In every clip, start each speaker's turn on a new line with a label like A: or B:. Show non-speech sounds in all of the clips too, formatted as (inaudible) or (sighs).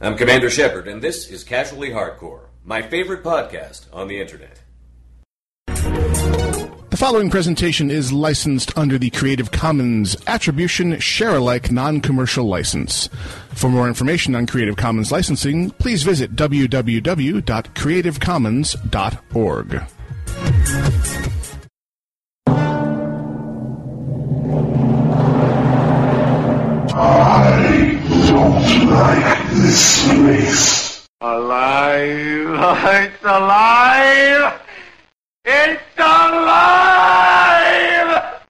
A: I'm Commander Shepard, and this is Casually Hardcore, my favorite podcast on the internet.
B: The following presentation is licensed under the Creative Commons Attribution Share Alike Non Commercial License. For more information on Creative Commons licensing, please visit www.creativecommons.org.
C: Alive! It's alive! It's alive!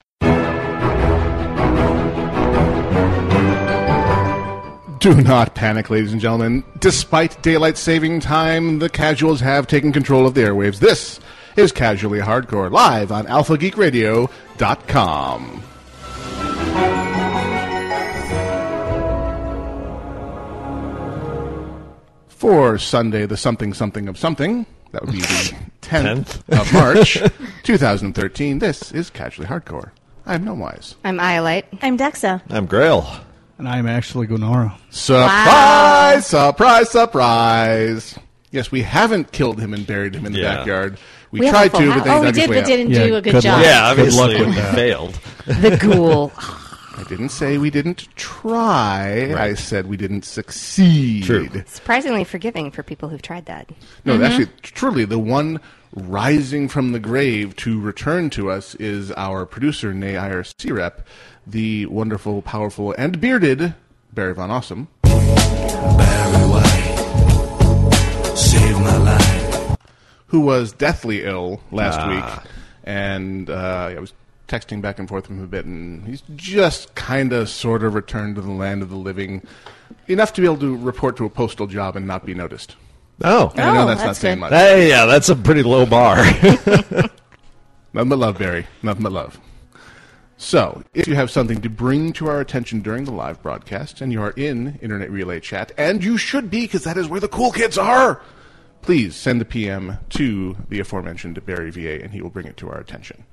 B: Do not panic, ladies and gentlemen. Despite daylight saving time, the casuals have taken control of the airwaves. This is Casually Hardcore, live on AlphaGeekRadio.com. For Sunday, the something something of something, that would be the 10th of March, 2013, this is Casually Hardcore. I'm Wise.
D: I'm Iolite.
E: I'm Dexa.
F: I'm Grail.
G: And I'm actually Gunora.
B: Surprise! Surprise! Surprise! Yes, we haven't killed him and buried him in the
F: Yeah.
B: backyard. We,
D: We have
B: tried
D: a full
B: to,
D: house.
B: but then
D: oh,
B: he
D: we
B: dug his
D: did,
B: way
D: but
B: out.
D: didn't
G: Yeah,
D: do a good
G: good
D: job.
G: luck.
F: Yeah, obviously
G: luck with
F: we
G: that.
F: failed.
D: (laughs) The ghoul.
B: I didn't say we didn't try. I said we didn't succeed.
F: True.
D: Surprisingly forgiving for people who've tried that.
B: No,
E: Mm-hmm.
B: actually, truly, the one rising from the grave to return to us is our producer, Nay IRC rep, the wonderful, powerful, and bearded Barry Von Awesome.
H: Barry White saved my life. Ah.
B: who was deathly ill last week, and uh, I was texting back and forth with him a bit, and he's just kind of, sort of returned to the land of the living, enough to be able to report to a postal job and not be noticed.
F: Oh.
B: And I know
E: Oh,
B: that's, not
E: that's
B: saying
E: good.
B: much.
F: Hey, yeah, that's a pretty low
E: (laughs)
F: bar.
B: Nothing but love, Barry. Nothing but love. So, if you have something to bring to our attention during the live broadcast and you are in Internet Relay Chat, and you should be because that is where the cool kids are, please send a PM to the aforementioned Barry VA and he will bring it to our attention.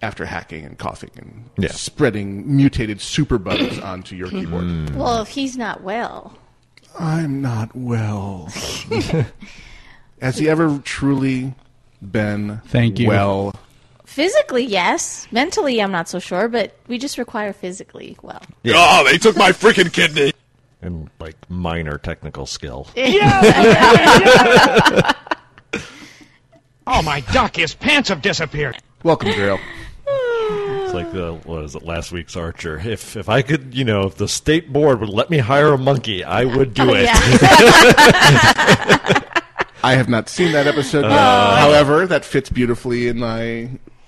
B: After hacking and coughing and
F: Yeah.
B: spreading mutated superbugs onto your keyboard.
F: Hmm.
E: Well, if he's not well,
B: I'm
E: (laughs)
B: not well. Has he ever truly been
G: Thank you.
B: well?
E: physically, yes. Mentally, I'm not so sure, but we just require physically well. Ah,
H: Oh, they took my freaking kidney.
F: and like minor technical skill. (laughs)
I: Oh my duck, his pants have disappeared.
B: Welcome, Grail.
F: It's like the what is it last week's Archer. If if I could, you know, if the state board would let me hire a monkey, I would do
E: Oh,
F: (laughs) it.
E: yeah. (laughs)
B: I have not seen that episode
F: Uh,
B: yet. However, that fits beautifully in my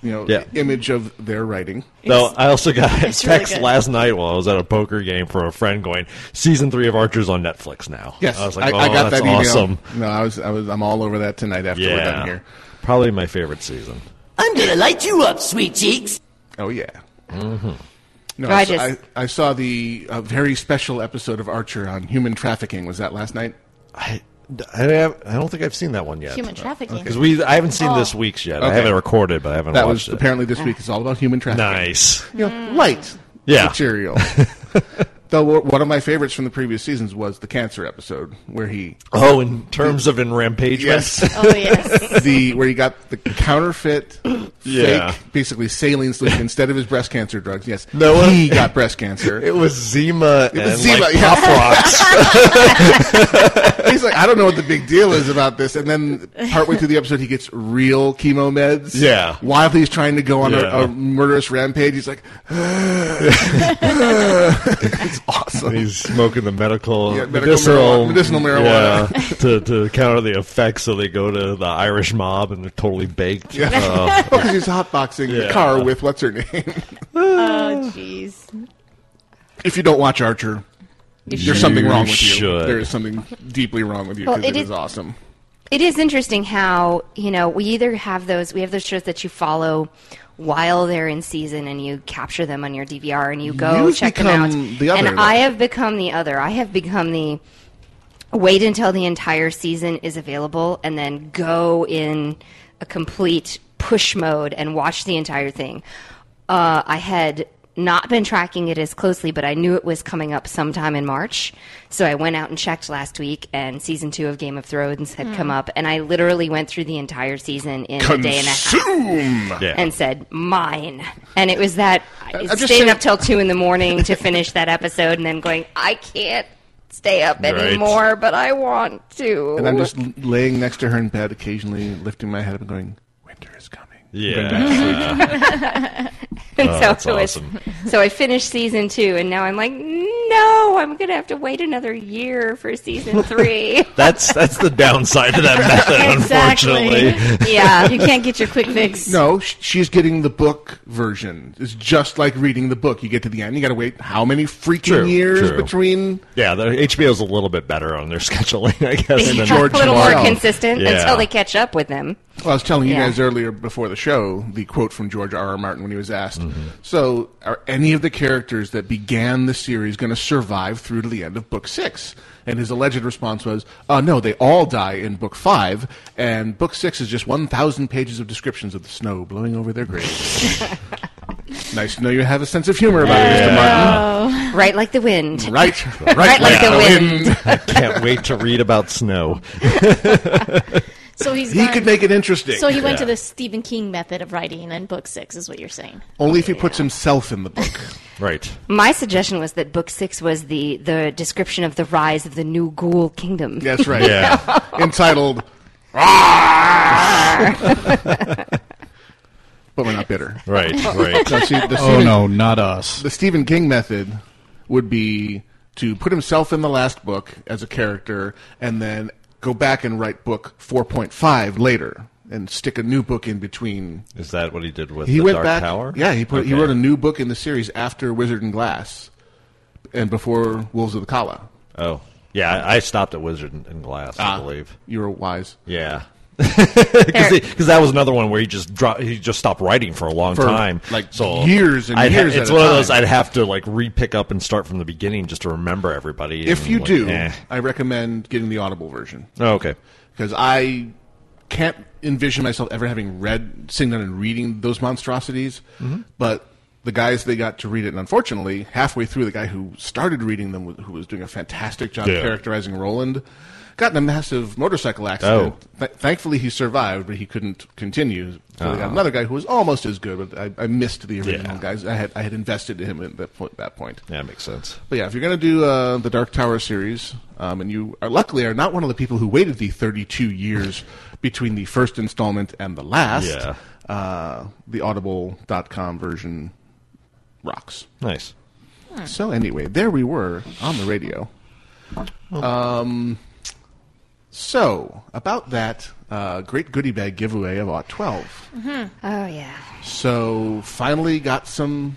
B: you know
F: Yeah.
B: image of their writing.
F: Though I also got a text
E: really good.
F: last night while I was at a poker game from a friend going, "Season three of Archer's on Netflix now."
B: Yes,
F: I was like, "Oh,
B: got
F: that's
B: that email. (laughs)
F: awesome."
B: No, I was, I was, I'm all over that tonight after we're
F: Yeah,
B: done here.
F: probably my favorite season.
J: I'm gonna light
H: (laughs)
J: you up, sweet cheeks.
B: Oh yeah. Mm-hmm. No,
D: Oh, I
B: I, saw-
D: just-
B: I, I saw the uh, very special episode of Archer on human trafficking. Was that last night?
F: I, I, have, I don't think I've seen that one yet.
E: Human trafficking.
F: Because we, I haven't seen
E: Oh.
F: this week's yet. I
B: Okay.
F: have it recorded, but I haven't
B: That
F: watched
B: was
F: it.
B: apparently this week. It's all about
F: (laughs)
B: human trafficking.
F: nice.
B: you know, light
F: Yeah. (laughs)
B: material. Though w- one of my favorites from the previous seasons was the cancer episode, where he
F: Oh, in terms of in Rampage,
E: oh, yes.
B: (laughs) the where he got the counterfeit,
F: Yeah.
B: fake, basically saline solution instead of his breast cancer drugs. Yes,
F: No one-
B: he got breast cancer.
F: (laughs) it was Zima
B: It was
F: and
B: Zima,
F: like
B: yeah.
F: Pop
B: (laughs)
F: Rocks.
B: He's like, I don't know what the big deal is about this. And then partway through the episode, he gets real chemo meds.
F: Yeah.
B: while he's trying to go on
F: Yeah.
B: a, a murderous rampage, he's like, "Ah."
F: (laughs)
B: it's awesome.
F: And he's smoking the medical,
B: Yeah, medical
F: medicinal,
B: marijuana- medicinal marijuana. (laughs)
F: yeah, to, to counter the effects. So they go to the Irish mob and they're totally baked.
B: Yeah.
F: Uh,
B: (laughs) Oh, because he's hotboxing the
F: Yeah.
B: car with what's her name.
E: (laughs) Oh, jeez.
B: if you don't watch Archer,
D: should.
B: there's something
F: You
B: wrong with you.
F: should.
B: There is something deeply wrong with you
D: Well,
B: because
D: it
B: it
D: is-
B: is, awesome.
D: It is interesting how, you know, we either have those, we have those shows that you follow while they're in season and you capture them on your DVR and you go
B: You've
D: check them out.
B: become the other,
D: and
B: though.
D: I have become the other. I have become the wait until the entire season is available and then go in a complete push mode and watch the entire thing. Uh, I had not been tracking it as closely, but I knew it was coming up sometime in March. So I went out and checked last week, and season two of Game of Thrones had come up, and I literally went through the entire season in a day and a half.
B: Consume!
F: Mm. Yeah.
D: And said mine, and it was that
B: I'm just
D: staying
B: saying-
D: up till two in the morning to finish that episode, and then going, I can't stay up
F: Right.
D: anymore, but I want to.
B: And I'm just l- laying next to her in bed, occasionally lifting my head up and going, Winter is coming.
F: yeah.
D: (laughs) And
F: Oh,
D: so
F: that's
D: it was-
F: awesome.
D: so I finished season two, and now I'm like, no, I'm gonna have to wait another year for season three.
F: (laughs) That's that's the downside to that method,
E: (laughs) Exactly.
F: unfortunately.
D: yeah,
E: You can't get your quick fix.
B: No, sh- she's getting the book version. It's just like reading the book. You get to the end, you got to wait how many freaking
F: True,
B: years
F: true.
B: between?
F: Yeah, the HBO's a little bit better on their (laughs) scheduling, I guess. than-
B: George
D: a little more
B: Martin.
D: consistent
F: Yeah.
D: until they catch up with them.
B: Well, I was telling you
D: Yeah.
B: guys earlier before the show the quote from George R. R. Martin when he was asked.
F: Mm-hmm.
B: So, are any of the characters that began the series going to survive through to the end of book six? And his alleged response was, "Uh, no, they all die in book five, and book six is just one thousand pages of descriptions of the snow blowing over their
F: (laughs)
B: graves." nice to know you have a sense of humor about it, Mr. Martin.
D: Oh. Right like the
F: (laughs)
D: wind.
B: Right, right,
D: like the (laughs)
F: I can't wait to read about snow.
E: (laughs) So he's
B: He
E: gone-
B: could make it interesting.
E: So he went to
F: Yeah.
E: the Stephen King method of writing in book six, is what you're saying.
B: Only if he puts himself in the book.
F: Right.
D: My suggestion was that book six was the the description of the rise of the new ghoul kingdom. (laughs)
B: That's right. (laughs)
F: Yeah. (laughs)
B: Entitled. but we're not bitter.
F: (laughs) Right. Right.
B: No, see, the,
G: Oh
B: Stephen,
G: no, not us.
B: the Stephen King method would be to put himself in the last book as a character and then go back and write book 4.5 later and stick a new book in between.
F: Is that what he did with
B: He
F: the
B: went
F: Dark
B: back.
F: Tower?
B: Yeah, he, put, he
F: Okay.
B: wrote a new book in the series after Wizard and Glass and before Wolves of the Kala.
F: Oh, yeah. I- I stopped at Wizard and- and Glass, I believe.
B: You were wise.
F: (laughs) Yeah. Because that was another one where he just dropped, he just stopped writing for a long
B: For,
F: time,
B: like,
F: so
B: years and
F: I'd
B: years
F: it's
B: at a
F: one of those
B: time.
F: I'd have to like re-pick up and start from the beginning just to remember everybody.
B: If
F: and,
B: you
F: like,
B: do,
F: eh.
B: I recommend getting the Audible version
F: oh, okay,
B: because I can't envision myself ever having read, sitting down and reading those monstrosities. But the guys they got to read it, and unfortunately, halfway through, the guy who started reading them, who was doing a fantastic job
F: Yeah.
B: characterizing Roland, got in a massive motorcycle accident.
F: Oh.
B: Th- thankfully, he survived, but he couldn't continue. So they got another guy who was almost as good, but I, I missed the original
F: Uh-huh. Yeah.
B: guys. I had I had invested in him at that point. That point.
F: yeah, makes sense.
B: But yeah, if you're going to do uh, the Dark Tower series, um, and you are luckily are not one of the people who waited the 32 years (laughs) between the first installment and the last,
F: Yeah.
B: uh, the audible.com version rocks.
F: Nice.
B: So anyway, there we were on the radio. Um,
F: Oh.
B: so about that uh, great goodie bag giveaway of Aught 12.
D: Oh yeah.
B: So finally got some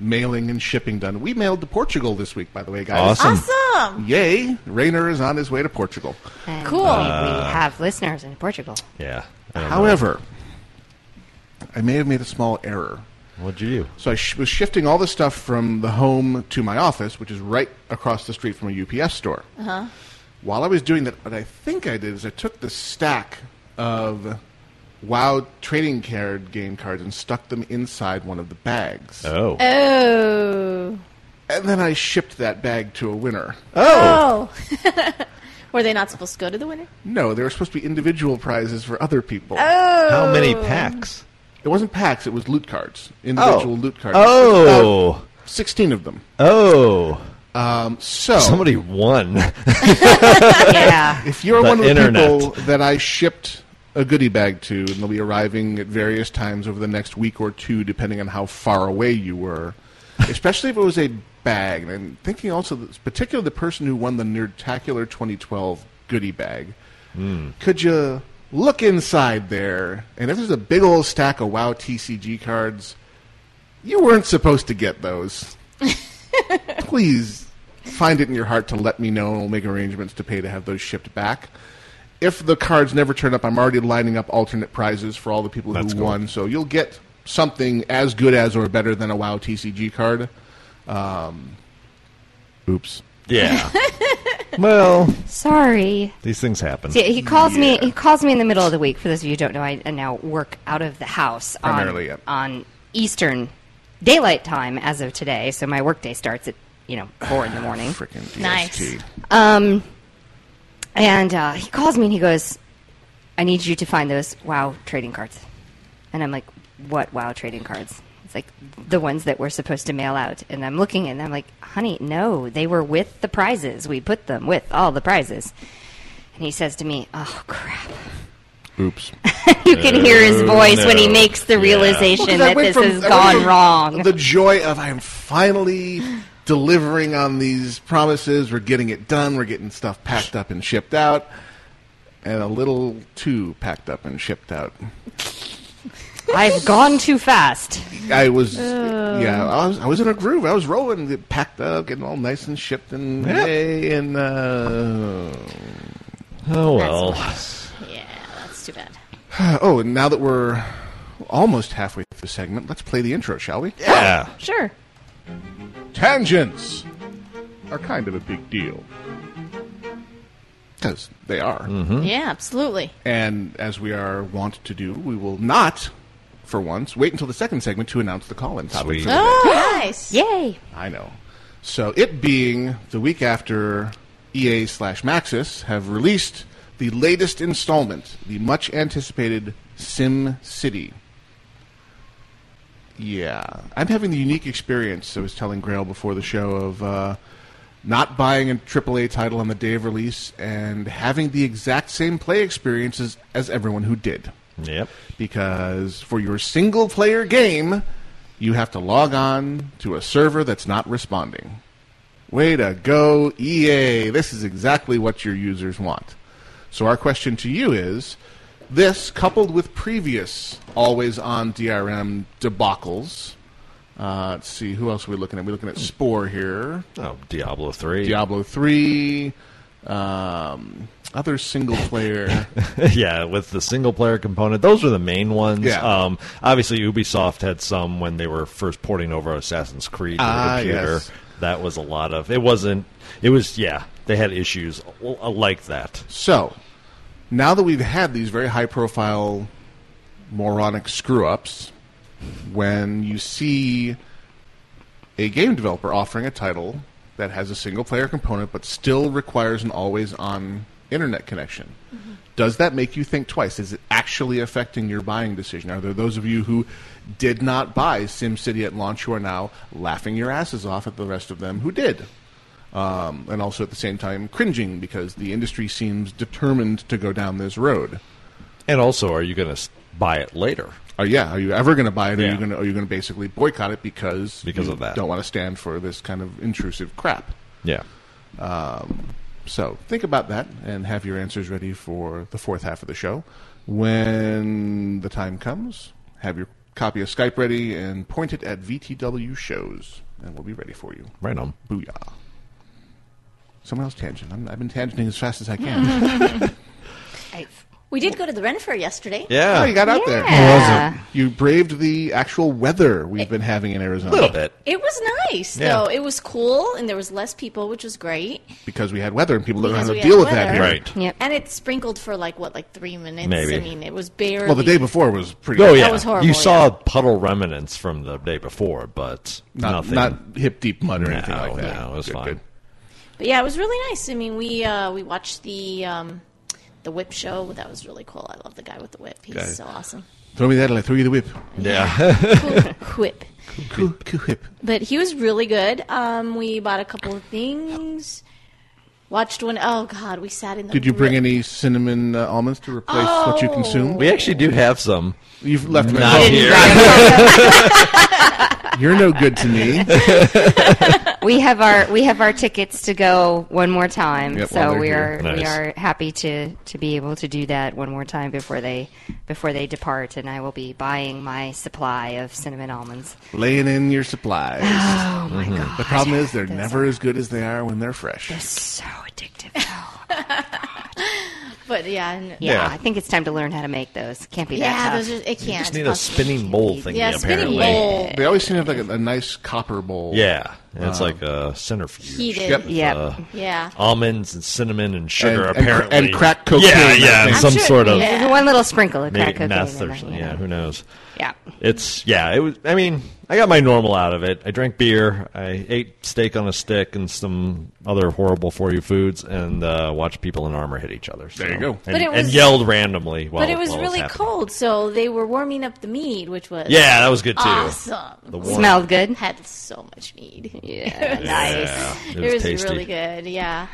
B: mailing and shipping done. We mailed to Portugal this week, by the way, guys.
F: Awesome.
E: Awesome.
B: Yay, Rayner is on his way to Portugal.
D: And
E: Cool.
D: we, we have listeners in Portugal.
F: Yeah. I don't know.
B: However, I may have made a small error.
F: what'd you do?
B: So I sh- was shifting all the stuff from the home to my office, which is right across the street from a UPS store. Uh-huh. While I was doing that, what I think I did is I took the stack of WoW trading card game cards and stuck them inside one of the bags.
F: Oh.
E: Oh.
B: And then I shipped that bag to a winner.
E: Oh. (laughs) Were they not supposed to go to the winner?
B: No, there were supposed to be individual prizes for other people.
F: How many packs?
B: It wasn't packs, it was loot cards. Individual loot cards.
F: Oh.
B: About 16 of them. Um,
F: Oh.
B: So,
F: Somebody won. (laughs)
D: Yeah.
B: if you're
F: The
B: one of the
F: internet.
B: people that I shipped a goodie bag to, and they'll be arriving at various times over the next week or two, depending on how far away you were, especially if it was a bag, and I'm thinking also, that- particularly the person who won the Nerdtacular 2012 goodie bag,
F: Hmm.
B: could you look inside there? And if there's a big old stack of WoW TCG cards, you weren't supposed to get those. please find it in your heart to let me know and we'll make arrangements to pay to have those shipped back. If the cards never turn up, I'm already lining up alternate prizes for all the people
F: That's
B: who
F: cool.
B: won, so you'll get something as good as or better than a WoW TCG card. Um, oops.
F: yeah. well,
D: Sorry.
F: these things happen.
D: See, he calls me.
B: Yeah.
D: He calls me in the middle of the week. For those of you who don't know, I now work out of the house on,
B: Primarily, yeah.
D: on Eastern daylight time as of today, so my workday starts at you know four in the morning.
B: Freaking
F: E
E: Nice.
D: Um, and uh, he calls me and he goes, "I need you to find those WoW trading cards." And I'm like, "What WoW trading cards?" It's like the ones that we're supposed to mail out. And I'm looking and I'm like, "Honey, no, they were with the prizes. We put them with all the prizes." And he says to me, "Oh crap."
B: Oops.
D: (laughs) You can hear his voice when he
F: Oh, no.
D: makes the
F: Yeah.
D: realization
B: Well, 'cause I
D: that
B: went
D: this
B: from- I
D: has
B: went
D: gone
B: from
D: wrong.
B: The joy of I am finally delivering on these promises. We're getting it done. We're getting stuff packed up and shipped out. And a little too packed up and shipped out.
D: I've gone too fast.
B: I was, yeah, I was, I was in a groove. I was rolling, it packed up, getting all nice and shipped, and hey, and uh,
F: Oh well.
E: Yeah, that's too bad.
B: (sighs) oh, and now that we're almost halfway through the segment, let's play the intro, shall we?
F: Yeah.
E: Sure.
B: tangents are kind of a big deal because they are
F: Mm-hmm.
E: Yeah, absolutely.
B: and as we are wont to do we will not for once wait until the second segment to announce the call-in topic
F: Sweet.
B: for the day.
E: Oh,
B: (gasps)
E: nice.
D: Yay!
B: i know so it being the week after ea slash maxis have released the latest installment the much anticipated sim city yeah, I'm having the unique experience. I was telling Grail before the show of uh, not buying a AAA title on the day of release and having the exact same play experiences as everyone who did.
F: Yep.
B: Because for your single player game, you have to log on to a server that's not responding. Way to go, EA! This is exactly what your users want. So, our question to you is this, coupled with previous always on DRM debacles. Uh, let's see, who else are we looking at? We're looking at Spore here,
F: Oh, Diablo three.
B: Diablo 3, um, other single
F: (laughs)
B: player.
F: (laughs) yeah, with the single player component, those are the main ones.
B: Yeah.
F: Um, obviously, Ubisoft had some when they were first porting over Assassin's Creed to
B: Ah,
F: the computer.
B: yes.
F: That was a lot of. It wasn't. It was. Yeah, they had issues l- like that.
B: So, now that we've had these very high profile moronic screw ups, when you see a game developer offering a title that has a single player component but still requires an always on internet connection, does that make you think twice? Is it actually affecting your buying decision? Are there those of you who did not buy SimCity at launch who are now laughing your asses off at the rest of them who did? um, and also at the same time cringing because the industry seems determined to go down this road.
F: And also, are you going to buy it later?
B: Are Oh, yeah, are you ever going to buy it? Are
F: Yeah.
B: you going to are you going to basically boycott it because
F: Because
B: you
F: of that.
B: don't want to stand for this kind of intrusive crap? Um,
F: Yeah.
B: So think about that and have your answers ready for the fourth half of the show. When the time comes, have your copy of Skype ready and point it at VTW shows, and we'll be ready for you.
F: Right on.
B: Booyah. Someone else tangent. I'm, I've been tangenting as fast as I can.
E: We did go to the Renfair yesterday.
B: Oh,
F: Yeah.
B: you got out there.
D: Yeah.
B: You braved the actual weather we've been having in Arizona.
F: a little bit.
E: It was nice,
F: Yeah.
E: though. It was cool, and there was less people, which was great.
B: Because we had weather and people don't know how
E: Because
B: to
E: we
B: deal
E: had
B: with that
E: weather.
B: here.
F: Right.
D: Yep.
E: And it sprinkled for like what, like three minutes.
F: Maybe.
E: I mean, it was barely.
B: Well, the day before was pretty
F: Oh yeah.
E: was horrible,
F: you
E: yeah.
F: saw puddle remnants from the day before, but
B: not,
F: nothing.
B: not hip deep mud or anything
F: No,
B: like that.
F: no, it was
B: Good,
F: fine.
B: good.
E: But yeah, it was really nice. I mean, we uh, we watched the um, the whip show. That was really cool. I love the guy with the whip. He's
B: Okay.
E: so awesome.
B: Throw me that and I throw you the whip.
F: yeah.
E: Cool
F: (laughs)
E: whip.
B: Coo, coo hip.
E: But he was really good. Um, we bought a couple of things. Watched one oh god, we sat in the.
B: Did you bring
E: ri-
B: any cinnamon uh, almonds to replace what you
E: Oh.
B: consume?
F: we actually do have some.
B: You've left my
F: Not
B: phone.
E: (laughs)
F: here.
B: You're no good to me. (laughs)
D: we have our we have our tickets to go one more time.
B: Yep, while
D: so
B: they're
D: we
B: here.
D: are we
F: Nice.
D: are happy to to be able to do that one more time before they before they depart. And I will be buying my supply of cinnamon almonds.
B: Laying in your supplies.
D: Oh my
F: Mm-hmm.
D: god!
B: The problem is they're never as good as they are when they're fresh.
D: So addictive. though.
E: (laughs) But yeah, n- yeah,
D: yeah,
F: Yeah.
D: I think it's time to learn how to make those. Can't be that tough.
E: those are, it can't.
F: Just need a spinning bowl thingy.
E: Yeah, spinning
F: apparently.
E: bowl.
B: They always seem to have like a, a nice copper bowl. Um,
F: Yeah. And it's like a centrifuge.
E: Heated.
B: Uh, Yep.
F: with,
D: Yep.
F: uh,
E: Yeah.
F: Almonds and cinnamon and sugar,
B: And- and cr-
F: apparently.
B: and crack cocaine,
F: Yeah,
B: I
F: yeah,
B: think.
F: and some
E: sure-
F: sort of
E: yeah.
D: There's one little sprinkle of crack
F: maybe
D: cocaine.
F: meth
D: in
F: or
D: there,
F: something.
D: you
F: Yeah,
D: know.
F: who knows?
D: Yeah.
F: It's yeah. It was. I mean, I got my normal out of it. I drank beer. I ate steak on a stick and some other horrible for you foods, and uh, watched people in armor hit each other.
B: There you go.
F: And,
E: But it
F: and
E: was-
F: yelled randomly. While,
E: but it was
F: while
E: really
F: happening.
E: cold, so they were warming up the meat, which was
F: Yeah, that was good too.
E: awesome. (laughs)
F: The warm-
D: Smelled good.
E: Had so much meat.
D: Yeah.
F: Yeah,
E: nice.
F: it was tasty.
E: really good. Yeah.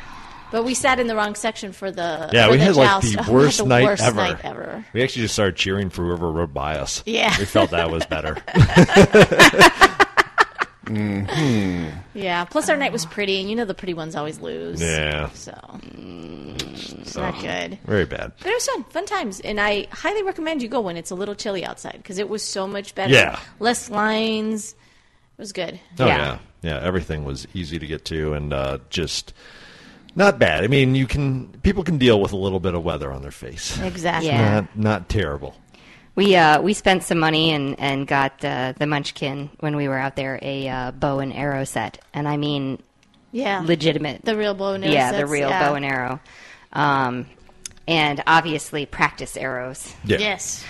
E: But we sat in the wrong section for the
F: Yeah,
E: for
F: we
E: the
F: had like
E: joust.
F: the
E: Oh, (laughs) we had
F: worst,
E: the
F: night,
E: worst
F: ever.
E: night ever.
F: We actually just started cheering for whoever rode by us.
E: Yeah.
F: we felt that
E: (laughs)
F: was better. (laughs)
E: Mm-hmm. Yeah. Plus our night was pretty, and you know the pretty ones always lose.
F: yeah,
E: So it's not good.
F: very bad.
E: But it was fun, fun times, and I highly recommend you go when it's a little chilly outside because it was so much better.
F: Yeah.
E: less lines. It was good.
F: Oh
D: Yeah.
F: yeah. yeah, Everything was easy to get to and uh, just not bad. I mean, you can people can deal with a little bit of weather on their face.
E: Exactly.
D: Yeah.
F: Not not terrible.
D: We uh, we spent some money and and got uh, the Munchkin when we were out there a uh, bow and arrow set, and I mean
E: Yeah.
D: legitimate.
E: The real bow and arrow
D: Yeah, the
E: sets,
D: real
E: yeah.
D: bow and arrow, um, and obviously practice arrows
F: Yeah.
E: Yes.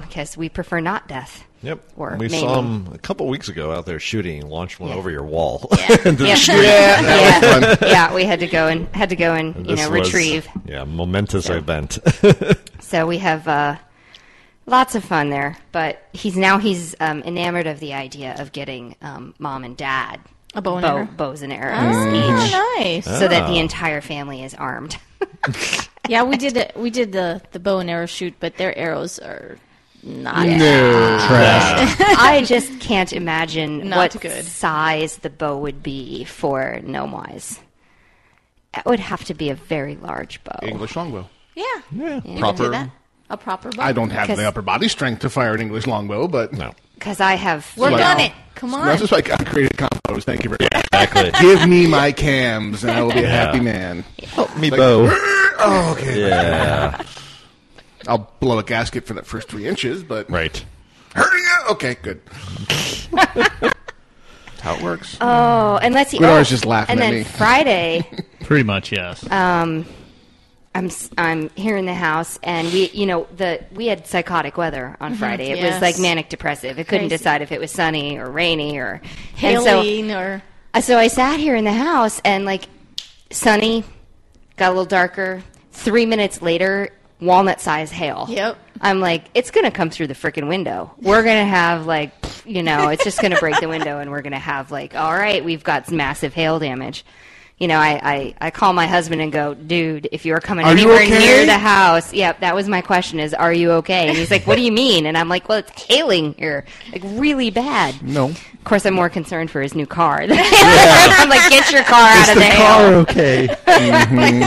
D: because we prefer not death.
F: Yep.
D: Or
F: we
D: mainly.
F: saw him a couple weeks ago out there shooting, and launched one over your wall. (laughs)
D: Yeah, yeah, (laughs) yeah. we had to go and had to go and you
F: This
D: know
F: was,
D: retrieve.
F: Yeah, momentous event. (laughs)
D: So we have uh, lots of fun there. But he's now he's um, enamored of the idea of getting um, mom and dad
E: A bow and
D: bow-
E: arrow.
D: bows and arrows each.
E: Oh, nice.
D: so that the entire family is armed.
E: (laughs) Yeah, we did it. We did the the bow and arrow shoot, but their arrows are not.
D: (laughs) I just can't imagine
E: Not
D: what
E: good.
D: size the bow would be for gnome wise. It would have to be a very large bow.
B: English longbow.
E: Yeah. You can
B: Proper-
E: do that. A proper bow.
B: I don't have
D: Because-
B: the upper body strength to fire an English longbow, but
F: no,
D: Because I have.
E: Work
D: you know-
E: on it. Come on.
B: that's just like I created combos. Thank you very much.
F: exactly.
B: (laughs) Give me my cams, and I will be a happy man. Oh,
F: Help
B: (laughs)
F: me, Bo. okay. Yeah.
B: I'll blow a gasket for that first three inches, but
F: right.
B: hurry up. Okay, good.
E: (laughs)
B: That's how it works.
D: Oh, and let's see.
B: Good
D: oh,
B: hours just laughing
D: and
B: at
D: then
B: me. (laughs)
D: Friday, um,
G: Pretty much, yes.
D: I'm s- I'm here in the house, and we you know the we had psychotic weather on Friday. It was
E: Mm-hmm. Yes.
D: like manic depressive. It couldn't
E: Crazy.
D: decide if it was sunny or rainy or and so-
E: Hailing or
D: Uh, So I sat here in the house and like sunny, got a little darker. Three minutes later, walnut size hail.
E: Yep.
D: I'm like, it's gonna come through the freaking window. We're gonna have like, you know, it's just gonna break the window, and we're gonna have like, all right, we've got some massive hail damage. You know, I, I, I call my husband and go, dude, if you're coming
B: Are you
D: anywhere
B: okay?"
D: near the house, yep, that was my question is, are you okay? And he's like, what do you mean? And I'm like, well, it's hailing here, like really bad.
B: no.
D: Of course, I'm more concerned for his new car. (laughs) I'm like, get your car out of there.
F: okay.
D: (laughs) Mm-hmm.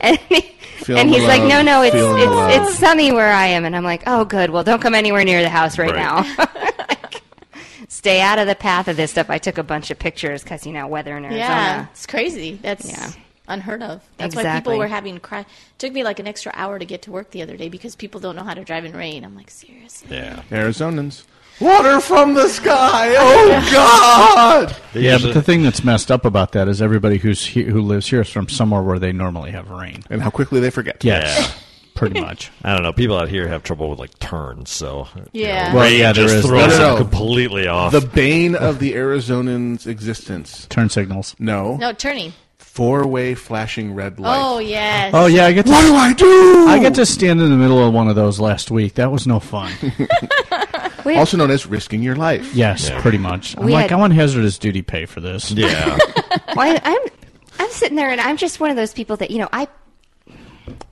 D: And, he-
B: Feel
D: and
B: the
D: he's like,
B: love,
D: no, no, it's
B: feel the love.
D: it's, it's sunny where I am. And I'm like, oh, good. Well, don't come anywhere near the house right,
F: Right.
D: now. (laughs) Stay out of the path of this stuff. I took a bunch of pictures because you know weather in Arizona.
E: yeah, it's crazy. That's
D: Yeah.
E: unheard of. That's why
D: Exactly.
E: people were having cry. Took me like an extra hour to get to work the other day because people don't know how to drive in rain. I'm like, seriously.
F: Yeah.
B: Arizonans. Water from the sky. Oh God.
G: yeah, but the thing that's messed up about that is everybody who's he- who lives here is from somewhere where they normally have rain.
B: And how quickly they forget.
G: Yes,
D: (laughs)
G: pretty much.
F: I don't know. People out here have trouble with like turns, so you
E: Yeah.
F: know,
E: Well,
F: rain
G: yeah, there
F: just
G: is
F: throws
G: that.
B: No, no,
F: them
B: no.
F: completely off.
B: The bane of the Arizonans' existence.
G: Turn signals.
B: No.
E: No turning.
B: Four-way flashing red light.
E: Oh yes.
F: Uh,
G: Oh yeah, I get
B: What
G: to,
B: do I do?
G: I get to stand in the middle of one of those last week. That was no
D: (laughs)
B: (laughs)
G: fun.
B: Also known as risking your life.
G: Yes, pretty much. I'm
D: We
G: like,
D: had-
G: I want hazardous duty pay for this.
F: yeah,
D: Well, I, I'm I'm sitting there and I'm just one of those people that you know I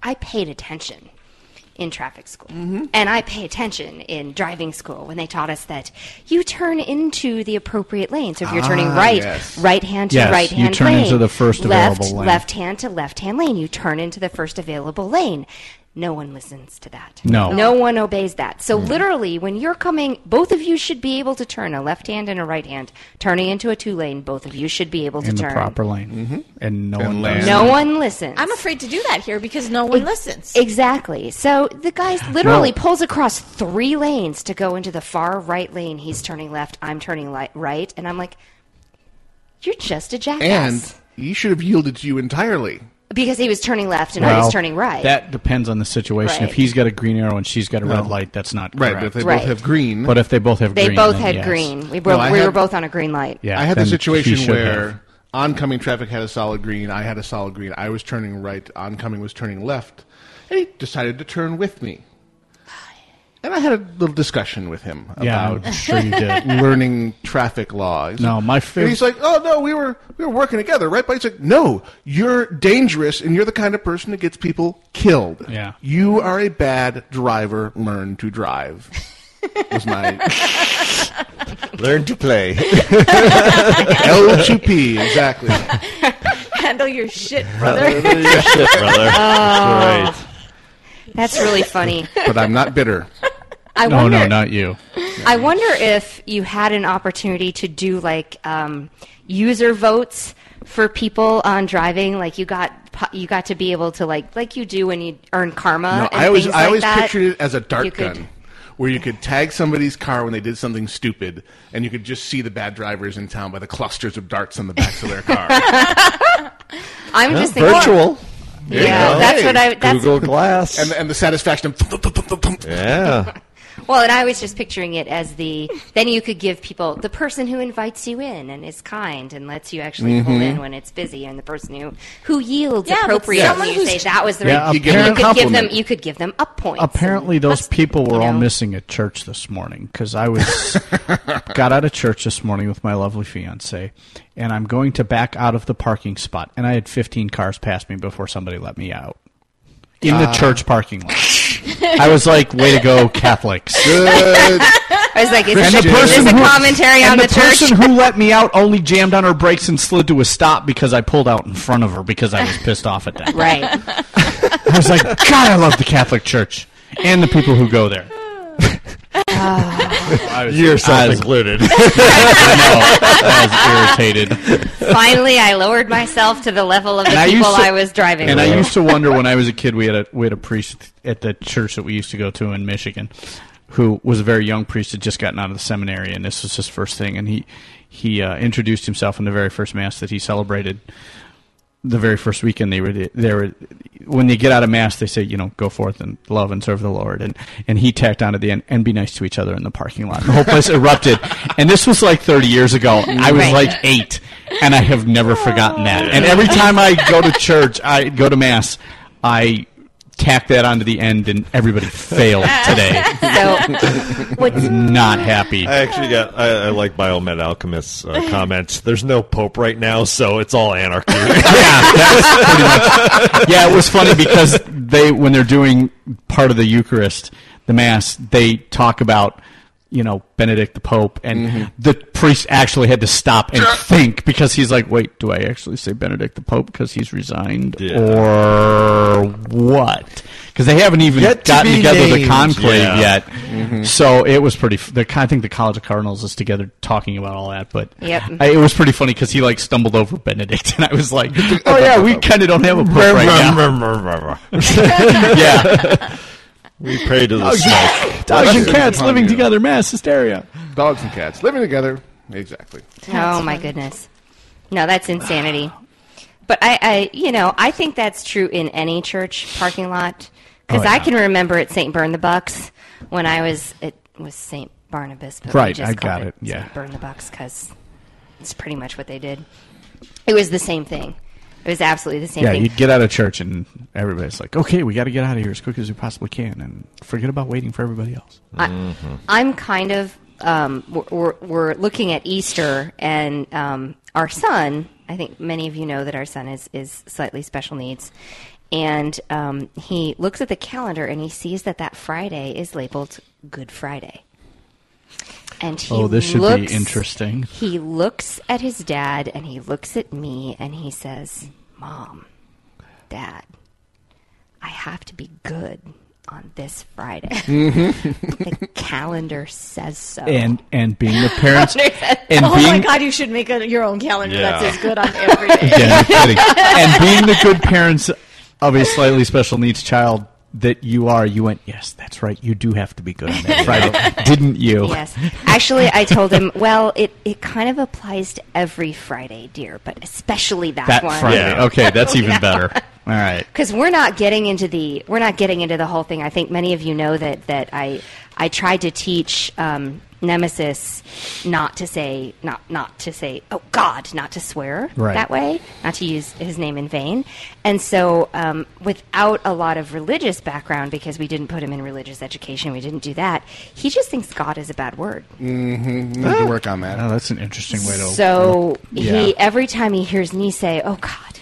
D: I paid attention in traffic school
G: Mm-hmm.
D: and I pay attention in driving school when they taught us that you turn into the appropriate lane. So if you're turning
B: Ah,
D: right,
B: yes.
D: right hand to
G: Yes,
D: right hand
G: you turn
D: lane,
G: into the first
D: left
G: available lane.
D: left hand to left hand lane, you turn into the first available lane. No one listens to that.
G: No. Mm.
D: No one obeys that. So, literally, when you're coming, both of you should be able to turn a left hand and a right hand. Turning into a two lane, both of you should be able to
G: (laughs) in the
D: turn.
G: proper lane, and no
B: Mm-hmm. And
G: one
B: land.
G: does.
D: No one listens.
E: I'm afraid to do that here because no
D: (laughs)
E: one listens. (laughs)
D: Exactly. So the guy literally
G: Well-
D: pulls across three lanes to go into the far right lane. He's turning left. I'm turning li- right. And I'm like, you're just a
B: And
D: jackass.
B: he should have yielded to you entirely.
D: because he was turning left and I was turning right.
G: That depends on the situation.
D: Right.
G: If he's got a green arrow and she's got a red light, that's not
B: Right,
G: correct.
B: but if they
D: Right.
B: both have green.
G: But if they both have
D: they
G: green,
D: both
G: then
D: had
G: yes.
D: green. We, were,
B: No, I
D: we were
B: had-
D: both on a green light.
G: Yeah,
B: I had the
G: then he
B: situation
G: should
B: where
G: have.
B: oncoming traffic had a solid green, I had a solid green, I was turning right, oncoming was turning left, and he decided to turn with me. And I had a little discussion with him
G: yeah,
B: about
G: I'm sure you did.
B: (laughs) learning traffic laws.
G: No, my
B: And he's like, "Oh no, we were we were working together, right?" But he's like, "No, you're dangerous, and you're the kind of person that gets people killed.
G: Yeah.
B: you are a bad driver. Learn to drive." Was my
F: (laughs) Learn
D: (laughs)
F: to play.
B: L to P exactly?
E: Handle your shit,
B: (laughs)
F: Learn
E: brother.
F: your shit, brother.
D: Oh.
F: That's right.
D: (laughs) That's really funny.
B: (laughs) But I'm not bitter.
D: I
G: no,
D: wonder,
G: no, not you.
D: I wonder if you had an opportunity to do like um, user votes for people on driving. Like you got po- you got to be able to like like you do when you earn karma.
B: No,
D: Uh, and
B: I always
D: things
B: I
D: like
B: always
D: that.
B: pictured it as a dart
D: You could-
B: gun, where you could tag somebody's car when they did something stupid, and you could just see the bad drivers in town by the clusters of darts on the backs of their car.
D: (laughs) I'm just thinking,
F: Virtual.
D: Yeah,
B: you go.
D: that's what I.
B: Hey,
D: That's
F: Google Glass.
B: and and the satisfaction. Of thump, thump, thump, thump, thump.
F: yeah.
D: well, and I was just picturing it as the then you could give people the person who invites you in and is kind and lets you actually
G: Mm-hmm.
D: pull in when it's busy, and the person who who yields
E: Yeah, but
D: appropriately.
E: someone
D: You
E: who's-
D: say that was the
G: Yeah,
D: right.
B: You give them a
D: you could give them
B: compliment.
D: you could give them up points.
G: Apparently, those people were
D: you
G: all
D: know.
G: missing at church this morning because
D: (laughs)
G: I was got out of church this morning with my lovely fiance, and I'm going to back out of the parking spot, and I had 15 cars pass me before somebody let me out in the church parking lot. I was like, "Way to go, Catholics!"
B: Good.
D: (laughs) I was like, is
B: And
D: this,
B: the person
D: is this a
G: who-
D: commentary on
G: and
D: the, church?
G: person who let me out only jammed on her brakes and slid to a stop because I pulled out in front of her because I was pissed off at
D: (laughs)
E: (laughs)
G: them.
D: right.
G: I was like, God, I love the Catholic Church and the people who go there. I was, I
F: Yourself
G: was, (laughs)
F: included.
G: I was irritated.
D: Finally, I lowered myself to the level of the
G: And I
D: people
G: used to-
D: I was driving
G: And
D: with.
G: I used to wonder when I was a kid, we had a we had a priest at the church that we used to go to in Michigan, who was a very young priest had just gotten out of the seminary, and this was his first thing, and he he uh, introduced himself in the very first mass that he celebrated. The very first weekend they were they were when they get out of mass they say you know go forth and love and serve the Lord and and he tacked on at the end and be nice to each other in the parking lot the whole place erupted and this was like thirty years ago I was
D: Right.
G: like eight, and I have never forgotten that. And every time I go to church, I go to mass, I tack that onto the end, and everybody failed today.
D: so, what's
G: Not happy.
F: I actually got. I, I like Biomed
E: (laughs)
F: Alchemist's uh, comments. There's no Pope right now, so it's
G: (laughs)
F: all anarchy. (laughs)
G: yeah, it was funny because they when they're doing part of the Eucharist, the Mass, they talk about you know Benedict the Pope, and
F: Mm-hmm.
G: the priest actually had to stop and think because he's like, wait, do I actually say Benedict the Pope because he's resigned
F: Yeah.
G: or what? Because they haven't even
F: Yet to
G: gotten
F: be
G: together the
F: named.
G: conclave
F: Yeah. Mm-hmm.
G: yet, so it was pretty. F- the, I think the College of Cardinals is together talking about all that, but
D: Yep.
G: I- it was pretty funny because he like stumbled over Benedict, (laughs) and I was like, "Oh yeah, we kind of don't have a book right now." (laughs) yeah,
F: we pray to the
G: (laughs)
F: smoke.
G: dogs and
B: Bless
G: cats
B: you.
G: living together, mass hysteria.
B: Dogs and cats living together. Exactly.
D: oh my goodness no that's insanity but I, I you know i think that's true in any church parking lot because
G: Oh, yeah.
D: i can remember at st burn the bucks when i was it was st barnabas but we
G: Right,
D: just
G: I got
D: called
G: it, yeah.
D: st burn the bucks because it's pretty much what they did it was the same thing it was absolutely the same
G: Yeah,
D: thing
G: you'd get out of church, and everybody's like, "Okay, we got to get out of here as quick as we possibly can, and forget about waiting for everybody else."
D: I,
G: Mm-hmm.
D: I'm kind of um, we're- we're, we're looking at Easter, and um, our son. I think many of you know that our son is is slightly special needs, and um, he looks at the calendar and he sees that that Friday is labeled Good Friday. And he
G: Oh, this should be
D: looks-
G: interesting.
D: He looks at his dad and he looks at me and he says, "Mom, Dad, I have to be good on this Friday.
G: (laughs)
D: (laughs)
G: Mhm.
D: the calendar says so. (laughs)
G: and and being the parents and
E: oh my
G: being (laughs)
E: god, (laughs) you should make a, your own calendar that
G: Yeah.
E: says good on every day.
F: (laughs)
G: Again, no
D: (laughs)
G: kidding. and being the good parents of a slightly special needs child that you are, you went, yes, that's right. You do have to be good on
D: (laughs)
G: that Friday, didn't you?
D: Yes. Actually, I told him, well, it, it kind of applies to every Friday, dear, but especially that,
G: That
D: one.
G: Friday. Okay,
D: (laughs)
G: that's even better. All right.
D: because we're not getting into the we're not getting into the whole thing. I think many of you know that that I I tried to teach um, Nemesis not to say not not to say oh God not to swear
K: Right.
D: that way, not to use his name in vain, and so um, without a lot of religious background because we didn't put him in religious education, we didn't do that. He just thinks God is a bad word.
B: Mm-hmm. Need to work on that.
G: Oh, that's an interesting way to.
D: So
B: Yeah.
D: he every time he hears me say, "Oh God,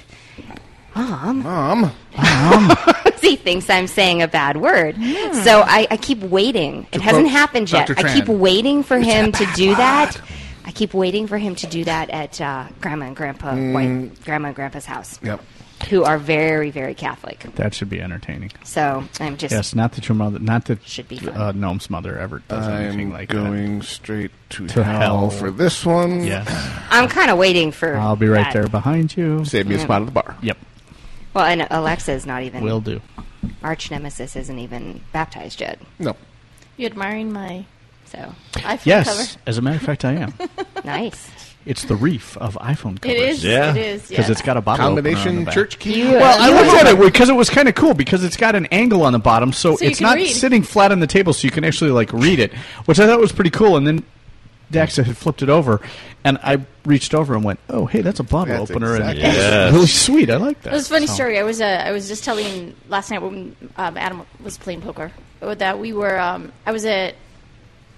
D: mom,
B: mom,
G: (laughs)
D: mom," (laughs) he thinks I'm saying a bad word.
G: Hmm.
D: So I, I keep waiting. It
K: To
D: hasn't
K: quote
D: happened yet.
K: Dr.
D: I keep
K: Tran,
D: waiting for him
G: (laughs)
D: to do that. I keep waiting for him to do that at uh, Grandma and Grandpa
G: Mm.
D: White, Grandma and Grandpa's house,
G: Yep.
D: who are very very Catholic.
G: That should be entertaining.
D: So I'm just
G: yes, not that your mother, not that
D: should be
G: uh, Gnome's mother ever does anything
B: I'm
G: like
B: going straight to,
G: To
B: hell,
G: hell.
B: for this one.
G: Yes.
D: I'm kind of waiting for.
G: that. I'll be right
D: that.
G: there behind you.
B: Save me a
D: Yeah.
B: spot at the bar.
G: Yep,
D: Well, and Alexa's not even
G: will do.
D: arch nemesis isn't even baptized yet.
B: No.
E: You admiring my
D: so
E: iPhone
G: Yes,
E: cover?
G: as a
E: (laughs)
G: matter of fact, I am.
D: nice.
G: It's the reef of iPhone covers.
E: is, Yeah. it is,
G: Because
E: yeah.
G: it's got a bottle opener on the
B: Combination
G: back.
B: church key? You-
G: well, I
B: you
G: looked
B: are-
G: at it because it was kind of cool because it's got an angle on the bottom, so,
E: So you
G: it's
E: can
G: not
E: read.
G: sitting flat on the table, so you can actually like read it, which I thought was pretty cool. And then Daxa had flipped it over, and I reached over and went, "Oh, hey, that's a bottle
B: That's
G: opener."
B: exactly
G: And
B: what it
G: it's
B: is.
G: really sweet. I like that.
E: It was a funny
G: So-
E: story. I was uh, I was just telling last night when um, Adam was playing poker uh, that we were um, I was at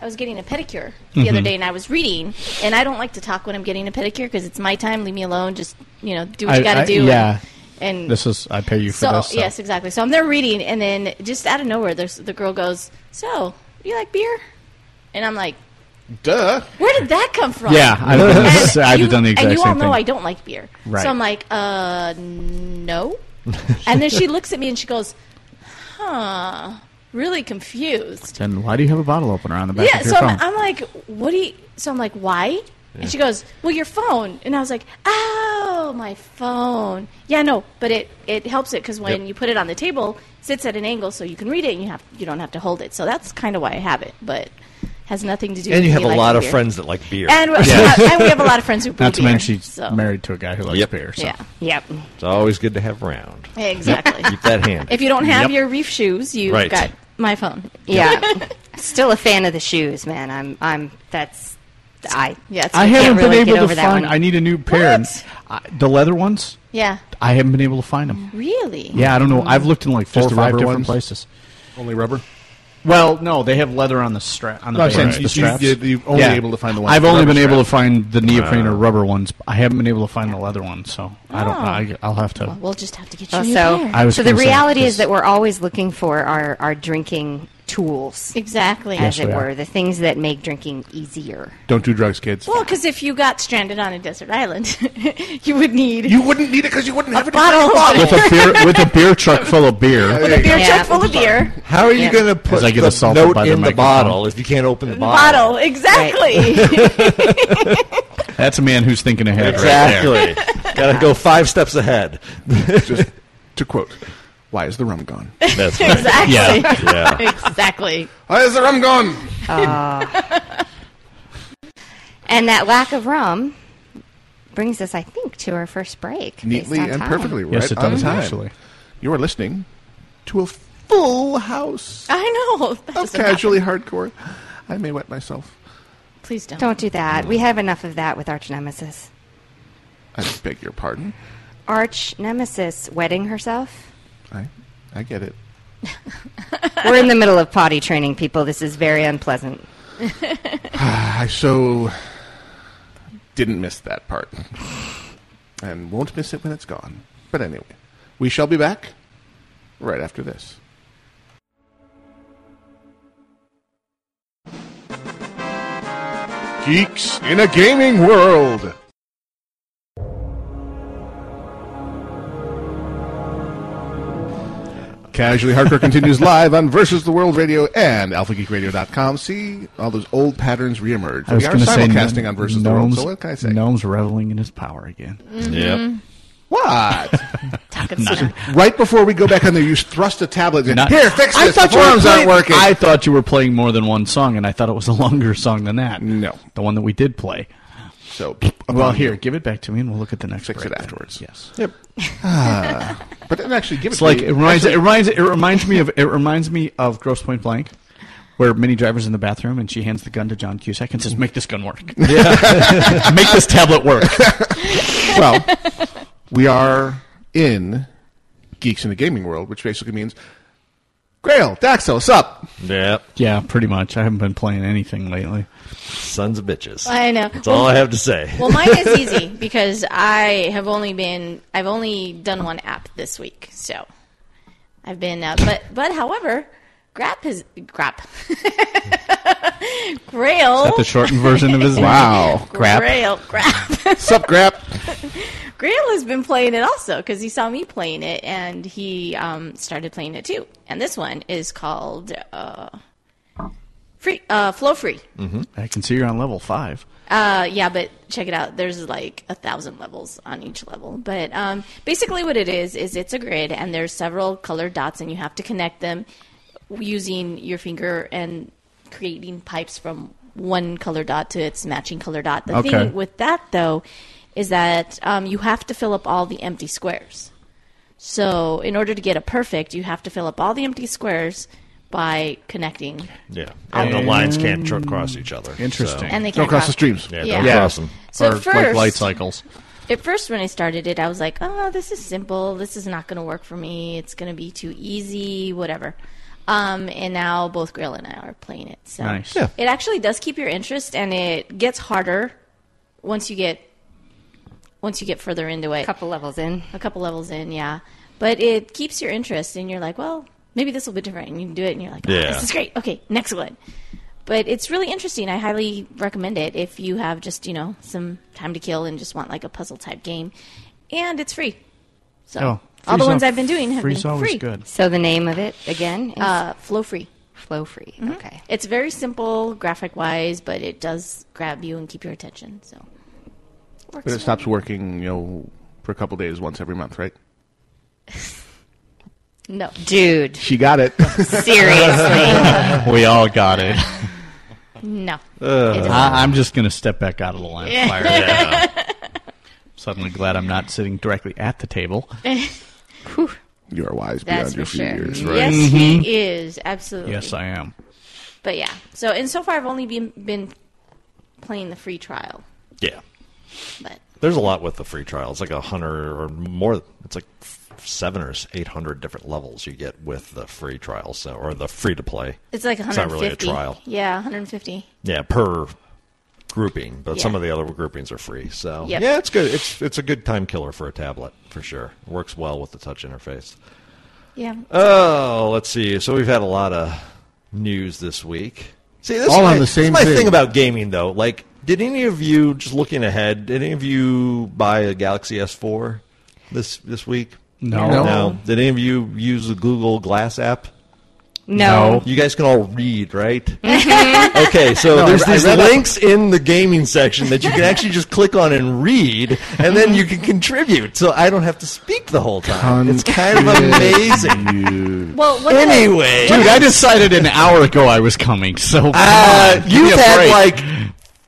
E: I was getting a pedicure the other
G: Mm-hmm.
K: Mhm.
E: day and I was reading and I don't like to talk when I'm getting a pedicure because it's my time. Leave me alone. Just you know do what
G: I-
E: you got
G: I-
E: to do.
G: Yeah.
E: And, and
G: this is I pay you for
E: so,
G: this. so-
E: yes, exactly. So I'm there reading and then just out of nowhere, there's, the girl goes, "So you like beer?" And I'm like,
B: Duh.
E: "Where did that come from?"
G: Yeah, I'd have done the-
E: And
G: I'd have
E: you-
G: done the exact
E: And you all
G: same
E: know
G: thing.
E: I don't like beer,
G: Right.
E: so I'm like, "Uh, no." and then she looks at me and she goes, "Huh." Really confused.
G: Then why do you have a bottle opener on the back
E: yeah,
G: of your
E: so
G: phone?
E: I'm, I'm like, what do you? So I'm like, why?
G: Yeah.
E: And she goes, well, your phone. And I was like, oh, my phone. Yeah, no, but it it helps it because when
K: Yep.
E: you put it on the table, it sits at an angle so you can read it and you have you don't have to hold it. So that's kind of why I have it, but it has nothing to (laughs) do.
F: And
E: with
F: you
E: me
F: have a
E: liking
F: lot of
E: beer.
F: friends that like beer.
E: and, (laughs) we- and we have a lot of friends
G: (laughs)
F: (laughs)
E: who brew
G: Not to
E: beer,
G: mention she's
E: so.
G: married to a guy who likes beer. So.
E: Yeah. Yep.
F: It's always good to have around.
E: Exactly.
F: Keep that handy.
E: If you don't have
F: Yep.
E: your reef shoes, you've
F: Right.
E: got my phone.
D: Yeah, (laughs) still a fan of the shoes, man. I'm I'm that's I yeah.
G: I haven't been able to
D: that one.
G: find. I need a new pair. and I, the leather ones.
E: Yeah.
G: I haven't been able to find them.
E: Really?
G: Yeah, I don't know. I've looked in like four
B: Just
G: or
B: the
G: five
B: rubber
G: different
B: ones?
G: places.
B: Only rubber?
G: Well, no, they have leather on the strap on the,
B: No, I'm
G: base,
B: saying
G: the
B: Oh, you- you-
G: straps.
B: you- you've only able to find the ones
G: I've
B: with
G: only
B: rubber
G: been able
B: strap.
G: to find the neoprene
B: Ah.
G: or rubber ones. I haven't been able to find the leather ones, so I don't.
E: Oh.
G: I, I'll have to.
E: We'll just have to get you
D: Well,
E: a new
D: so
E: pair.
G: I was
D: so the
G: gonna say,
D: reality
G: just-
D: is that we're always looking for our our drinking tools,
E: exactly
D: as
B: Yes,
D: it
B: we are.
D: were, the things that make drinking easier.
B: Don't do drugs,
D: (laughs)
B: kids.
E: Well, because if you got stranded on a desert island, (laughs) you would need
B: you wouldn't need it because you wouldn't have
E: a bottle. (laughs)
G: with a beer with a beer truck full of
E: With a
G: beer.
E: beer truck full of beer.
F: How are you
E: Yeah.
F: going to put
G: As I get
F: the
G: assaulted
F: note
G: by the
F: in the
G: microphone.
F: bottle if you can't open the bottle?
E: Bottle, exactly.
G: That's a man who's thinking
B: (laughs)
G: ahead. Right there.
F: Exactly. Got to go five steps ahead.
B: Just (laughs) to quote, why is the rum gone?
E: (laughs)
F: That's
B: right.
E: exactly. (laughs)
B: Yeah. Yeah.
E: Exactly.
B: Why is the rum gone? (laughs)
E: (laughs)
D: Ah. and that lack of rum brings us, I think, to our first break. based
B: Neatly
D: on
B: and
D: time.
B: perfectly right
G: Yes, it
B: on
G: does,
B: time.
G: actually.
B: You are listening to a full house
E: I know. (laughs) That
B: of
E: doesn't
B: casually
E: happen.
B: hardcore. I may wet myself.
E: Please don't.
D: Don't do that. We have enough of that with Arch Nemesis.
B: I beg your pardon.
D: Arch Nemesis wetting
E: (laughs)
D: herself?
B: I, I get it.
D: We're in the middle of potty training, people. This is very unpleasant.
B: I so didn't miss that part, and won't miss it when it's gone. But anyway, we shall be back right after this. Geeks in a gaming world. Casually Hardcore continues live on Versus the World Radio and AlphaGeekRadio.com. See all those old patterns reemerge.
G: I was
B: we are
G: going to say
B: simulcasting
G: Gno-
B: on Versus the World,
G: Gnome's,
B: so what (laughs) can I say?
G: Gnome's reveling in his power again.
E: Mm-hmm.
F: Yep.
B: What?
E: Takasuna.
B: right before we go back on there, you thrust a tablet in. Here, fix
G: I
B: this. The
G: thought you were
B: forums aren't
G: playing-
B: working.
G: I thought you were playing more than one song, and I thought it was a longer song than that.
B: No.
G: the one that we did play.
B: So, um,
G: Well, here, give it back to me, and we'll look at the next.
B: Fix it
G: break then.
B: afterwards. Ah.
G: Yes.
B: But then actually, give it
G: It's
B: to
G: like
B: me.
G: it reminds
B: Actually,
G: it reminds it reminds me of it reminds me of Gross Point Blank, where Minnie Driver's in the bathroom and she hands the gun to John Cusack and says, "Make this gun work. (laughs) Make this tablet work."
B: (laughs) well, we are in Geeks in the Gaming World, which basically means Grail, Daxos, up.
F: Yep.
G: yeah, pretty much. I haven't been playing anything lately.
F: Sons of bitches.
E: I know.
F: That's all I have to say.
G: (laughs)
E: Well, mine is
F: (laughs)
E: easy because I have only been I've only done one app this week, so I've been. Uh, but but however, Grap is Grap. (laughs) Grail. (laughs)
G: At the shortened version of his
B: Wow.
E: Grail. Grap.
B: Sup, Grap.
E: Grail has been playing it also because he saw me playing it and he um, started playing it too. And this one is called uh, Free uh, Flow Free.
F: Mm-hmm.
G: I can see you're on level five.
E: Uh, yeah, but check it out. There's like a thousand levels on each level. But um, basically, what it is is it's a grid, and there's several colored dots, and you have to connect them using your finger and creating pipes from one color dot to its matching color dot. The
G: Okay.
E: thing with that though is that um, you have to fill up all the empty squares. So in order to get a perfect, you have to fill up all the empty squares by connecting,
F: Yeah. And the lines can't tr- cross each other.
G: Interesting.
E: and they
B: Don't
E: can't
B: cross the streams.
F: So, yeah,
E: Yeah.
F: Don't
E: Yeah.
F: cross them.
E: So
G: or
E: at first,
G: like light cycles.
E: at first when I started it, I was like, "Oh, this is simple. This is not going to work for me. It's going to be too easy, whatever." Um, and now both Grill and I are playing it. So
G: Nice. Yeah.
E: it actually does keep your interest, and it gets harder once you get once you get further into it.
D: couple levels in.
E: A couple levels in, yeah. But it keeps your interest, and you're like, "Well, maybe this will be different." And you do it, and you're like, oh,
F: Yeah.
E: "This is great. Okay, next one." But it's really interesting. I highly recommend it if you have just, you know, some time to kill and just want like a puzzle type game. And it's free. So
G: Oh,
E: all the
G: free's
E: ones
G: al-
E: I've been doing have
G: free's
E: been
G: always
E: free.
G: good.
D: So the name of it again is
E: Uh, flow free. Mm-hmm.
D: Flow Free. Okay.
E: It's very simple graphic wise, but it does grab you and keep your attention. So it works.
B: But it stops working, you know, for a couple days once every month, right?
E: no.
D: Dude,
B: She got it.
D: seriously.
B: (laughs)
G: (laughs) We all got it.
E: No.
G: I, I'm just going to step
E: (laughs)
G: back out of the line of fire. Suddenly glad I'm not sitting directly at
E: (laughs)
G: the table.
D: (laughs)
B: you are wise
E: That's
B: beyond your
E: for
B: few
E: sure.
B: years.
E: Yes, he is. Absolutely.
G: Mm-hmm. Yes, I am.
E: But yeah, so and so far I've only been been playing the free trial,
F: Yeah.
E: but
F: There's a lot with the free trial. It's like a hundred or more. It's like f- seven or eight hundred different levels you get with the free trial, so or the free to play.
E: it's like 150.
F: It's not really a trial.
E: Yeah, 150.
F: Yeah, per grouping, but
E: Yeah.
F: some of the other groupings are free. So
E: Yep.
F: yeah, it's good. It's it's a good time killer for a tablet for sure. works well with the touch interface.
E: Yeah.
F: Oh, let's see. So we've had a lot of news this week. See, this
B: All
F: is
B: on
F: my,
B: the
F: this is
B: same
F: my
B: thing.
F: about gaming, though. Like, did any of you just looking ahead? Did any of you buy a Galaxy S4 this this week?
G: No.
B: No.
F: Did any of you use the Google Glass app?
D: no.
F: You guys can all read, right? okay, so there's
B: I
F: these
B: read up-
F: links in the gaming section that you can actually just click on and read, and then you can contribute. So I don't have to speak the whole time. It's kind of amazing.
E: Well, what did I-
F: Anyway,
G: Dude, I decided an hour ago I was coming, so.
F: Uh,
G: me
F: you've
G: a
F: had
G: break.
F: like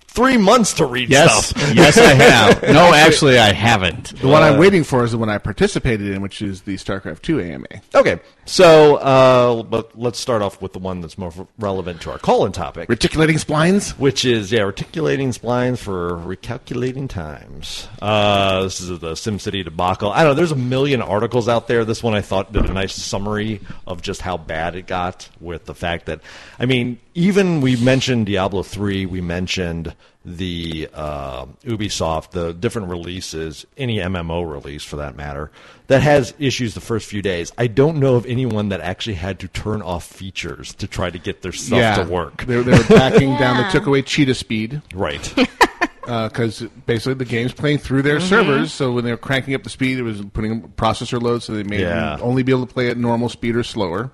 F: three months to read
G: yes,
F: stuff.
G: yes,
F: (laughs)
G: I have. No, actually, I haven't.
B: The one I'm waiting for is the one I participated in, which is the StarCraft 2 AMA.
F: Okay, so uh, but let's start off with the one that's more relevant to our colon topic,
B: Reticulating splines?
F: which is yeah, articulating splines for recalculating times. Uh, this is the SimCity debacle. I don't know. There's a million articles out there. This one I thought did a nice summary of just how bad it got with the fact that I mean, even we mentioned Diablo three, we mentioned the uh, Ubisoft, the different releases, any MMO release for that matter, that has issues the first few days. I don't know of anyone that actually had to turn off features to try to get their stuff to work.
B: (laughs) They, were- they were backing down. They took away cheetah speed.
F: Right. Mm-hmm.
B: because basically the game's playing through their servers. So when they were cranking up the speed, it was putting processor load, so they made
F: Yeah.
B: them only be able to play at normal speed or slower.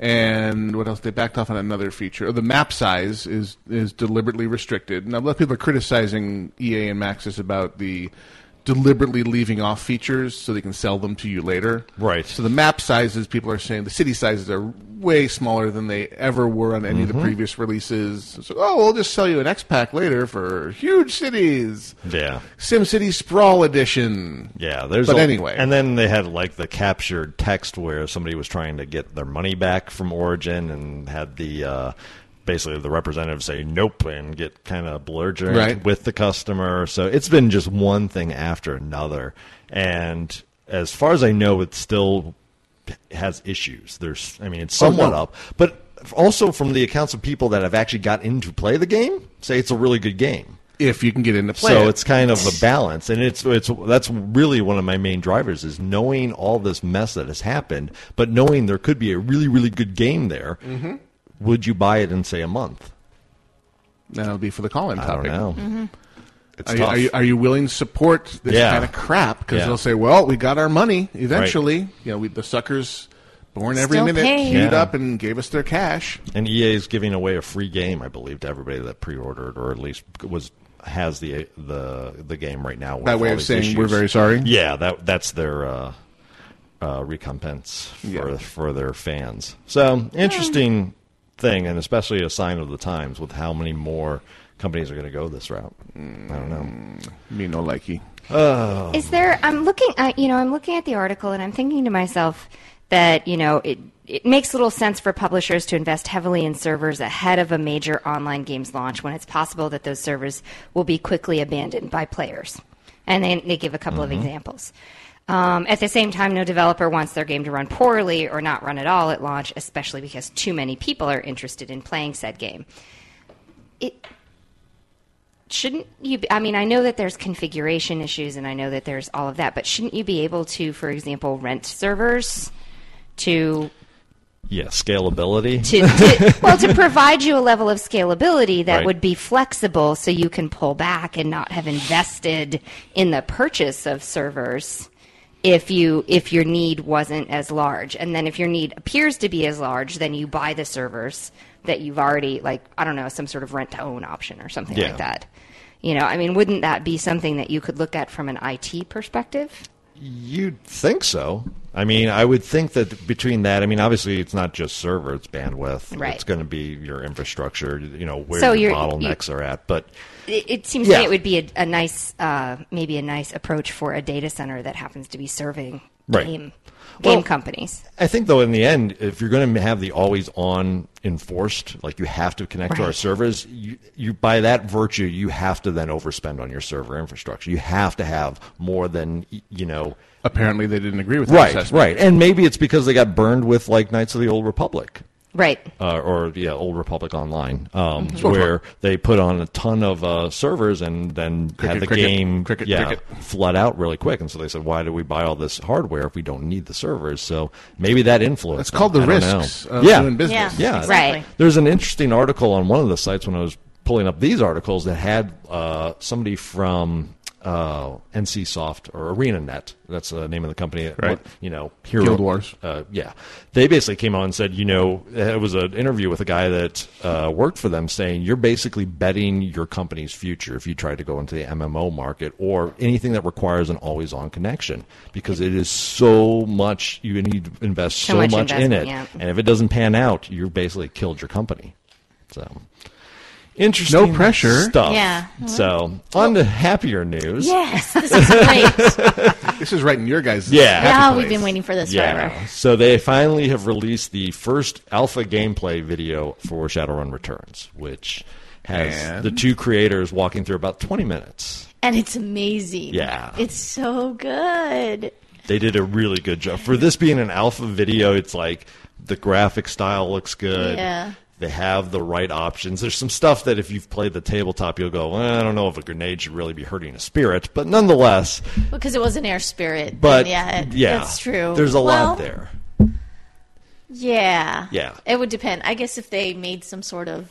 B: And what else? They backed off on another feature. The map size is is deliberately restricted. And a lot of people are criticizing EA and Maxis about the deliberately leaving off features so they can sell them to you later.
F: Right.
B: So the map sizes, people are saying the city sizes are way smaller than they ever were on any of the
F: Mhm.
B: previous releases. So, oh, we'll just sell you an X pack later for huge cities.
F: Yeah.
B: SimCity Sprawl Edition.
F: Yeah, there's.
B: Mm. But
F: a-
B: anyway.
F: and then they had like the captured text where somebody was trying to get their money back from Origin and had the uh, basically the representative say nope and get kind of belligerent
B: Right.
F: with the customer. So it's been just one thing after another, and as far as I know, it still has issues. There's, I mean, it's
B: Oh, no.
F: somewhat up, but also from the accounts of people that have actually got in to play the game, say it's a really good game
B: If you can get into play.
F: so
B: it.
F: it's kind of a balance and it's it's that's really one of my main drivers is knowing all this mess that has happened but knowing there could be a really really good game there
B: Mhm.
F: would you buy it in say a month
B: that'll be for the call-in
F: I
B: topic.
F: don't know it's
B: Are you,
F: tough
B: are, you, are you willing to support this
F: Yeah.
B: kind of crap? Because
F: Yeah.
B: they'll say, "Well, we got our money eventually." You know, we, the suckers born every
F: Still
B: minute
F: paying.
B: queued
F: Yeah.
B: up and gave us their cash.
F: and EA is giving away a free game I believe to everybody that pre-ordered or at least was has the the the game right now with
B: By way
F: all
B: of
F: these
B: saying,
F: issues.
B: "We're very sorry."
F: yeah that that's their uh uh, recompense for for their fans. So interesting thing, and especially a sign of the times with how many more companies are going to go this route. I don't know.
B: Me no likey.
F: Oh,
D: Is there? I'm looking. At, you know, I'm looking at the article, and I'm thinking to myself that you know it. It makes little sense for publishers to invest heavily in servers ahead of a major online game's launch when it's possible that those servers will be quickly abandoned by players. And they, they give a couple of
K: Mhm.
D: examples. Um, at the same time, no developer wants their game to run poorly or not run at all at launch, especially because too many people are interested in playing said game shouldn't you be, i mean i know that there's configuration issues and i know that there's all of that but shouldn't you be able to for example rent servers to
F: yeah, scalability.
D: to,
F: (laughs)
D: to well to provide you a level of scalability that
F: Right.
D: would be flexible so you can pull back and not have invested in the purchase of servers if you if your need wasn't as large and then if your need appears to be as large then you buy the servers that you've already like i don't know some sort of rent to own option or something
F: Yeah.
D: like that you know i mean wouldn't that be something that you could look at from an it perspective
F: You'd think so. I mean, I would think that between that, I mean, obviously it's not just server, it's bandwidth.
D: Right.
F: It's going to be your infrastructure, you know, where
D: So
F: your
D: you're-
F: bottlenecks are at. But
D: It, it seems to
F: Yeah.
D: me it would be a, a nice, uh, maybe a nice approach for a data center that happens to be serving
F: Right.
D: game
F: Well-
D: game companies.
F: I think though, in the end, if you're going to have the always on enforced, like you have to connect to our
D: Right.
F: servers, you, you by that virtue, you have to then overspend on your server infrastructure. You have to have more than y- you know.
B: Apparently, they didn't agree with that
F: right,
B: assessment.
F: right, and maybe it's because they got burned with like Knights of the Old Republic.
D: Right.
F: Uh, or yeah, Old Republic Online, um,
B: Mhm.
F: where they put on a ton of uh, servers and then
B: Cricket,
F: had the
B: cricket,
F: game
B: cricket,
F: yeah,
B: cricket.
F: flood out really quick. And so they said, why do we buy all this hardware if we don't need the servers? So maybe that influenced.
B: It's called
F: them.
B: the
F: I don't
B: risks
F: know.
B: of
F: yeah.
B: doing business.
F: Yeah,
B: Yeah, exactly. Right.
F: There's an interesting article on one of the sites when I was pulling up these articles that had uh, somebody from. Uh, NCSoft or ArenaNet, that's the name of the company.
B: Right.
F: You know, Hero,
B: Guild Wars.
F: uh, yeah, they basically came on and said, you know, it was an interview with a guy that uh, worked for them saying, you're basically betting your company's future if you try to go into the MMO market or anything that requires an always on connection because it is so much, you need to invest
D: So
F: so,
D: much
F: much, in
D: investment,
F: it.
D: yeah.
F: And if it doesn't pan out, you've basically killed your company. So. Interesting
B: No pressure.
F: stuff.
E: Yeah.
F: So on to happier news. (laughs)
E: Yes, this is great.
B: This is right in your guys'
F: Yeah.
B: happy
E: Yeah,
B: place.
E: we've been waiting for this forever.
F: So they finally have released the first alpha gameplay video for Shadowrun Returns, which has
B: And?
F: the two creators walking through about 20 minutes.
E: And it's amazing.
F: Yeah.
E: It's so good.
F: They did a really good job. For this being an alpha video, it's like the graphic style looks good.
E: Yeah.
F: They have the right options. There's some stuff that if you've played the tabletop, you'll go, "Eh, I don't know if a grenade should really be hurting a spirit, but nonetheless,
E: Because it was an air spirit.
F: but
E: yeah, it-
F: yeah,
E: that's true.
F: There's a
E: Well,
F: lot there.
E: Yeah.
F: Yeah.
E: It would depend. I guess if they made some sort of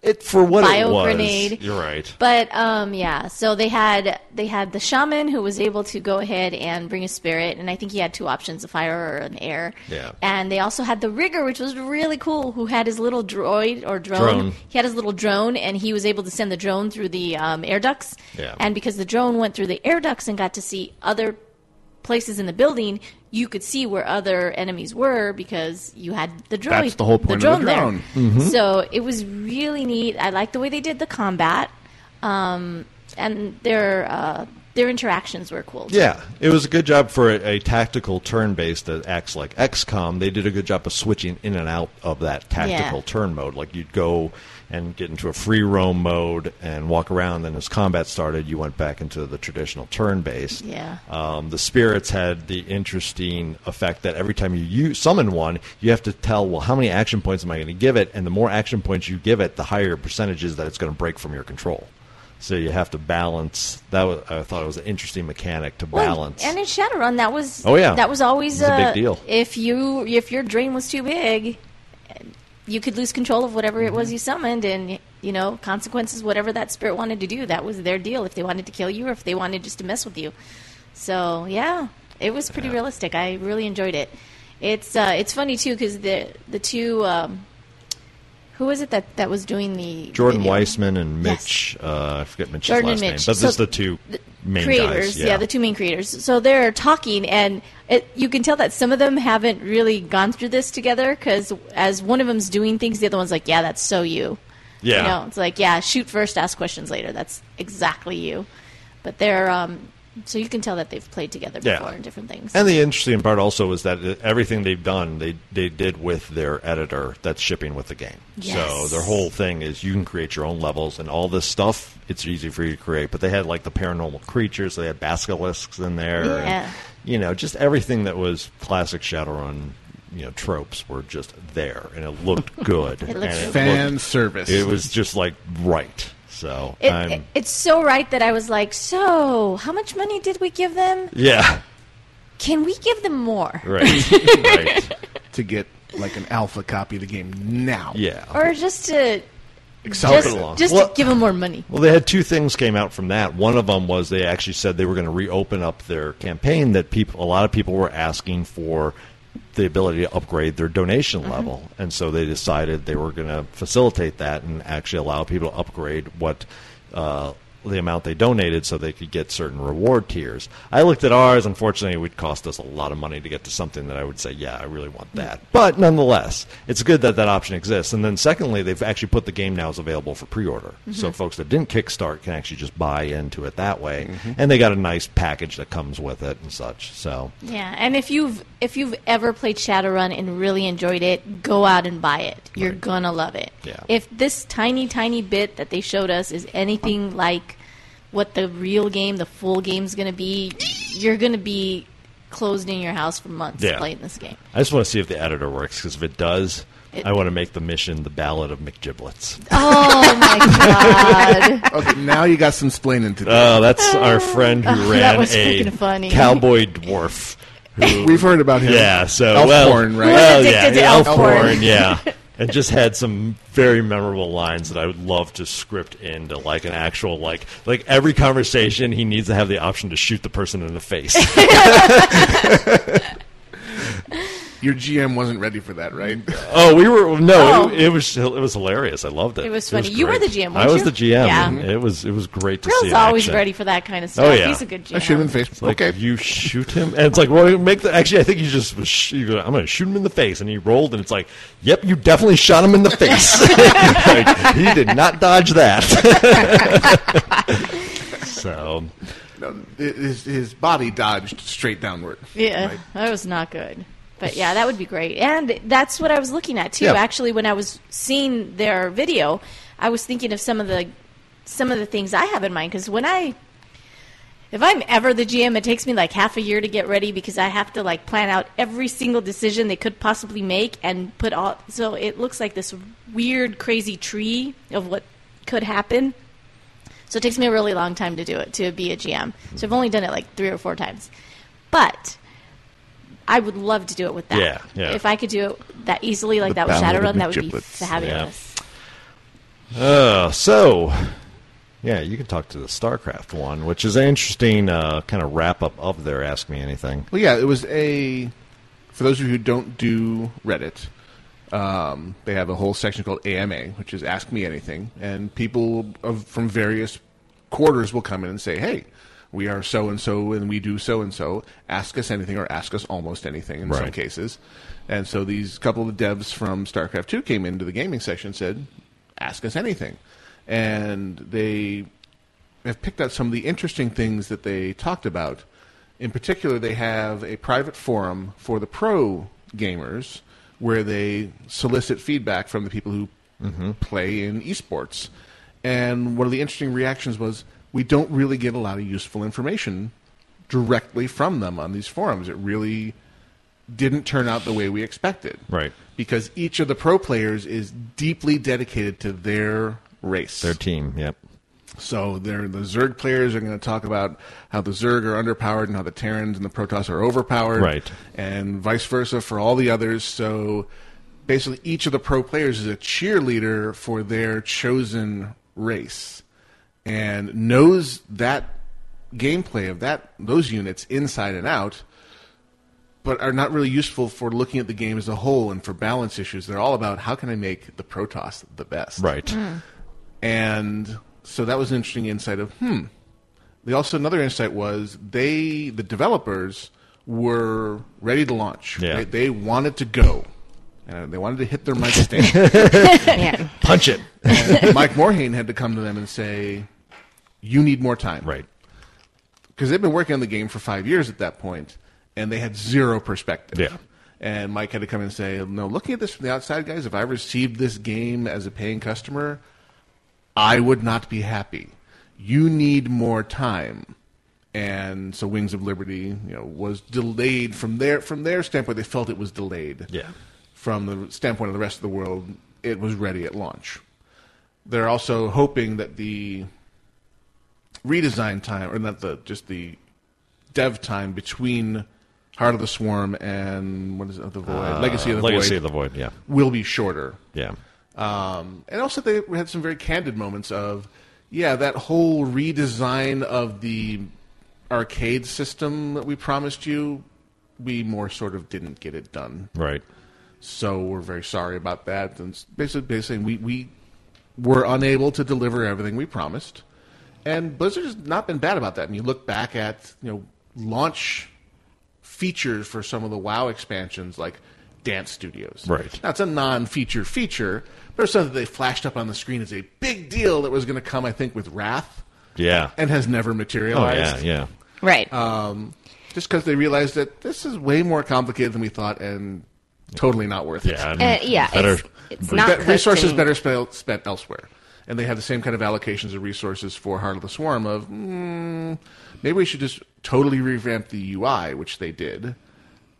F: It for what
E: Bio
F: it was.
E: grenade.
F: You're right.
E: But um, yeah, so they had they had the shaman who was able to go ahead and bring a spirit, and I think he had two options: a fire or an air.
F: Yeah.
E: And they also had the rigger, which was really cool, who had his little droid or drone.
F: Drone.
E: He had his little drone, and he was able to send the drone through the um, air ducts.
F: Yeah.
E: And because the drone went through the air ducts and got to see other places in the building, you could see where other enemies were because you had the droid.
B: That's the whole point
E: drone
B: of the drone.
E: There. So it was really neat. I liked the way they did the combat, um, and their uh, their interactions were cool.
F: Yeah, it was a good job for a, a tactical turn base that acts like XCOM. They did a good job of switching in and out of that tactical
E: Yeah.
F: turn mode. Like you'd go and get into a free roam mode and walk around, and as combat started, you went back into the traditional turn base.
E: Yeah.
F: Um, the spirits had the interesting effect that every time you use, summon one, you have to tell, well, how many action points am I going to give it? And the more action points you give it, the higher percentages that it's going to break from your control. So you have to balance. That was, I thought it was an interesting mechanic to
E: Well,
F: balance.
E: and in Shadowrun, that was
F: Oh, yeah.
E: that was always
F: It was a big
E: uh,
F: deal.
E: If you if your drain was too big, you could lose control of whatever it
F: Mm-hmm.
E: was you summoned, and you know consequences whatever that spirit wanted to do. That was their deal. If they wanted to kill you, or if they wanted just to mess with you. So yeah, it was pretty realistic. I really enjoyed it. It's uh, it's funny too because the the two. Um, who was it that, that was doing the
F: Jordan
E: video?
F: Weissman and
E: Yes.
F: Mitch, uh, I forget Mitch's
E: Jordan
F: last
E: and
F: name,
E: Mitch.
F: but
E: So
F: this is the two main
E: creators.
F: guys.
E: yeah. the two main creators. So they're talking, and it, you can tell that some of them haven't really gone through this together because as one of them's doing things, the other one's like, "Yeah, that's so you." You
F: Yeah.
E: know, it's like, "Yeah, shoot first, ask questions later." That's exactly you. But they're um, so you can tell that they've played together
F: Yeah.
E: before and different things.
F: And the interesting part also is that uh, everything they've done, they they did with their editor that's shipping with the game. So
E: Yes.
F: their whole thing is you can create your own levels and all this stuff. It's easy for you to create, but they had like the paranormal creatures. They had basilisks in there. and,
E: Yeah.
F: you know, just everything that was classic Shadowrun. You know, tropes were just there, and it looked
E: (laughs)
F: good.
E: It looked
F: and
E: really
B: Fan
F: looked-
B: service.
F: It was just like right. So
E: It,
F: I'm
E: it- it's so right that I was like, "So, how much money did we give them?
F: yeah
E: Can we give them more?"
B: (laughs)
F: right right
B: to get like an alpha copy of the game now.
F: yeah.
E: Or just to
B: Accelerate
E: just,
B: it.
F: along.
E: just
F: Well-
E: to give them more money.
F: Well, they had two things came out from that. One of them was they actually said they were going to reopen up their campaign that people a lot of people were asking for the ability to upgrade their donation level. And so they decided they were going to facilitate that and actually allow people to upgrade what uh, the amount they donated so they could get certain reward tiers. I looked at ours. Unfortunately, it would cost us a lot of money to get to something that I would say, yeah, I really want that. But nonetheless, it's good that that option exists. And then secondly, they've actually put the game now is available for pre-order.
E: Mm-hmm.
F: So folks that didn't Kickstart can actually just buy into it that way.
E: Mm-hmm.
F: And they got a nice package that comes with it and such. So
E: Yeah, and if you've if you've ever played Shadowrun and really enjoyed it, go out and buy it. You're
F: Right.
E: gonna love it.
F: Yeah.
E: If this tiny tiny bit that they showed us is anything like what the real game, the full game's gonna be, you're gonna be closed in your house for months
F: Yeah.
E: playing this game.
F: I just want to see if the editor works because if it does,
E: It-
F: I want to make the mission the Ballad of McGiblets.
E: Oh my (laughs) god!
B: Okay, now you got some splaining to do.
F: Oh, that's our friend who
E: Oh, (laughs) that
F: ran
E: was
F: a
E: freaking funny.
F: cowboy dwarf. Who,
B: We've heard about him.
F: yeah, so
B: Elf
F: well,
B: porn, right?
F: well,
E: Who was
F: yeah,
E: addicted to
F: elf
E: elf
F: porn,
E: porn.
F: yeah. And just had some very memorable lines that I would love to script into like an actual like like every conversation he needs to have the option to shoot the person in the face. (laughs)
B: Your GM wasn't ready for that, right?
F: oh, we were no,
E: Oh.
F: it, it was it was hilarious. I loved it.
E: It was funny. You were
F: great.
E: the GM,
F: I
E: weren't
F: was
E: you?
F: the GM.
E: Yeah.
F: It was it was great to see.
E: Bill's
F: in
E: always
F: action.
E: ready for that kind of stuff.
F: Oh, yeah.
E: He's a good GM.
B: I shoot him in the face.
F: Like
B: okay.
F: you shoot him, and it's like, well, make the. Actually, I think he just was. Sh- he goes, I'm going to shoot him in the face, and he rolled, and it's like, yep, you definitely shot him in
E: (laughs)
F: the face. (laughs) like, he did not dodge that. (laughs) so,
B: No, his, his body dodged straight downward.
E: Yeah, that was not good. But yeah, that would be great. And that's what I was looking at too.
F: Yeah.
E: Actually, when I was seeing their video, I was thinking of some of the some of the things I have in mind because when I if I'm ever the GM, it takes me like half a year to get ready because I have to like plan out every single decision they could possibly make and put all. So it looks like this weird, crazy tree of what could happen. So it takes me a really long time to do it, to be a GM. So I've only done it like three or four times. But I would love to do it with that.
F: Yeah, yeah.
E: If I could do it that easily, like
B: The
E: that with
B: Ballad of
E: Shadowrun, that would be
B: Giblets.
E: fabulous.
F: Uh, so, yeah, you can talk to the StarCraft one, which is an interesting uh, kind of wrap up of their Ask Me Anything.
B: Well, yeah, it was a. For those of you who don't do Reddit, um, they have a whole section called AMA, which is Ask Me Anything, and people of, from various quarters will come in and say, "Hey, we are so and so, and we do so and so. Ask us anything, or ask us almost anything in some
F: Right.
B: cases." And so these couple of devs from StarCraft Two came into the gaming section and said, "Ask us anything," and they have picked out some of the interesting things that they talked about. In particular, they have a private forum for the pro gamers where they solicit feedback from the people who play in esports. And one of the interesting reactions was we don't really get a lot of useful information directly from them on these forums. It really didn't turn out the way we expected.
F: Right.
B: Because each of the pro players is deeply dedicated to their race.
F: Their team, yep.
B: So they're, the Zerg players are going to talk about how the Zerg are underpowered and how the Terrans and the Protoss are overpowered,
F: Right.
B: And vice versa for all the others. So basically, each of the pro players is a cheerleader for their chosen race, and knows that gameplay of that those units inside and out but are not really useful for looking at the game as a whole and for balance issues. They're all about how can I make the Protoss the best.
F: Right.
L: Mm.
B: And so that was an interesting insight of hmm. They also another insight was they the developers were ready to launch.
F: Yeah.
B: They, they wanted to go. And they wanted to hit their mic stand.
D: Yeah.
F: Punch it.
B: And Mike Morhaime had to come to them and say, "You need more time."
F: right.
B: because they've been working on the game for five years at that point, and they had zero perspective.
F: Yeah.
B: And Mike had to come in and say, "No, looking at this from the outside, guys, if I received this game as a paying customer, I would not be happy. You need more time." And so, Wings of Liberty, you know, was delayed from their from their standpoint. They felt it was delayed.
F: Yeah.
B: From the standpoint of the rest of the world, it was ready at launch. They're also hoping that the redesign time, or not the just the dev time between Heart of the Swarm and what is it, of the Void, Legacy of the
F: Uh, Legacy
B: Void,
F: of the Void, yeah.
B: will be shorter.
F: Yeah.
B: Um, and also, they had some very candid moments of, yeah, that whole redesign of the arcade system that we promised you, we more sort of didn't get it done.
F: Right.
B: So we're very sorry about that. And it's basically, basically, we we were unable to deliver everything we promised. And Blizzard has not been bad about that. And you look back at you know launch features for some of the WoW expansions, like Dance Studios.
F: Right.
B: Now it's a non-feature feature, but it's something that they flashed up on the screen as a big deal that was going to come, I think, with Wrath,
F: Yeah.
B: and has never
F: oh,
B: materialized Um,
F: yeah, yeah.
E: Right.
B: just because they realized that this is way more complicated than we thought and totally not worth it.
F: Yeah. I mean,
D: Uh, yeah.
F: better-
D: It's, it's not
B: Be- resources
D: custom.
B: better spent, spent elsewhere. And they have the same kind of allocations of resources for Heart of the Swarm of mm, maybe we should just totally revamp the UI, which they did,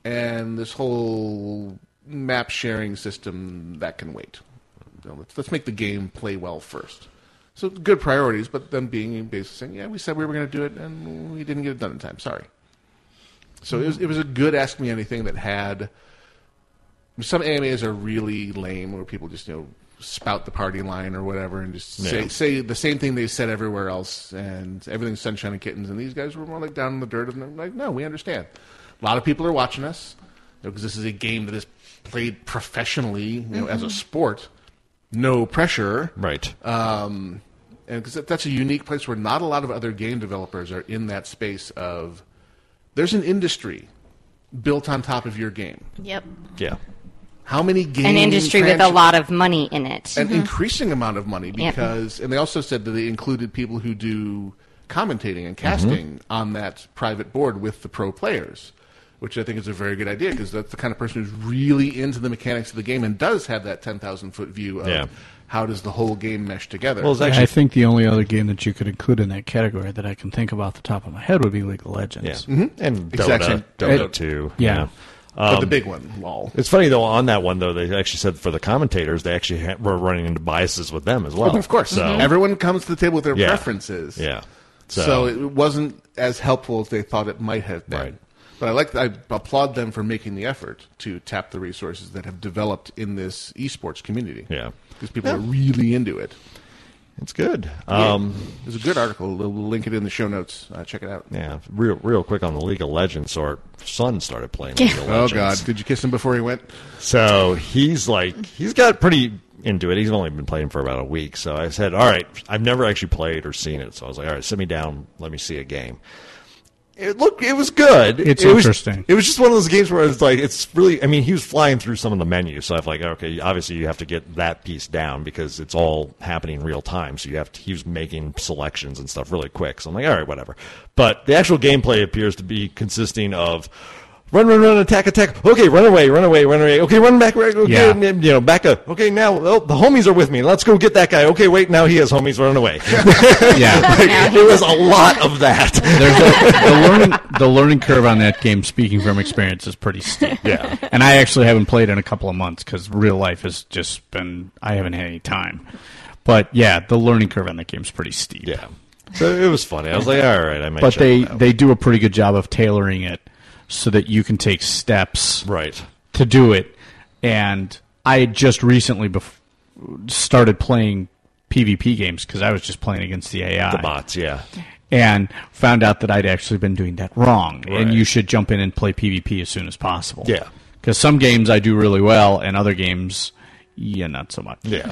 B: and this whole map sharing system that can wait. You know, let's, let's make the game play well first. So good priorities, but them being basically saying, yeah, we said we were going to do it, and we didn't get it done in time. Sorry. So it was, it was a good Ask Me Anything that had some AMAs are really lame where people just you know spout the party line or whatever and just say
F: Yeah.
B: say the same thing they said everywhere else and everything's sunshine and kittens and these guys were more like down in the dirt and they're like no we understand a lot of people are watching us because this is a game that is played professionally you know as a sport no pressure
F: Mm-hmm. Right.
B: um, and because that's a unique place where not a lot of other game developers are in that space of there's an industry built on top of your game
E: yep.
F: yeah.
B: how many games
D: An industry with a lot of money in it.
B: an
E: Mm-hmm.
B: increasing amount of money
D: Yeah.
B: because and they also said that they included people who do commentating
F: Mm-hmm.
B: and casting on that private board with the pro players which i think is a very good idea because that's the kind of person who's really into the mechanics of the game and does have that 10,000 foot view of
F: Yeah.
B: how does the whole game mesh together
F: Well, it's
G: I
F: actually
G: think the only other game that you could include in that category that I can think of off the top of my head would be League of
F: yeah.
G: Legends.
F: And
B: Exact
F: Dota,
B: same-
F: Dota
G: And-
F: 2.
G: yeah.
B: but the
F: um,
B: big one lol
F: It's funny though. On that one though, they actually said for the commentators, they actually ha- were running into biases with them as well.
B: of course Mm-hmm.
F: So
E: Mm-hmm.
B: everyone comes to the table with their
F: Yeah.
B: preferences
F: yeah.
B: So,
F: So,
B: it wasn't as helpful as they thought it might have been.
F: Right.
B: But I like I applaud them for making the effort to tap the resources that have developed in this esports community.
F: Yeah.
B: because people
F: Yeah.
B: are really into it.
F: It's good.
B: Yeah.
F: Um,
B: There's a good article. We'll we'll link it in the show notes. Uh, check it out.
F: yeah, real real quick on the League of Legends. Our son started playing
E: Yeah.
F: League of
B: (laughs) Oh
F: Legends.
B: God! Did you kiss him before he went?
F: So he's like, he's got pretty into it. He's only been playing for about a week. So I said, all right, I've never actually played or seen it. So I was like, all right, sit me down, let me see a game. It looked, it was good.
G: It's
F: It was-
G: interesting.
F: it was just one of those games where it's like, it's really. I mean, he was flying through some of the menus, so I was like, okay, obviously you have to get that piece down because it's all happening real time. So you have to. He was making selections and stuff really quick. So I'm like, all right, whatever. But the actual gameplay appears to be consisting of. Run, run, run! Attack, attack! Okay, run away, run away, run away. Okay, run back, right? Okay,
G: Yeah.
F: and then, you know, back up. Okay, now oh, the homies are with me. Let's go get that guy. Okay, wait, now he has homies. Run away. (laughs)
G: (laughs) yeah.
F: it was a lot of that.
G: There's a, the learning the learning curve on that game. Speaking from experience, is pretty steep.
F: Yeah.
G: and I actually haven't played in a couple of months because real life has just been. I haven't had any time. But yeah, the learning curve on that game is pretty steep.
F: Yeah. So it was funny. I was like, all right, I might.
G: but
F: check
G: they
F: it out.
G: they do a pretty good job of tailoring it so that you can take steps
F: right.
G: to do it. And I had just recently bef- started playing PvP games because I was just playing against the AI.
F: The bots, yeah.
G: and found out that I'd actually been doing that wrong.
F: Right.
G: And you should jump in and play PvP as soon as possible.
F: Yeah.
G: Because some games I do really well, and other games, yeah, not so much.
E: (laughs)
F: Yeah.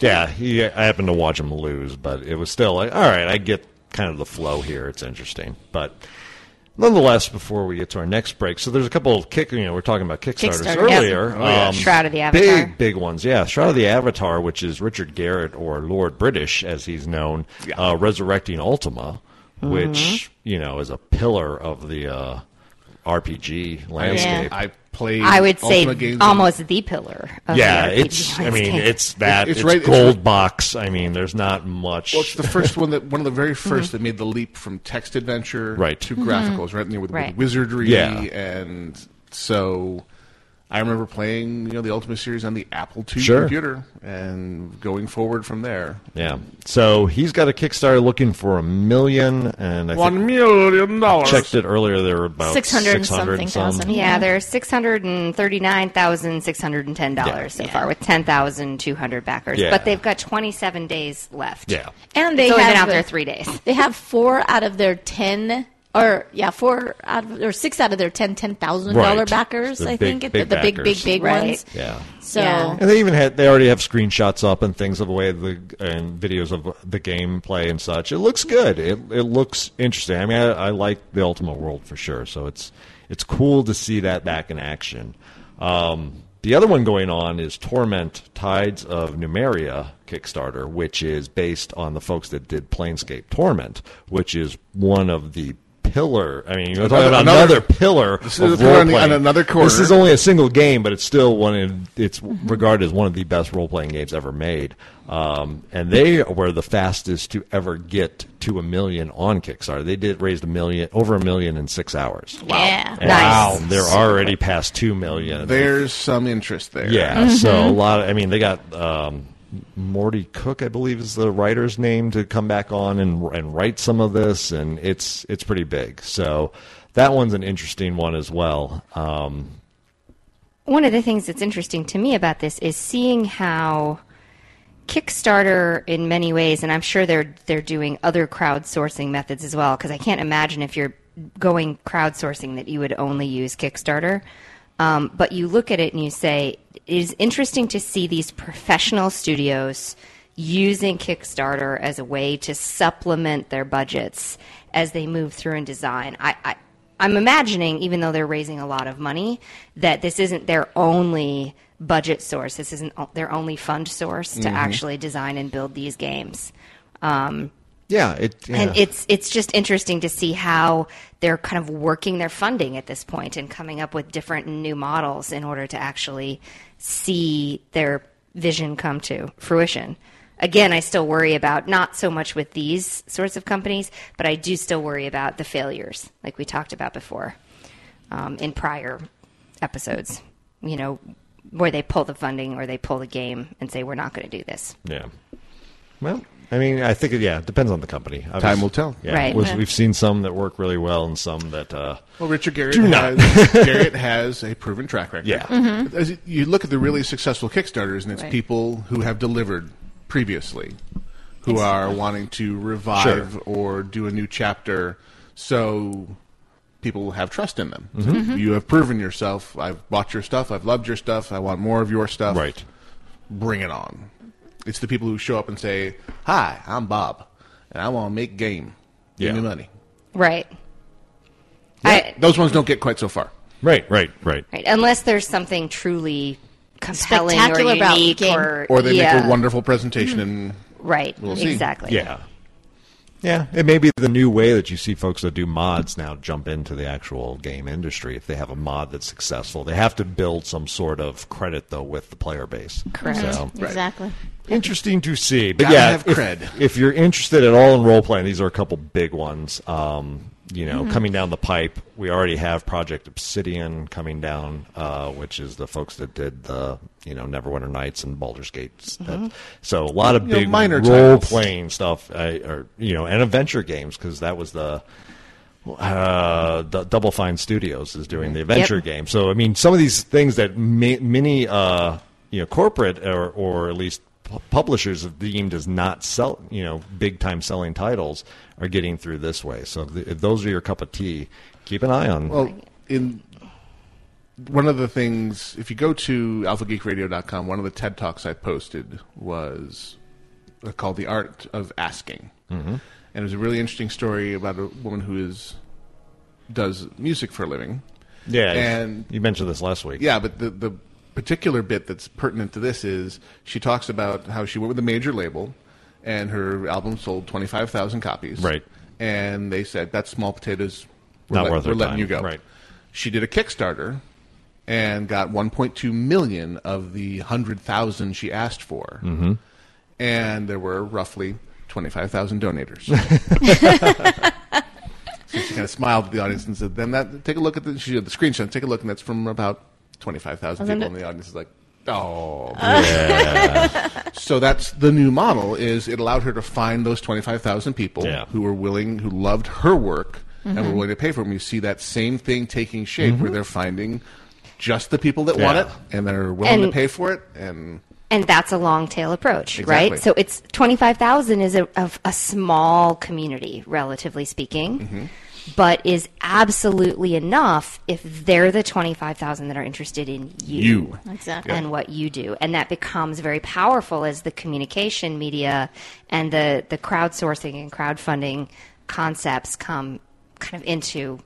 F: yeah. He, I happened to watch him lose, but it was still like, all right, I get kind of the flow here. It's interesting. But nonetheless, before we get to our next break, so there's a couple of kick, you know, we're talking about Kickstarters
E: Kickstarter, yep. Oh,
F: earlier.
B: Oh,
F: um,
D: Shroud of the Avatar.
F: Big, big ones. Yeah. Shroud of the Avatar, which is Richard Garrett or Lord British, as he's known, uh, resurrecting Ultima,
D: Mm-hmm.
F: which, you know, is a pillar of the uh, RPG landscape.
B: I played.
D: I would say
B: Ultima games
D: almost the pillar. Of
F: yeah,
D: the RPG
F: it's. I mean,
D: landscape.
F: it's that.
B: It's-
F: It's,
B: it's right- it's
F: gold
B: right-
F: box. I mean, there's not much.
B: Well, it's the first one that one of the very 1st that made the leap from text adventure
F: Right.
B: to graphicals, right? And they were with
D: Right.
B: wizardry,
F: Yeah.
B: and so I remember playing you know the Ultima series on the Apple II
F: Sure.
B: computer and going forward from there.
F: yeah. So he's got a Kickstarter looking for a million, and I think
B: million dollars.
F: checked it earlier. There were about
E: 600
F: 600
E: and something
F: some.
E: thousand.
D: Yeah, there's six hundred and thirty nine thousand six hundred and ten dollars so
F: Yeah.
E: Yeah.
D: far, with ten thousand two hundred backers.
F: Yeah.
D: But they've got twenty seven days left.
F: Yeah.
E: And they
D: It's only
E: have
D: been out
E: a-
D: there three days.
E: (laughs) They have four out of their ten, or yeah, four out of, or six out of their ten ten thousand dollar
F: Right.
E: backers.
F: The
E: I
F: big-
E: think
F: big
E: the, the big, big,
F: backers.
E: big
D: Right.
E: ones.
F: Yeah.
E: So
D: Yeah.
F: And they even had they already have screenshots up and things of the way the and videos of the gameplay and such. It looks good. It it looks interesting. I mean, I, I like the Ultimate World for sure. So it's it's cool to see that back in action. Um, the other one going on is Torment: Tides of Numeria Kickstarter, which is based on the folks that did Planescape Torment, which is one of the pillar. I mean, you're talking
B: Another-
F: about
B: another-
F: another, pillar
B: This
F: of
B: is a- on the-
F: role-playing.
B: on another
F: This is
B: corner.
F: only a single game, but it's still one. Of, it's regarded as one of the best role playing games ever made. Um, and they were the fastest to ever get to a million on Kickstarter. They did raised a million, over a million in six hours.
E: yeah.
F: And
D: Nice.
F: They're already past two million.
B: There's some interest there.
F: Yeah, so a lot. Of, I mean, they got um, Morty Cook, I believe, is the writer's name to come back on and and write some of this, and it's it's pretty big. So that one's an interesting one as well. Um,
D: one of the things that's interesting to me about this is seeing how Kickstarter, in many ways, and I'm sure they're they're doing other crowdsourcing methods as well, because I can't imagine if you're going crowdsourcing that you would only use Kickstarter. Um, but you look at it and you say it is interesting to see these professional studios using Kickstarter as a way to supplement their budgets as they move through and design. I, I I'm imagining, even though they're raising a lot of money, that this isn't their only budget source. This isn't o- their only fund source to actually design and build these games. Um,
F: yeah, it yeah.
D: And it's it's just interesting to see how they're kind of working their funding at this point and coming up with different and new models in order to actually see their vision come to fruition. Again, I still worry about not so much with these sorts of companies, but I do still worry about the failures, like we talked about before um, in prior episodes. You know, where they pull the funding or they pull the game and say we're not going to do this.
F: yeah. Well, I mean, I think it- yeah, it depends on the company. Obvious-
B: Time will tell.
F: Yeah,
D: Right.
F: we've, we've seen some that work really well and some that uh,
B: Well, Richard Garriott
F: Do not.
B: has,
F: (laughs)
B: Garriott has a proven track record.
F: Yeah.
B: As you look at the really successful Kickstarters, and it's
E: Right.
B: people who have delivered previously, who are wanting to revive or do a new chapter, so people have trust in them.
F: Mm-hmm.
B: So You have proven yourself. I've bought your stuff. I've loved your stuff. I want more of your stuff.
F: Right.
B: Bring it on. It's the people who show up and say, "Hi, I'm Bob, and I want to make game. Give me
F: Yeah.
B: money."
D: Right. I,
B: Those ones don't get quite so far.
F: right, right, right.
D: right. Unless there's something truly compelling or
E: Spectacular about the
D: unique
E: game.
D: or
B: or they make
D: yeah. Mm-hmm.
B: a wonderful presentation and
D: Right.
B: We'll see.
D: exactly.
F: Yeah. Yeah, it may be the new way that you see folks that do mods now jump into the actual game industry if they have a mod that's successful. They have to build some sort of credit though with the player base.
E: Correct.
F: So,
E: Exactly.
F: interesting to see. But
B: Gotta
F: yeah,
B: have
F: if,
B: cred.
F: if you're interested at all in role playing, these are a couple big ones. Um, you
B: Mm-hmm.
F: know, coming down the pipe, we already have Project Obsidian coming down, uh, which is the folks that did the you know Neverwinter Nights and Baldur's Gate. That- so a lot of
B: Mm-hmm. You know,
F: big
B: minor
F: role
B: titles.
F: playing stuff, uh, or you know, and adventure games because that was the uh, D- Double Fine Studios is doing the adventure
D: Yep.
F: game. So I mean, some of these things that ma- many uh, you know corporate or or at least pu- publishers have deemed as not sell you know big time selling titles are getting through this way. So th- if those are your cup of tea, keep an eye on.
B: well in one of the things if you go to alphageekradio.com one of the ted talks i posted was uh, called the art of asking mm-hmm. and it was a really interesting story about a woman who is does music for a living
F: yeah,
B: and-
F: you mentioned this last week.
B: Yeah, but the the particular bit that's pertinent to this is she talks about how she went with a major label, and her album sold twenty five thousand copies.
F: Right.
B: And they said that's small potatoes. We're
F: Not worth
B: We're
F: our
B: letting
F: time."
B: you go.
F: Right.
B: She did a Kickstarter and got one point two million of the hundred thousand she asked for,
F: Mm-hmm.
B: and there were roughly twenty five thousand
F: (laughs)
B: donators. She kind of smiled at the audience and said, "Then that take a look at the she did the screenshot. Take a look, and that's from about twenty five thousand people in the audience." Is like,
F: (laughs)
B: oh, so that's the new model. Is it allowed her to find those twenty five thousand people
F: Yeah.
B: who were willing, who loved her work,
D: Mm-hmm.
B: and were willing to pay for it. And you see that same thing taking shape where they're finding just the people that want
F: Yeah.
B: it and that are willing to
D: And-
B: pay for it. And
D: and that's a long tail approach,
B: Exactly.
D: right? So it's twenty five thousand is a, of a small community, relatively speaking,
B: mm-hmm.
D: but is absolutely enough if they're the twenty five thousand that are interested in you,
B: You.
E: Exactly.
D: and what you do, and that becomes very powerful as the communication media and the the crowdsourcing and crowdfunding concepts come kind of into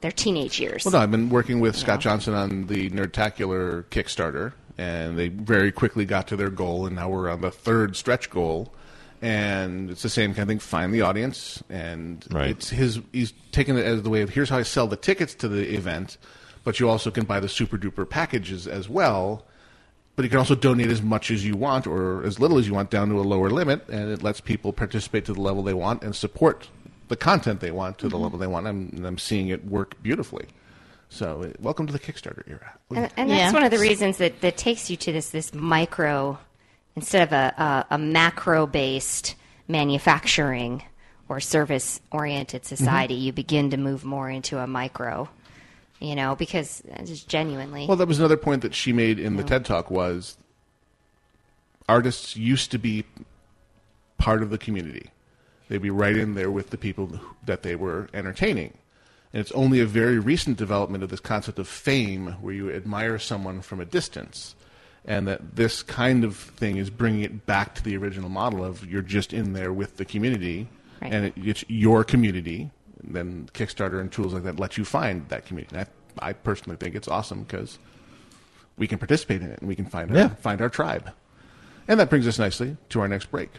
D: their teenage years.
B: well, no, I've been working with Scott Johnson on the Nerdtacular Kickstarter, and they very quickly got to their goal, and now we're on the third stretch goal. And it's the same kind of thing. Find the audience, and
F: Right.
B: it's his. He's taken it as the way of here's how I sell the tickets to the event, but you also can buy the super duper packages as well. But you can also donate as much as you want or as little as you want down to a lower limit, and it lets people participate to the level they want and support the content they want
D: Mm-hmm.
B: to the level they want. I'm, I'm seeing it work beautifully. So, uh, welcome to the Kickstarter era.
D: And, and that's
E: Yeah.
D: one of the reasons that, that takes you to this this micro instead of a, a, a macro based manufacturing or service oriented
B: Mm-hmm.
D: society. You begin to move more into a micro, you know, because uh, just genuinely.
B: Well, that was another point that she made in the TED Talk was artists used to be part of the community. They'd be right in there with the people who- that they were entertaining. And it's only a very recent development of this concept of fame where you admire someone from a distance. And that this kind of thing is bringing it back to the original model of you're just in there with the community
D: Right.
B: and it, it's your community. And then Kickstarter and tools like that let you find that community. And I, I personally think it's awesome because we can participate in it and we can find our,
F: Yeah.
B: find our tribe. And that brings us nicely to our next break.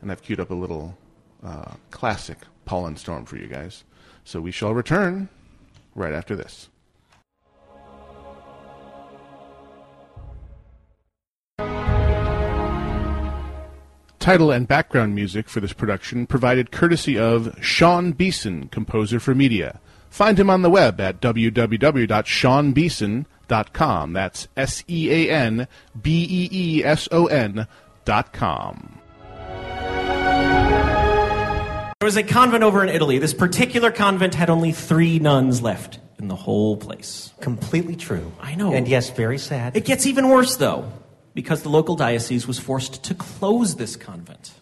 B: And I've queued up a little uh, classic Paul and Storm for you guys. So we shall return right after this. Title and background music for this production provided courtesy of Sean Beeson, composer for media. Find him on the web at www.seanbeeson.com. That's S E A N B E E S O N dot com.
K: was a convent over in Italy. This particular convent had only three nuns left in the whole place.
M: Completely true.
K: I know.
M: And yes, very sad.
K: It gets even worse, though, because the local diocese was forced to close this convent.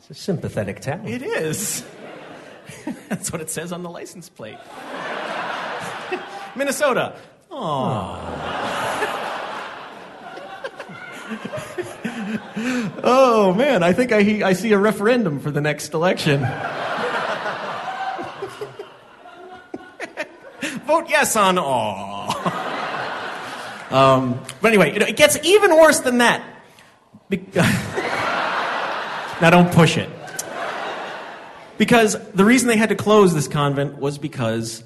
M: It's a sympathetic town.
K: It is. (laughs) That's what it says on the license plate. (laughs) Minnesota. Aww. oh man, I think I, he- I see a referendum for the next election. (laughs) Vote yes on aw. um, but anyway, it, it gets even worse than that. Be- (laughs) now don't push it. Because the reason they had to close this convent was because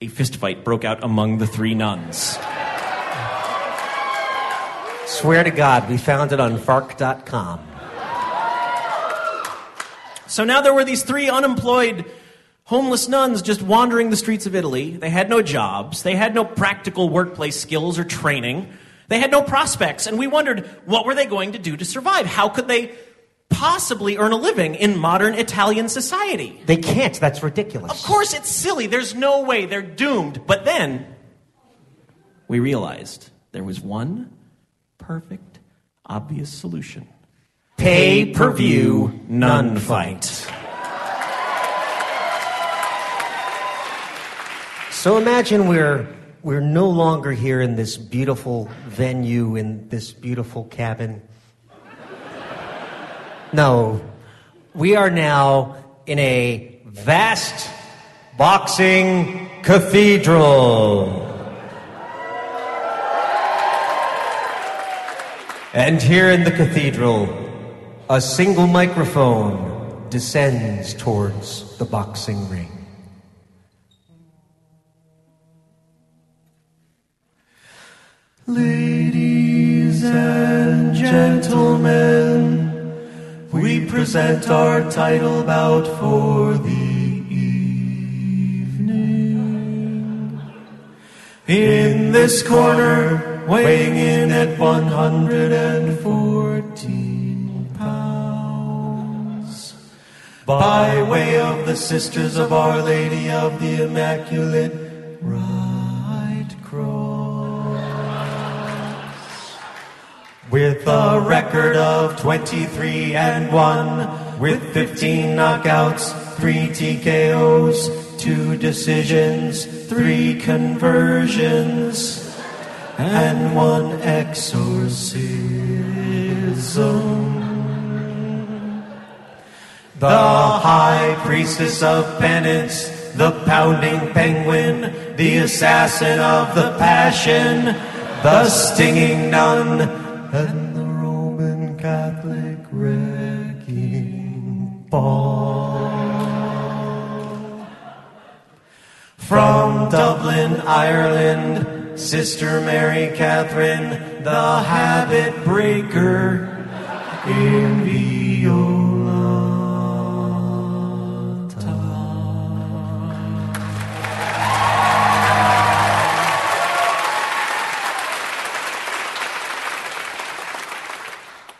K: a fistfight broke out among the three nuns.
M: Swear to God, we found it on FARC.com.
K: So now there were these three unemployed homeless nuns just wandering the streets of Italy. They had no jobs, they had no practical workplace skills or training, they had no prospects, and we wondered what were they going to do to survive? How could they possibly earn a living in modern Italian society?
M: They can't. That's ridiculous.
K: Of course, it's silly. There's no way they're doomed. But then we realized there was one perfect, obvious solution
M: Pay per view,
K: nun fight.
M: So imagine we're we're no longer here in this beautiful venue in this beautiful cabin. No, we are now in a vast boxing cathedral. And here in the cathedral, a single microphone descends towards the boxing ring.
H: Ladies and gentlemen, we present our title bout for the evening. In this corner, weighing in at 114 pounds, by way of the Sisters of Our Lady of the Immaculate Right Cross. With a record of 23 and 1, with 15 knockouts, 3 TKOs, 2 decisions, 3 conversions, and 1 exorcism. The high priestess of penance, the pounding penguin, the assassin of the passion, the stinging nun, and the Roman Catholic wrecking ball. From Dublin, Ireland, Sister Mary Catherine, the habit breaker in Viola.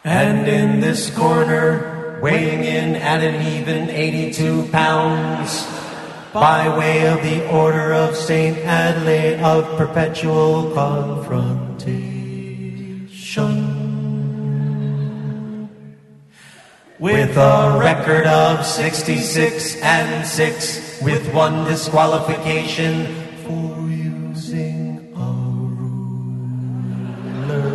H: And in this corner, weighing in at an even 82 pounds, by way of the Order of St. Adelaide of Perpetual Confrontation. With a record of 66 and 6, with one disqualification for using a ruler.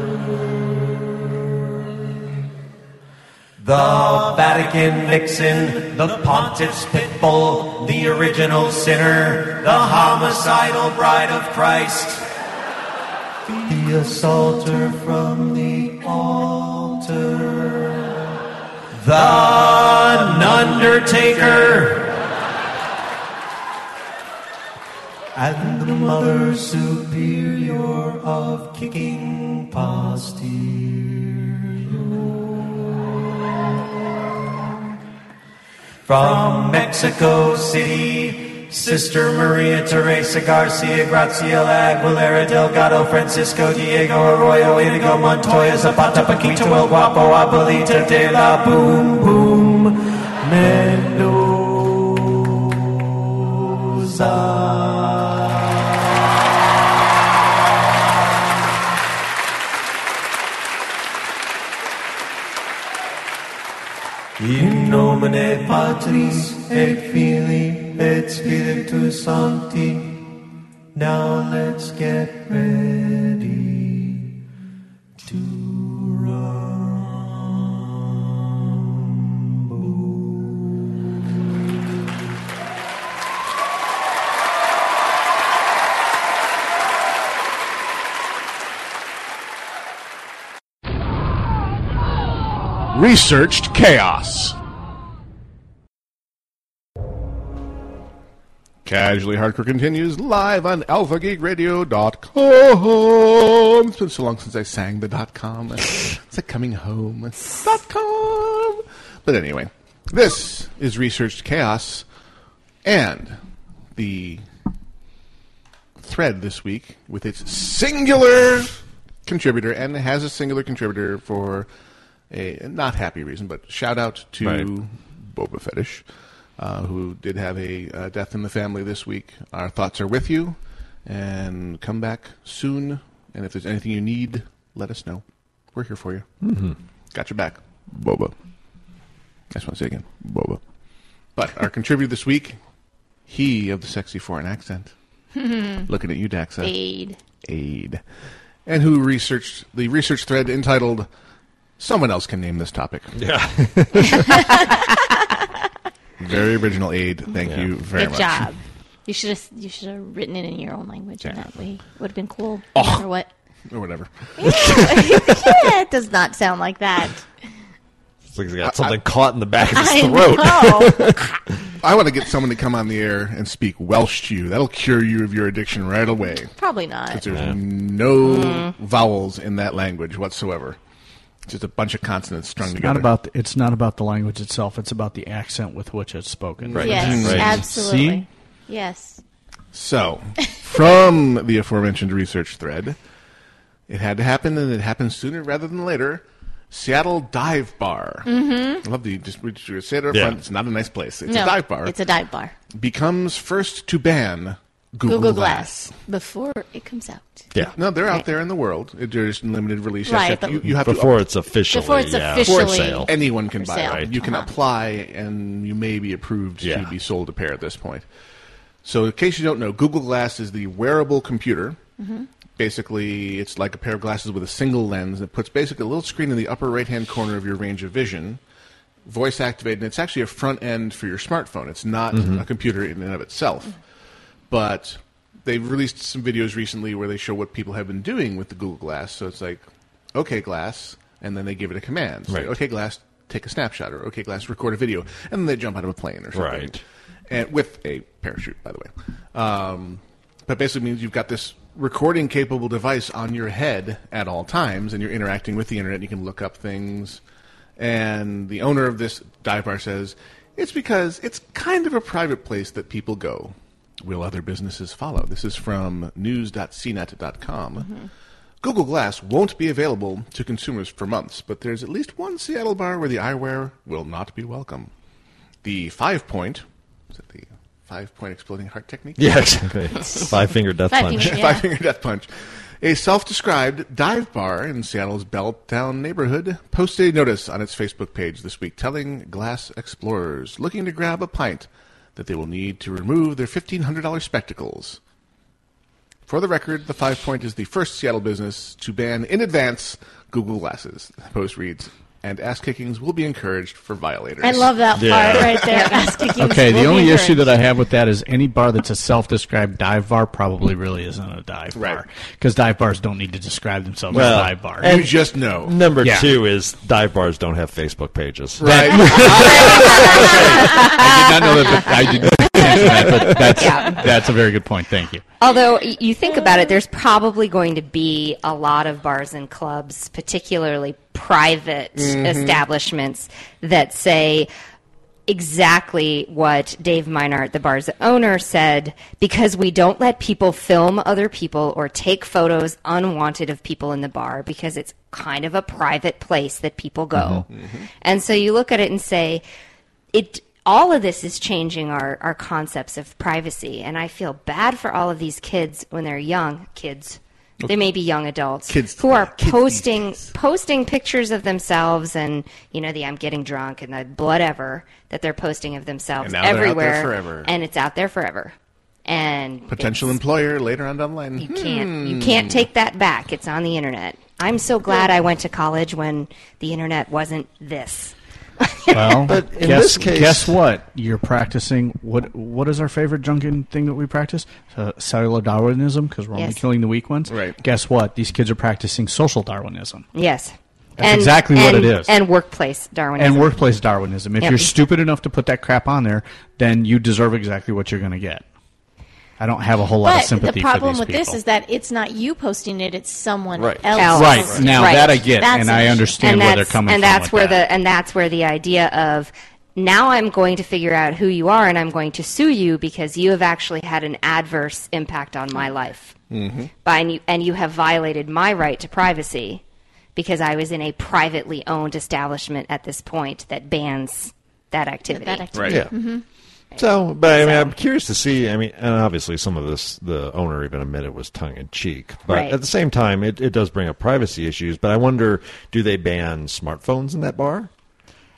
H: The Vatican vixen, the pontiff's pit bull, the original sinner, the homicidal bride of Christ, the assaulter from the altar, the undertaker, and the mother superior of kicking posterior. From Mexico City, Sister Maria Teresa Garcia Graciela Aguilera Delgado Francisco Diego Arroyo Inigo Montoya Zapata Paquito El Guapo Abuelita de la Boom Boom Mendoza.
M: In nomine Patris et Filii et Spiritus Sancti. Now let's get ready.
B: Researched Chaos. Casually Hardcore continues live on AlphaGeekRadio.com. It's been so long since I sang the dot .com. It's like coming home. Dot .com. But anyway, this is Researched Chaos, and the thread this week with its singular contributor, and it has a singular contributor for a not happy reason, but shout out to
F: Right.
B: Boba Fetish, uh, who did have a uh, death in the family this week. Our thoughts are with you, and come back soon. And if there's anything you need, let us know. We're here for you.
F: Mhm.
B: Got your back, Boba. I just want to say again, Boba. But our contributor this week, he of the sexy foreign
E: (laughs)
B: accent. Looking at you, Daxa.
E: Aid.
B: Aid. And who researched the research thread entitled Someone Else Can Name This Topic. Yeah. (laughs) very original, Aid. Thank you very
E: Good
B: much.
E: job. You should have you should have written it in your own language. and
B: Yeah.
E: That way would have been cool.
B: Oh.
E: Or what?
B: Or whatever.
E: yeah, it does not sound like that.
F: It's like he's got something caught in the back of his
E: (laughs) I
G: (laughs)
F: throat.
E: know.
B: I want to get someone to come on the air and speak Welsh to you. That'll cure you of your addiction right away.
E: Probably not. Mm-hmm.
B: 'Cause there's no vowels in that language whatsoever. It's just a bunch of consonants strung
G: It's
B: together.
G: not about the, it's not about the language itself. It's about the accent with which it's spoken.
B: Right.
E: Yes,
B: Right.
E: absolutely.
B: See?
E: Yes.
B: So, from the aforementioned research thread, it had to happen, and it happened sooner rather than later. Seattle dive bar.
E: Mhm.
B: I love the just we just say it up
E: Yeah.
B: front. It's not a nice place. It's
E: No,
B: a dive bar.
E: It's a dive bar.
B: becomes first to ban Google, Glass.
E: before it comes out.
F: Yeah.
B: No, they're out there in the world. It- They're just in limited release. You
E: Right,
B: have to-
E: but-
B: you, you have
F: Before
B: to,
F: it's officially,
E: Before it's yeah, officially for sale.
B: anyone can
E: for
B: buy
E: sale.
B: it. You can apply, and you may be approved
F: Yeah.
B: to be sold a pair at this point. So, in case you don't know, Google Glass is the wearable computer.
E: Mm-hmm.
H: Mhm.
B: Basically, it's like a pair of glasses with a single lens that puts basically a little screen in the upper right hand corner of your range of vision, voice activated, and it's actually a front end for your smartphone. It's not
F: Mhm.
B: a computer in and of itself. But they've released some videos recently where they show what people have been doing with the Google Glass. So it's like, okay, Glass, and then they give it a command. So,
F: Right.
B: okay, Glass, take a snapshot, or okay, Glass, record a video. And then they jump out of a plane or something.
F: Right.
B: And with a parachute, by the way. Um, but basically means you've got this recording capable device on your head at all times, and you're interacting with the internet. You can look up things. And the owner of this dive bar says, it's because it's kind of a private place that people go. Will other businesses follow? This is from news.cnet.com. Google Glass won't be available to consumers for months, but there's at least one Seattle bar where the eyewear will not be welcome. The five point, is it the five point exploding heart technique? (laughs)
F: Yeah, exactly. Five finger death Five punch. finger, yeah.
B: Five finger death punch. A self described dive bar in Seattle's Belltown neighborhood posted a notice on its Facebook page this week telling glass explorers looking to grab a pint that they will need to remove their $1,500 spectacles. For the record, the Five Point is the first Seattle business to ban in advance Google Glasses. The post reads, and ass kickings will be encouraged for violators.
E: I love that
G: Yeah.
E: part
G: (laughs)
E: right there. Ass kickings
G: Okay, the
E: will be
G: only
E: encouraged.
G: issue that I have with that is any bar that's a self-described dive bar probably really isn't a dive bar because dive bars don't need to describe themselves
F: Well,
G: as dive bars.
F: and
B: know.
F: Number
G: Yeah.
F: two is dive bars don't have Facebook pages. (laughs)
G: Right. (laughs) I did not know that. But I
F: (laughs)
G: did not (laughs) mention that, but that's
D: Yeah.
G: that's a very good point. Thank you.
D: Although y- you think about it, there's probably going to be a lot of bars and clubs, particularly private
N: Mhm.
D: establishments, that say exactly what Dave Minart, the bar's owner, said because we don't let people film other people or take photos unwanted of people in the bar because it's kind of a private place that people go. And so you look at it and say, it all of this is changing our, our concepts of privacy and i feel bad for all of these kids when they're young kids they may be young adults
B: Kids
D: who are posting posting pictures of themselves and you know the i'm getting drunk and the whatever that they're posting of themselves
B: And now they're out there
D: everywhere
B: forever.
D: and it's out there forever and
B: Potential employer later on down the line. Hmm.
D: you can't you can't take that back. It's on the internet. I'm so glad I went to college when the internet wasn't this.
G: Well,
F: But in
G: guess,
F: this case-
G: guess what? You're practicing what? What is our favorite drunken thing that we practice? Uh, cellular Darwinism, because we're only
D: Yes.
G: killing the weak ones. Right. Guess what? These kids are practicing social Darwinism
D: Yes.
G: That's exactly what
D: and-
G: it is.
D: And workplace Darwinism.
G: and workplace Darwinism. If
D: Yep.
G: you're stupid enough to put that crap on there, then you deserve exactly what you're going to get. I don't have a whole lot of
E: But the
G: sympathy.
E: problem
G: for these
E: with
G: people.
E: this is that it's not you posting it; it's someone
G: Right.
E: else.
G: Right. Right. Now that I get,
E: That's
G: and
E: an
G: I
E: issue.
G: understand where they're
D: that's-
G: coming
D: and
G: from
D: that's
G: with
D: where
G: that.
D: the and that's where the idea of now I'm going to figure out who you are and I'm going to sue you because you have actually had an adverse impact on my life.
N: Mm-hmm.
D: by and you, and you have violated my right to privacy because I was in a privately owned establishment at this point that bans that activity.
E: That
F: Right.
E: activity.
F: Yeah.
E: Mhm.
F: So, but I mean, I'm curious to see. I mean, and obviously, some of this the owner even admitted was tongue in cheek, but
O: Right.
F: at the same time, it, it does bring up privacy issues. But I wonder, do they ban smartphones in that bar?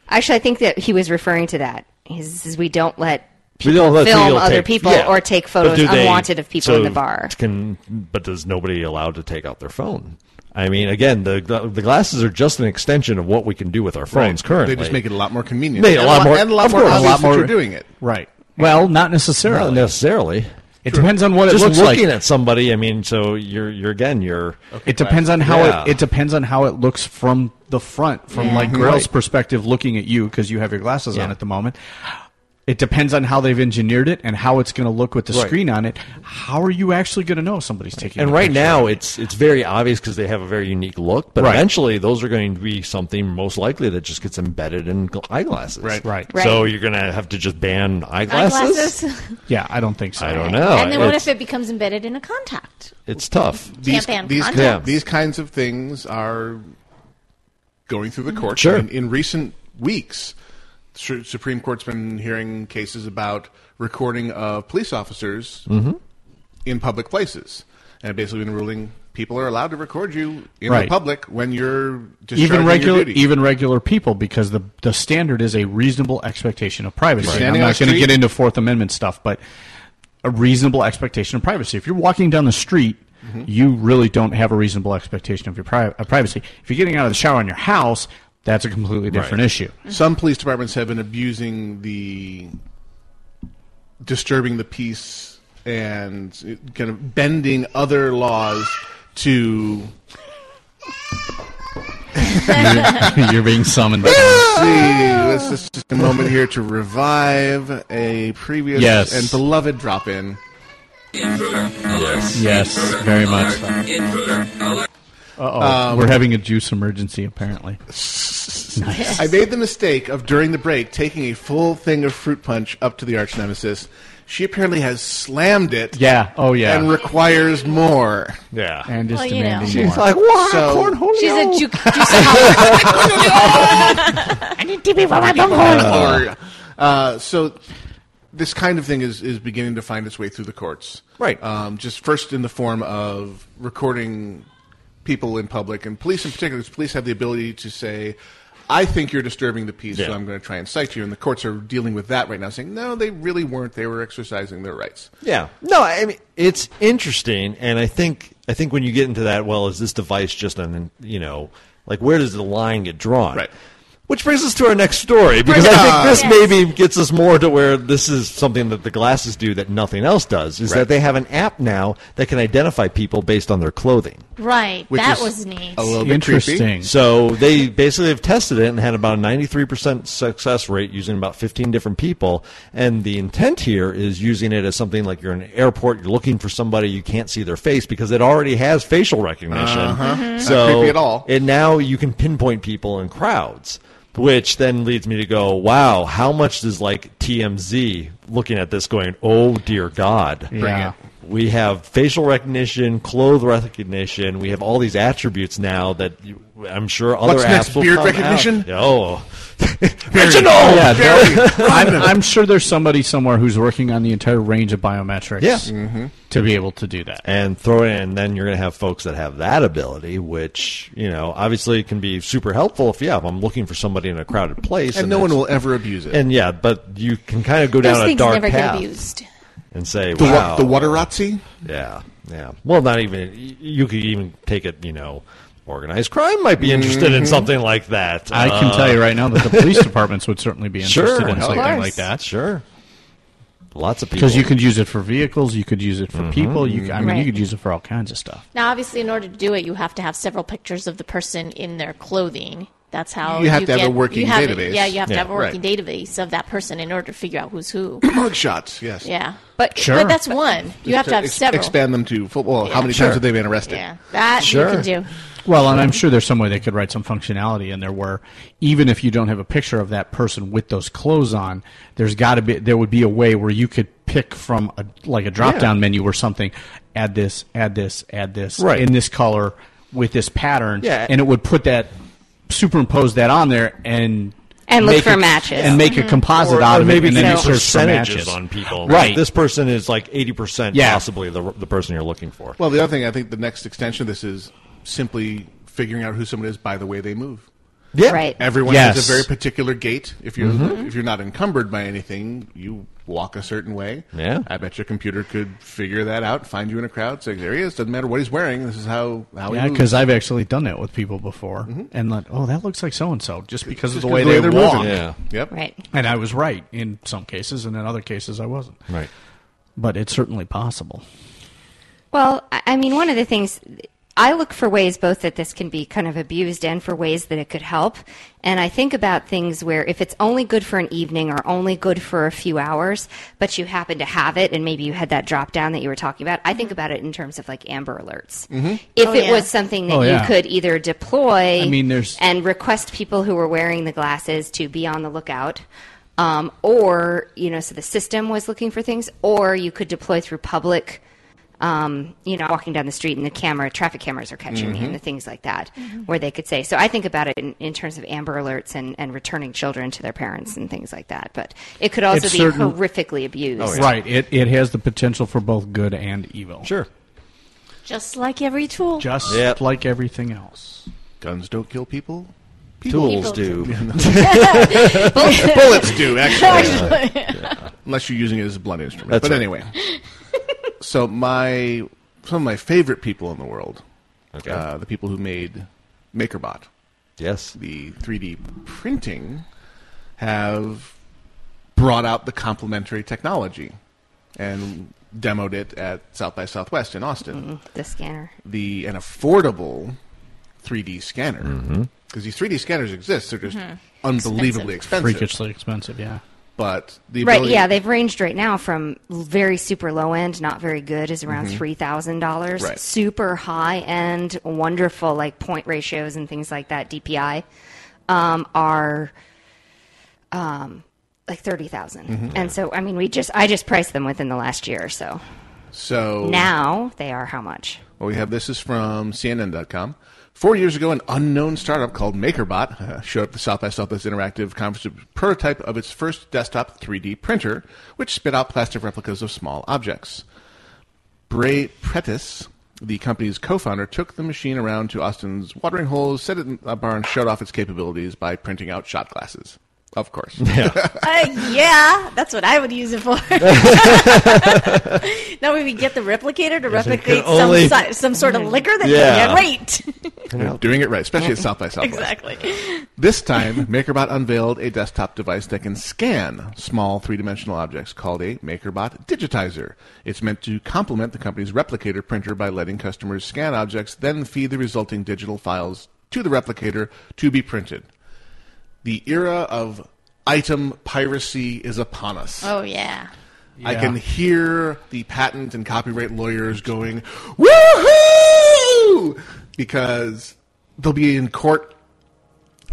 D: Actually, I think that he was referring to that. He says we don't let
F: We don't let
D: film
F: people
D: other
F: take-
D: people
F: yeah.
D: or take
F: But
D: photos
F: do they-
D: unwanted of people in the
F: so
D: bar.
F: Can but is nobody allowed to take out their phone? I mean, again, the, the the glasses are just an extension of what we can do with our phones
B: Right.
F: currently.
B: They just make it a lot more convenient.
F: Made it a
B: And
F: lot
B: lo-
F: more,
B: and a lot
F: of
B: more
F: course.
B: obvious that you're doing it.
G: Right. Well, not necessarily.
F: Not necessarily.
G: It depends on what it
F: just
G: looks like.
F: looking at somebody. I mean, so you're you're again you're.
G: It depends on how
F: Yeah.
G: it, it depends on how it looks from the front, from
F: Yeah.
G: like
F: Mhm.
G: Grail's
F: Right.
G: perspective, looking at you because you have your glasses on
F: Yeah.
G: at the moment. It depends on how they've engineered it and how it's going to look with the
F: Right.
G: screen on it. How are you actually going to know somebody's taking?
F: And
G: a
F: right
G: picture?
F: now, it's it's very obvious because they have a very unique look. But
G: Right.
F: eventually, those are going to be something most likely that just gets embedded in gl- eyeglasses.
G: Right. Right.
F: So
E: Right.
F: you're going to have to just ban eyeglasses.
E: Eyeglasses.
G: yeah, I don't think so.
F: I don't know.
E: and then what
F: it's,
E: if it becomes embedded in a contact?
F: it's tough.
B: These,
E: ban
B: these,
E: content. Yeah.
B: these kinds of things are going through the courts.
F: Sure.
B: In, in recent weeks, Su- Supreme Court's been hearing cases about recording of police officers
F: Mhm.
B: in public places, and basically been ruling people are allowed to record you in the
G: Right.
B: public when you're discharging
G: even regular
B: your duty.
G: even regular people because the the standard is a reasonable expectation of privacy.
B: Right.
G: And I'm
B: Standing on
G: not
B: the
G: going to
B: street-
G: get into Fourth Amendment stuff, but a reasonable expectation of privacy. If you're walking down the street,
B: Mm-hmm.
G: you really don't have a reasonable expectation of your pri- of privacy. If you're getting out of the shower in your house, that's a completely different
B: (laughs)
G: issue.
B: Some police departments have been abusing the disturbing the peace and kind of bending other laws to
G: you're, you're being summoned.
B: Let's (laughs) see. Let's just take a moment here to revive a previous
G: Yes.
B: and beloved drop in.
G: Yes. Yes, very much. Uh-oh.
B: Um,
G: We're having a juice
B: (laughs)
G: emergency apparently.
B: Nice. (laughs) I made the mistake of during the break taking a full thing of fruit punch up to the arch nemesis. She apparently has slammed it.
G: Yeah. Oh yeah.
B: And requires more.
F: Yeah.
G: And is
B: Well, you
G: demanding
B: know. She's
G: more.
B: like, "Why, cornholio?"
E: She's a ju-
B: (laughs) I
E: need to be
B: where
E: my
B: Uh, uh, so this kind of thing is, is beginning to find its way through the courts. Right. Um, just first in the form of recording people in public, and police in particular, 'cause police have the ability to say, I think you're disturbing the peace, so
F: Yeah.
B: I'm going to try and cite you. And the courts are dealing with that right now, saying, no, they really weren't. They were exercising their rights.
F: Yeah. No, I mean it's interesting, and I think I think when you get into that, well, is this device just an you know like where does the line get drawn? Right. Which brings us to our next story because
O: Bring it
F: I
O: on.
F: think this maybe gets us more to where this is something that the glasses do that nothing else does is that
B: Right.
F: they have an app now that can identify people based on their clothing.
E: Right.
F: Which
E: that
F: is
E: was neat.
F: So they basically have tested it and had about a 93% success rate using about 15 different people. And the intent here is using it as something like you're in an airport, you're looking for somebody, you can't see their face because it already has facial recognition.
B: Uh-huh. Mhm. Not
F: So
B: creepy at all.
F: And now you can pinpoint people in crowds. Which then leads me to go, wow, how much does like TMZ looking at this going, oh dear God?
G: Yeah.
F: We have facial recognition, clothes recognition. We have all these attributes now that you, I'm sure other
G: What's
F: apps
G: next,
F: will
G: beard
F: come
G: recognition?
F: Out. Oh,
G: (laughs) Reginald!
F: Yeah, (laughs) no-
G: (laughs) I'm, I'm sure there's somebody somewhere who's working on the entire range of biometrics
F: Yeah.
B: Mm-hmm.
G: to be able to do that.
F: and throw it in, and then you're going to have folks that have that ability, which you know obviously can be super helpful if yeah, if I'm looking for somebody in a crowded place,
B: And no one
F: it's-
B: will ever abuse it.
F: And yeah, but you can kind of go
E: Those
F: down a
E: things
F: dark
E: never
F: path
E: get abused.
F: and say,
B: The wa-
F: wow,
B: the Waterazzi?
F: Yeah, yeah. Well, not even y- you could even take it. You know, organized crime might be interested in
B: Mm-hmm.
G: Mhm.
F: something like that.
G: I can
F: Uh,
G: tell you right now that the
F: (laughs)
G: police departments would certainly be
F: Sure,
G: interested in
F: of
G: something
F: course.
G: like that.
F: Sure. Lots of
G: Because
F: people. Mm-hmm.
G: you could use it for vehicles, you could use it for people. You, c- I mean,
E: Right.
G: you could use it for all kinds of stuff.
E: Now, obviously, in order to do it, you have to have several pictures of the person in their clothing. That's how
B: You have to have a
E: get-
B: working
E: you have-
B: database.
E: Yeah, you have
B: Yeah.
E: to have a working database of that person in order to figure out who's
B: (coughs)
E: who.
B: Mugshots, yes.
E: Yeah, but
B: Sure.
E: but that's one. You have to have
B: Ex-
E: several.
B: Expand them to football.
E: Yeah.
B: How many
E: Sure.
B: times have they been arrested?
E: Yeah, that you can do.
G: Well, and I'm sure there's some way they could write some functionality in there where even if you don't have a picture of that person with those clothes on, there's got to be there would be a way where you could pick from a like a drop down
F: Yeah.
G: menu or something, add this, add this, add this
F: Right.
G: in this color with this pattern,
F: Yeah.
G: and it would put that superimpose that on there and
D: And look
G: make
D: for
G: a-
D: matches.
G: and make a
D: Mhm.
G: composite
F: Mm-hmm. Or-
G: out
F: or
G: of
F: maybe
G: it, and then
F: even
G: you search for
F: percentages
G: matches
F: on people. Like,
G: right?
F: this person is like eighty percent
G: Yeah.
F: possibly the the person you're looking for.
B: Well, the other thing I think the next extension of this is simply figuring out who someone is by the way they move.
F: Yeah. Right.
B: Everyone has
F: Yes.
B: a very particular gait. If you're
F: Mhm.
B: if you're not encumbered by anything, you walk a certain way.
F: Yeah.
B: I bet your computer could figure that out, find you in a crowd, say, there he is. Doesn't matter what he's wearing. This is how how he
G: Yeah,
B: moves."
G: because I've actually done that with people before,
F: Mm-hmm.
G: and like, oh, that looks like so and so, just because
B: Just
G: of the way
B: 'cause
G: they
B: the way they're
G: walk.
B: moving. Yeah. Yep.
D: Right.
G: And I was right in some cases, and in other cases I wasn't.
F: Right.
G: But it's certainly possible.
D: Well, I I mean, one of the things I look for ways both that this can be kind of abused and for ways that it could help. And I think about things where if it's only good for an evening or only good for a few hours, but you happen to have it and maybe you had that drop down that you were talking about, I think about it in terms of like Amber Alerts.
B: Mm-hmm.
N: Mhm.
D: If
N: Oh,
D: it
N: yeah.
D: was something that
N: Oh, yeah.
D: you could either deploy
G: I mean, there's-
D: and request people who were wearing the glasses to be on the lookout. Um, or, you know, so the system was looking for things, or you could deploy through public um, you know, walking down the street and the camera, traffic cameras are catching me
G: Mm-hmm.
N: Mhm.
D: and the things like that,
N: Mhm.
D: where they could say. So I think about it in, in terms of Amber Alerts and, and returning children to their parents and things like that. But it could also
G: It's
D: be
G: certain-
D: horrifically abused.
F: Oh,
G: Right. It, it has the potential for both good and evil.
F: Sure.
E: Just like every tool.
G: Just
F: Yep.
G: like everything else.
B: Guns don't kill people.
F: Tools do.
B: Bullets bullets do, actually.
F: Actually,
B: Unless you're using it as a blunt instrument.
F: That's
B: but
F: right. (laughs)
B: anyway. so my some of my favorite people in the world.
F: Okay.
B: Uh, the people who made MakerBot.
F: Yes.
B: The 3D printing have brought out the complementary technology and demoed it at South by Southwest in Austin
D: Mm,
F: Mm-hmm.
D: The scanner.
B: the an affordable 3D scanner because
G: Mm-hmm.
B: these 3D scanners exist. They're just
D: Mhm.
B: unbelievably expensive.
G: Freakishly expensive, yeah.
B: But the
D: Right,
B: ability,
D: yeah, they've ranged right now from l- very super low end, not very good, is around
B: Mhm.
D: thousand dollars.
B: Right.
D: Super high end, wonderful like point ratios and things like that. DPI um, are um, like thirty
B: Mhm.
D: and so I mean, we just I just priced them within the last year or so.
B: So
D: Now they are how much?
B: Well, we have this is from CNN.com. Four years ago, an unknown startup called MakerBot (laughs) uh, showed up at the South by Southwest Interactive Conference with a prototype of its first desktop 3D printer, which spit out plastic replicas of small objects. Bray Pretis, the company's co founder, took the machine around to Austin's watering holes, set it in a bar, and showed off its capabilities by printing out shot glasses. Of course. (laughs)
E: Uh, yeah, that's what I would use it (laughs) for. now we would get the replicator to
B: Yes, it
E: replicate
B: could only-
E: some, si- some sort of liquor that
B: Yeah.
E: they
B: (laughs)
E: can get
B: They're
E: right.
B: Doing it right, especially at South by Southwest.
E: Exactly. (laughs)
B: This time, MakerBot unveiled a desktop device that can scan small three dimensional objects called a MakerBot Digitizer. It's meant to complement the company's replicator printer by letting customers scan objects, then feed the resulting digital files to the replicator to be printed. The era of item piracy is upon us.
E: Oh yeah. (laughs)
B: I can hear the patent and copyright lawyers going, woohoo! Because they'll be in court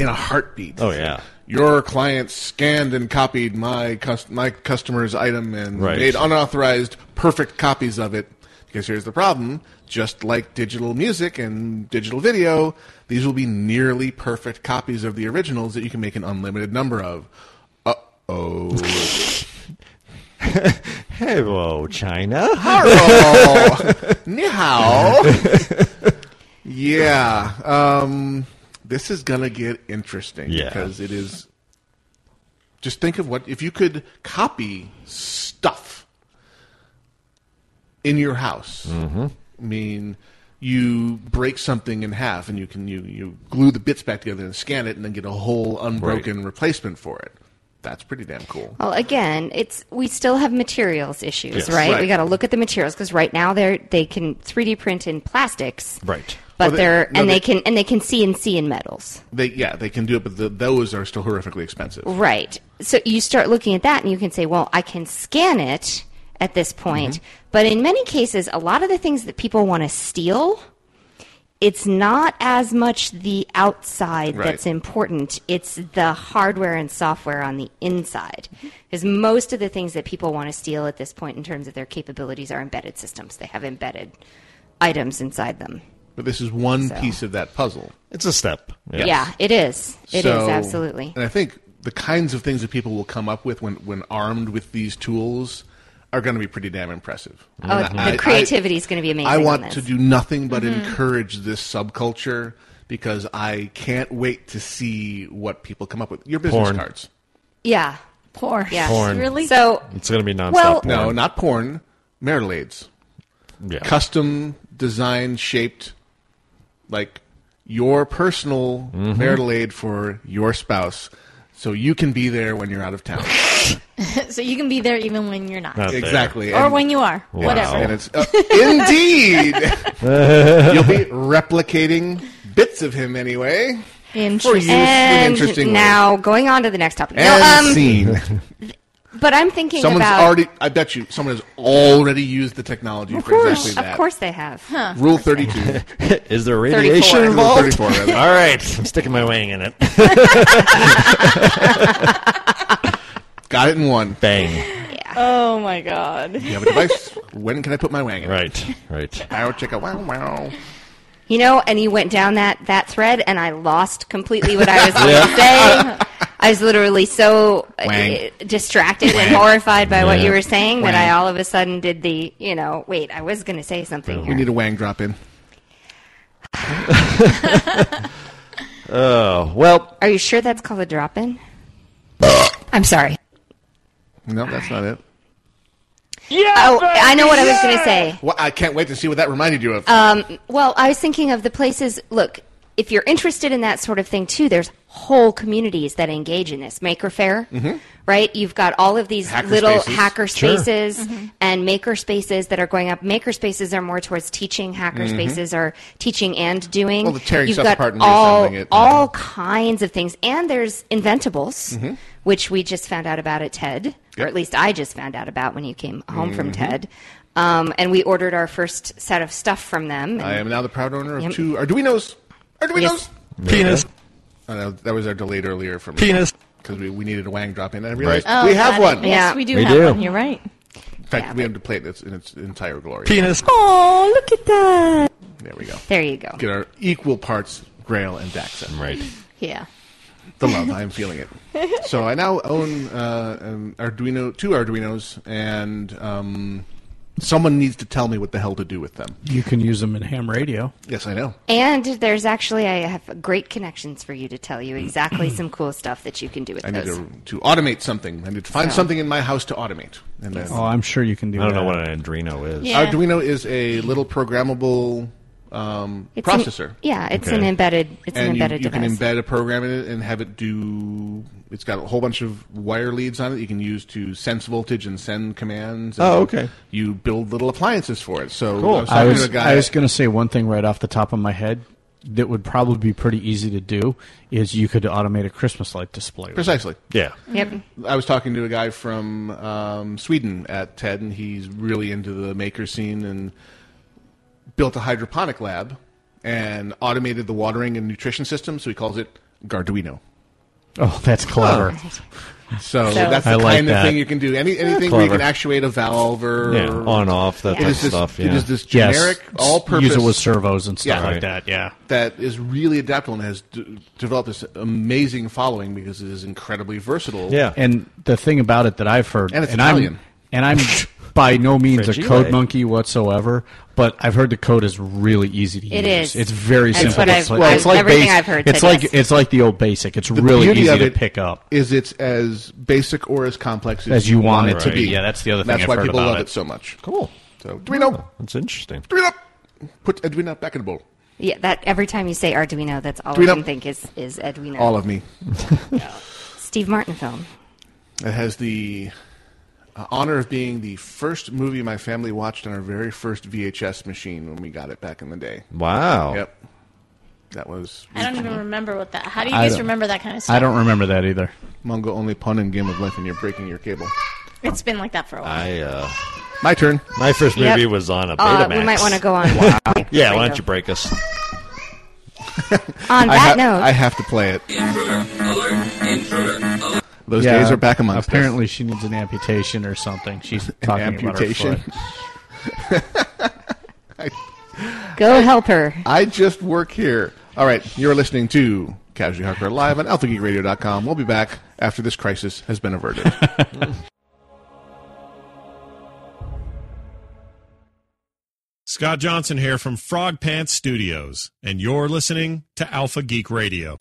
B: in a heartbeat.
F: Oh yeah.
B: Your client scanned and copied my cus- my customer's item and
F: Right.
B: made unauthorized perfect copies of it. Because here's the problem just like digital music and digital video, these will be nearly perfect copies of the originals that you can make an unlimited number of. Uh
F: (laughs)
B: oh.
F: Hello, China. (laughs)
B: Hello. Ni hao. yeah. Um, this is going to get interesting
F: Yeah.
B: because it is. Just think of what. If you could copy stuff in your house, I mean, you break something in half and you can you, you glue the bits back together and scan it and then get a whole unbroken replacement for it. That's pretty damn cool.
D: Well, again, it's we still have materials issues,
B: Yes.
D: right?
B: Right.
D: We got to look at the materials because right now they are they can 3D print in plastics,
F: Right.
D: But
B: Well, they-
D: they, are
B: no,
D: and they,
B: they-
D: can and they can CNC in metals,
B: They yeah, they can do it, but the, those are still horrifically expensive.
D: right? So you start looking at that and you can say, well, I can scan it at this
B: Mm-hmm.
D: point. But in many cases, a lot of the things that people want to steal, it's not as much the outside
N: Right.
D: that's important. It's the hardware and software on the inside.
B: Mm-hmm.
D: Because most of the things that people want to steal at this point in terms of their capabilities are embedded systems. They have embedded items inside them.
B: But this is one
D: So.
B: piece of that puzzle.
F: It's a step.
D: Yeah, it is. It is,
B: So-
D: absolutely.
B: And I think the kinds of things that people will come up with when, when armed with these tools are going to be pretty damn impressive.
D: Oh,
B: And I- I-
D: the creativity is going to be amazing.
B: I
D: on
B: want
D: this.
B: to do nothing but
D: Mhm.
B: encourage this subculture because I can't wait to see what people come up with. Your business
F: Porn.
B: cards.
D: Yeah.
E: Poor.
D: Yeah.
F: Porn.
E: Really?
D: So
F: It's going to be nonstop.
D: Well-
F: porn.
B: No, not porn. Marilades.
F: Yeah.
B: Custom design shaped, like your personal
F: Mhm.
B: Marilade for your spouse, so you can be there when you're out of town.
E: so you can be there even when you're not. (laughs)
B: Not there. Exactly,
E: Or
B: and-
E: when you are.
B: Wow.
E: Whatever.
B: And it's-
F: (laughs)
B: uh,
E: (laughs)
B: indeed! You'll be replicating bits of him anyway. For use in
D: And
B: interesting ways.
D: now going on to the next topic.
B: And
D: no, um,
B: scene.
D: But I'm thinking
B: Someone's
D: about.
B: already. I bet you someone has already used the technology
D: of
B: for
D: course,
B: exactly that.
D: of course they have. Huh.
B: Rule thirty-two.
F: (laughs) Is there radiation
D: 34.
F: involved?
B: Rule 34, rather.
F: All right. I'm sticking my
G: (laughs)
F: wang in it.
B: Got it in one.
F: Bang.
E: Oh my god.
B: You have a device. when can I put my wang in?
F: Right. Right.
B: I'll check out. Wow. Wow.
D: You know, and he went down that that thread, and I lost completely what
F: (laughs)
D: I was going
B: Yeah.
D: to say. I was literally so uh,
B: Wang.
D: distracted and
B: Wang.
D: horrified by what you
B: Yeah.
D: were saying that
B: Wang.
D: I all of a sudden did the, you know, wait, I was going to say something
B: We
D: here.
B: need a wang drop in.
F: (laughs) Oh, well.
D: Are you sure that's called a drop in?
F: (laughs)
D: I'm sorry.
B: No, that's not it.
D: Yeah. Oh, I know what I was going to say.
B: Well, I can't wait to see what that reminded you of.
D: Um, well, I was thinking of the places. Look, if you're interested in that sort of thing too, there's whole communities that engage in this. Maker Fair,
B: Mm-hmm.
N: Mhm.
D: right? You've got all of these
N: Hacker
D: little
N: spaces.
D: hacker
N: Sure.
D: spaces and maker spaces that are going up. Maker spaces are more towards teaching. Hacker
B: Mhm.
D: spaces are teaching and doing.
B: Well, the tearing
D: You've
B: stuff
D: got
B: apart and
D: all,
B: reassembling it.
D: all kinds of things, and there's inventables.
B: Mhm.
D: Which we just found out about at TED, or at least I just found out about when you came home from
B: Mhm.
D: TED. Um, and we ordered our first set of stuff from them. and-
B: I am now the proud owner of
D: Yep.
B: two Arduinos. Arduinos.
F: Penis.
B: I know that was our delayed earlier from
F: Penis.
B: because we, we needed a wang drop in. And I realized
E: Oh,
B: we have
E: got it.
B: one.
E: Yes, we do have one. You're right.
B: In fact, we have to play it in its, in its entire glory.
E: Oh, look at that.
B: There we go.
D: There you go.
B: Get our equal parts Grail and Daxa.
F: Right.
E: Yeah.
B: The love. I am feeling it. So I now own uh, an Arduino, two Arduinos, and um, someone needs to tell me what the hell to do with them.
G: You can use them in ham radio.
B: Yes, I know.
D: And there's actually, I have great connections for you to tell you
B: (clears throat)
D: exactly some cool stuff that you can do with
B: I need
D: those.
B: to, to automate something. I need to find
D: So.
B: something in my house to automate. And then,
G: Oh, I'm sure you can do.
F: I don't know
G: that.
F: what an Arduino is.
D: Yeah.
B: Arduino is a little programmable um,
D: It's an-
B: processor.
D: yeah, it's an Okay. embedded- it's an
B: And you-
D: embedded
B: you,
D: device.
B: can embed a program in it and have it do. It's got a whole bunch of wire leads on it. You can use to sense voltage and send commands. and
F: Oh, okay.
B: You build little appliances for it. So I was
G: I
B: talking to
G: was,
B: a guy.
G: I was going to say one thing right off the top of my head that would probably be pretty easy to do is you could automate a Christmas light display. with it.
B: Precisely.
F: Yeah.
D: Yep.
B: I was talking to a guy from um, Sweden at TED, and he's really into the maker scene and built a hydroponic lab and automated the watering and nutrition system. So he calls it Garduino.
D: (laughs)
G: Oh, that's clever.
E: So-
B: So, that's the
F: I like
B: kind of
F: that.
B: thing you can do. Any anything where you
F: Clever.
B: can actutuate a valve or
F: Yeah, on, off, that
B: It
F: type
B: is
F: of
B: this-
F: stuff,
B: It
F: yeah.
B: is this
G: Yes.
B: generic all-purpose
G: Use it with servos and stuff like that,
B: Yeah, that is really adaptable and has d- developed this amazing following because it is incredibly versatile.
G: And the thing about it that I've heard,
B: And it's Italian.
G: I'm, and
B: (laughs)
G: I'm by no means a
B: Fragile.
G: code monkey whatsoever, but but I've heard the code is really easy to
D: It
G: use.
D: is.
G: It's very
D: That's
G: simple.
D: what
G: to
D: I've-
G: play.
D: Well, it's like everything base- I've heard
G: It's
D: said
G: like
D: yes.
G: it's like the old basic. It's
B: The
G: really
B: beauty
G: easy
B: of
G: to
B: it
G: pick up.
B: Is it's as basic or as complex as,
G: As you want it to
B: Right.
G: be. Yeah, that's the other thing
B: That's
G: I've
B: why
G: heard
B: people
G: about
B: love
G: it. Oh,
B: it. so much.
F: Cool.
B: So Arduino,
F: That's interesting.
B: Arduino, put Arduino back in the bowl.
D: Yeah, that every time you say Arduino, that's all
B: Arduino.
D: I can think is is Arduino.
B: All of me. (laughs)
D: Steve Martin film.
B: It has the uh, honor of being the first movie my family watched on our very first VHS machine when we got it back in the day.
F: Wow.
B: Yep. That was.
E: I don't even remember what that. How do you
B: I
E: guys
B: don't-
E: remember that kind of stuff?
G: remember that either.
B: Mongo only pun in Game of Life, and you're breaking your cable.
E: It's been like that for a while.
F: I uh,
B: my turn.
F: My first
E: Yep.
F: movie was on a
E: Uh,
F: Betamax.
E: we might wanna go on.
F: (laughs) yeah, why don't you break us?
D: On
B: I
D: that
B: ha-
D: note,
B: I have to play it. Those days are back amongst us.
G: Apparently, she needs an amputation or something.
B: (laughs)
G: She's talking
B: amputation.
G: about her foot.
B: (laughs)
D: go help her.
B: I just work here. All right, you're listening to Casually Hardcore Live on AlphaGeekRadio.com. We'll be back after this crisis has been
F: (laughs)
B: averted.
N: Scott Johnson here from Frog Pants Studios, and you're listening to Alpha Geek Radio.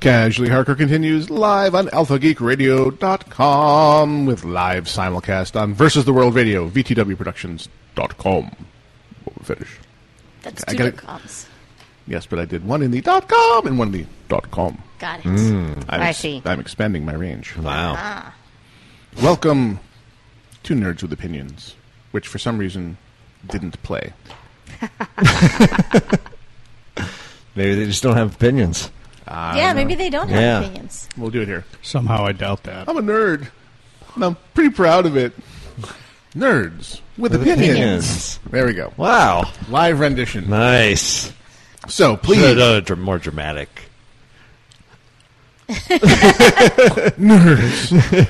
B: Casually Harker continues live on alphageekradio.com with live simulcast on Versus the World Radio, vtwproductions.com. We'll finish.
E: That's
B: I
E: two
B: gotta-
E: cops.
B: Yes, but I did one in the dot com and one in the dot com.
E: Got it.
B: I'm
E: I
B: ex-
E: see.
B: I'm expanding my range.
F: Wow.
E: Ah.
B: Welcome to Nerds with Opinions, which for some reason didn't play.
F: (laughs) Maybe they just don't have opinions.
E: yeah, maybe they don't have
F: Yeah.
E: opinions.
B: We'll do it here.
G: Somehow I doubt that.
B: I'm a nerd, and I'm pretty proud of it. Nerds with, opinions.
F: opinions.
B: There we go.
F: Wow.
B: Live rendition.
F: Nice.
B: So please,
F: Uh, uh, dr- more
B: (laughs)
F: dramatic. (laughs)
B: nerds.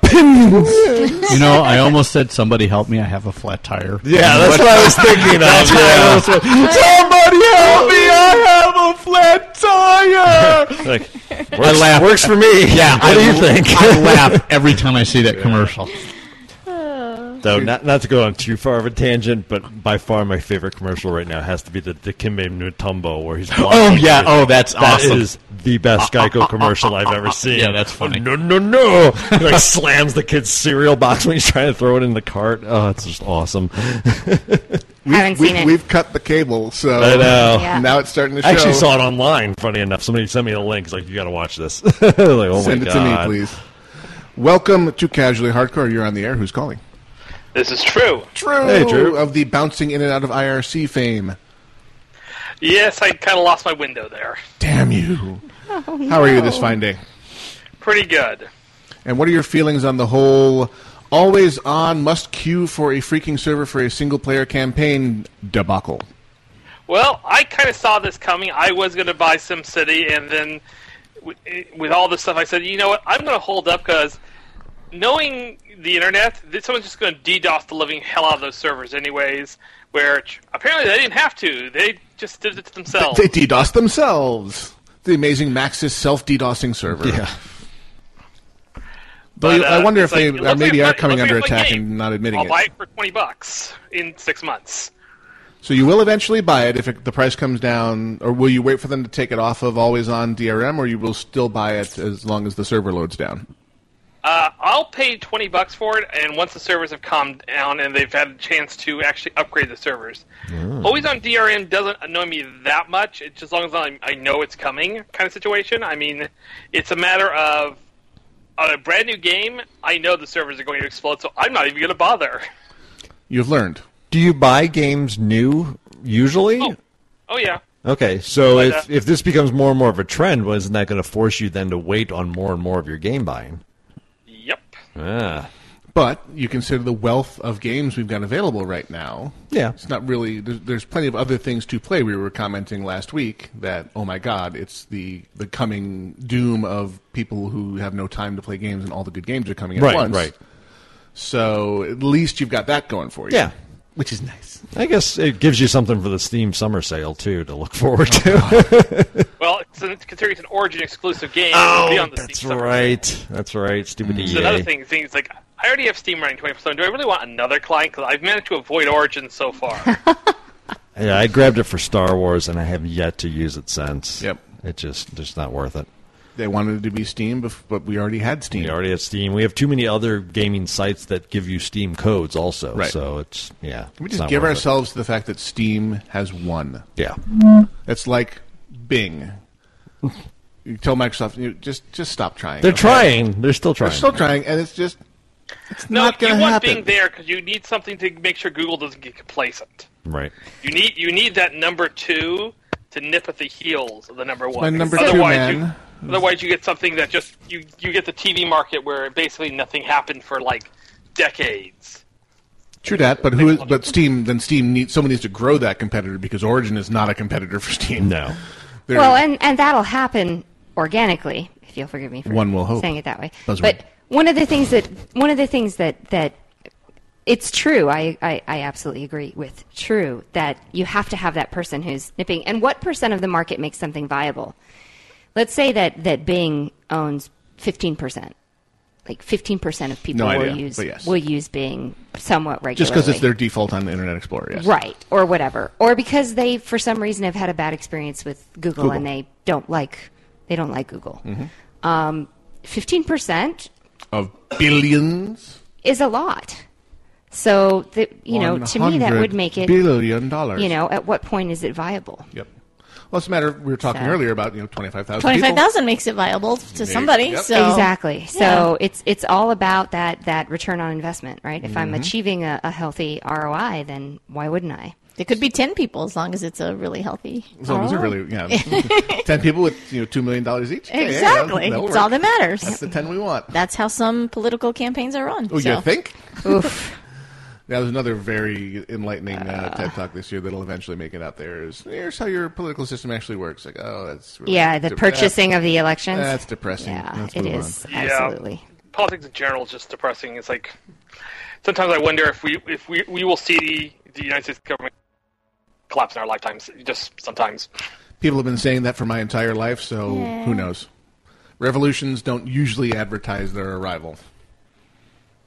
G: You
E: (laughs)
G: know, I almost said, "Somebody help me! I have a flat tire."
F: Yeah, that's what I was thinking of.
G: That's what I
F: yeah.
G: was thinking.
F: Somebody help me! I
B: have a flat tire.
F: Like, works,
G: I laugh.
F: Works for me.
G: Yeah,
F: (laughs) What
G: I,
F: do you think?
G: (laughs) I laugh every time I see that commercial.
H: Oh.
F: So not not to go on too far of a tangent, but by far my favorite commercial right now has to be the Dikembe Mutombo where he's blocking
G: yeah.
F: you.
G: (laughs) Oh, that's awesome.
F: That is the best
G: (laughs)
F: Geico commercial I've ever seen.
G: Yeah, that's funny.
F: No, no, no! He like slams the kid's cereal box when he's trying to throw it in the cart. Oh, it's just awesome.
B: We've,
D: Haven't
B: we've,
D: seen it.
B: we've cut the cable, so
E: (laughs)
F: I know. Yeah.
B: now it's starting to show.
F: uh, I actually saw it online. Funny enough, somebody sent me a link. It's like you got to watch this. (laughs) like, oh
B: Send
F: my
B: it to
F: God.
B: me, please. Welcome to Casually Hardcore. You're on the air. Who's calling?
O: This is true.
B: True.
O: Oh.
F: Hey, Drew.
B: Of the bouncing in and out of IRC fame.
O: Yes, I kind of lost my window there.
B: Damn you. How are you this fine day?
O: Pretty good.
B: And what are your feelings on the whole always on must queue for a freaking server for a single player campaign debacle?
O: Well, I kind of saw this coming. I was going to buy SimCity, and then with, with all this stuff, I said, you know what? I'm going to hold up because knowing the internet, that someone's just going to DDoS the living hell out of those servers, anyways. Where ch- apparently they didn't have to; they just did it to themselves.
B: They DDoS themselves. The amazing Maxis self DDoSing server. Yeah. But,
O: But,
B: I
O: uh,
B: wonder if
O: it's
B: they
O: like- it
B: uh,
O: looks like
B: maybe
O: a
B: are
O: fun-
B: coming
O: it looks
B: under
O: like a fun
B: attack
O: game.
B: and not admitting
O: I'll
B: it.
O: buy it for twenty bucks in six months.
B: So you will eventually buy it if it, the price comes down, or will you wait for them to take it off of always on DRM, or you will still buy it as long as the server loads down?
O: Uh, I'll pay twenty bucks for it, and once the servers have calmed down and they've had a chance to actually upgrade the servers,
P: Hmm.
O: always on DRM doesn't annoy me that much. It's just as long as I'm, I know it's coming kind of situation. I mean, it's a matter of on a brand new game. I know the servers are going to explode, so I'm not even going to bother.
B: You've learned.
F: Do you buy games new usually?
O: Oh yeah,
F: Okay, so
O: But,
F: if,
O: uh,
F: if this becomes more and more of a trend, well, isn't that going to force you then to wait on more and more of your game buying?
O: Yep.
F: Ah.
B: But you consider the wealth of games we've got available right now.
F: Yeah.
B: It's not really, there's, there's plenty of other things to play. We were commenting last week that, oh my God, it's the, the coming doom of people who have no time to play games and all the good games are coming at
F: Right,
B: once.
F: right.
B: So at least you've got that going for you.
F: Yeah.
B: Which is nice.
F: I guess it gives you something for the Steam summer sale, too, to look
O: (laughs)
F: forward to.
O: Well, it's an, considering it's an Origin exclusive game, it'll be on the
F: Oh, that's right. That's right. Stupid E
O: It's
F: EA.
O: another thing. Things like I already have Steam running 24/7. Do I really want another client? Because I've managed to avoid Origin so far.
F: Yeah, I grabbed it for Star Wars, and I have yet to use it since.
B: Yep.
F: It just, just not worth it.
B: They wanted it to be Steam, bef- but we already had Steam.
F: We already have Steam. We have too many other gaming sites that give you Steam codes also.
B: Right.
F: So it's, yeah.
B: Can we
F: it's
B: just
F: not
B: give
F: worth it.
B: ourselves the fact that Steam has won?
F: Yeah.
B: It's like Bing. (laughs) You tell Microsoft, you just just stop trying.
F: They're
B: okay?
F: trying. They're still
B: They're
F: trying.
B: still trying, and it's just it's
O: No,
B: not going
O: you
B: to
O: want
B: happen.
O: Bing there because you need something to make sure Google doesn't get complacent.
F: Right.
O: You need you need that number two to nip at the heels of the number one.
B: my number two
O: otherwise
B: man.
O: You, otherwise, you get something that just you you get the TV market where basically nothing happened for like decades.
B: True that, but who? Is, but Steam then Steam needs someone needs to grow that competitor because Origin is not a competitor for Steam.
F: No,
D: Well, and, and that'll happen organically, if you'll forgive me for
B: One will hope.
D: saying it that way.
B: Buzzword.
D: But one of the things that one of the things that that it's true. I, I, I absolutely agree with true that you have to have that person who's nipping. And what percent of the market makes something viable? Let's say that that Bing owns fifteen percent. Like fifteen percent of people
B: No
D: will
B: idea,
D: use
B: but yes.
D: will use Bing somewhat regularly.
B: just because it's their default on the Internet Explorer, yes.
D: Right, or whatever. Or because they, for some reason, have had a bad experience with Google,
B: Google.
D: and they don't like they don't like Google.
B: Mhm.
D: Um, 15%
B: Of billions.
D: is a lot. So the, you know, to me that would make it
B: billion dollars.
D: You know, at what point is it viable?
B: Yep. Well, it's a matter. We were talking
D: So-
B: earlier about you know twenty five thousand.
E: Twenty five thousand makes it viable to
B: Yep.
E: somebody.
B: Yep.
E: So
D: exactly.
E: Yeah.
D: So it's it's all about that that return on investment, right? If I'm
B: Mm-hmm.
E: Mhm.
D: achieving a, a healthy ROI, then why wouldn't I?
E: It could be 10 people as long as it's a really healthy.
B: As long as it really,
D: (laughs)
B: yeah, ten people with you know two million dollars each. Okay, yeah,
E: Exactly.
B: that'll- that'll
E: it's all
B: work.
E: that matters.
B: That's the ten we want.
E: That's how some political campaigns are run.
B: Oh,
E: so.
B: you think? (laughs) That was another very enlightening uh, TED talk this year that'll eventually make it out there. Is here's how your political system actually works? Like, oh, that's really
D: Yeah, the
B: dep-
D: purchasing
B: that's-
D: of the elections.
B: That's depressing.
D: Yeah,
B: Let's
D: it
B: move
D: is
B: on.
D: absolutely.
O: Politics in general is just depressing. It's like sometimes I wonder if we if we, we will see the, the United States government collapse in our lifetimes. Just sometimes.
B: People have been saying that for my entire life, so
O: Yeah.
B: who knows? Revolutions don't usually advertise their arrival.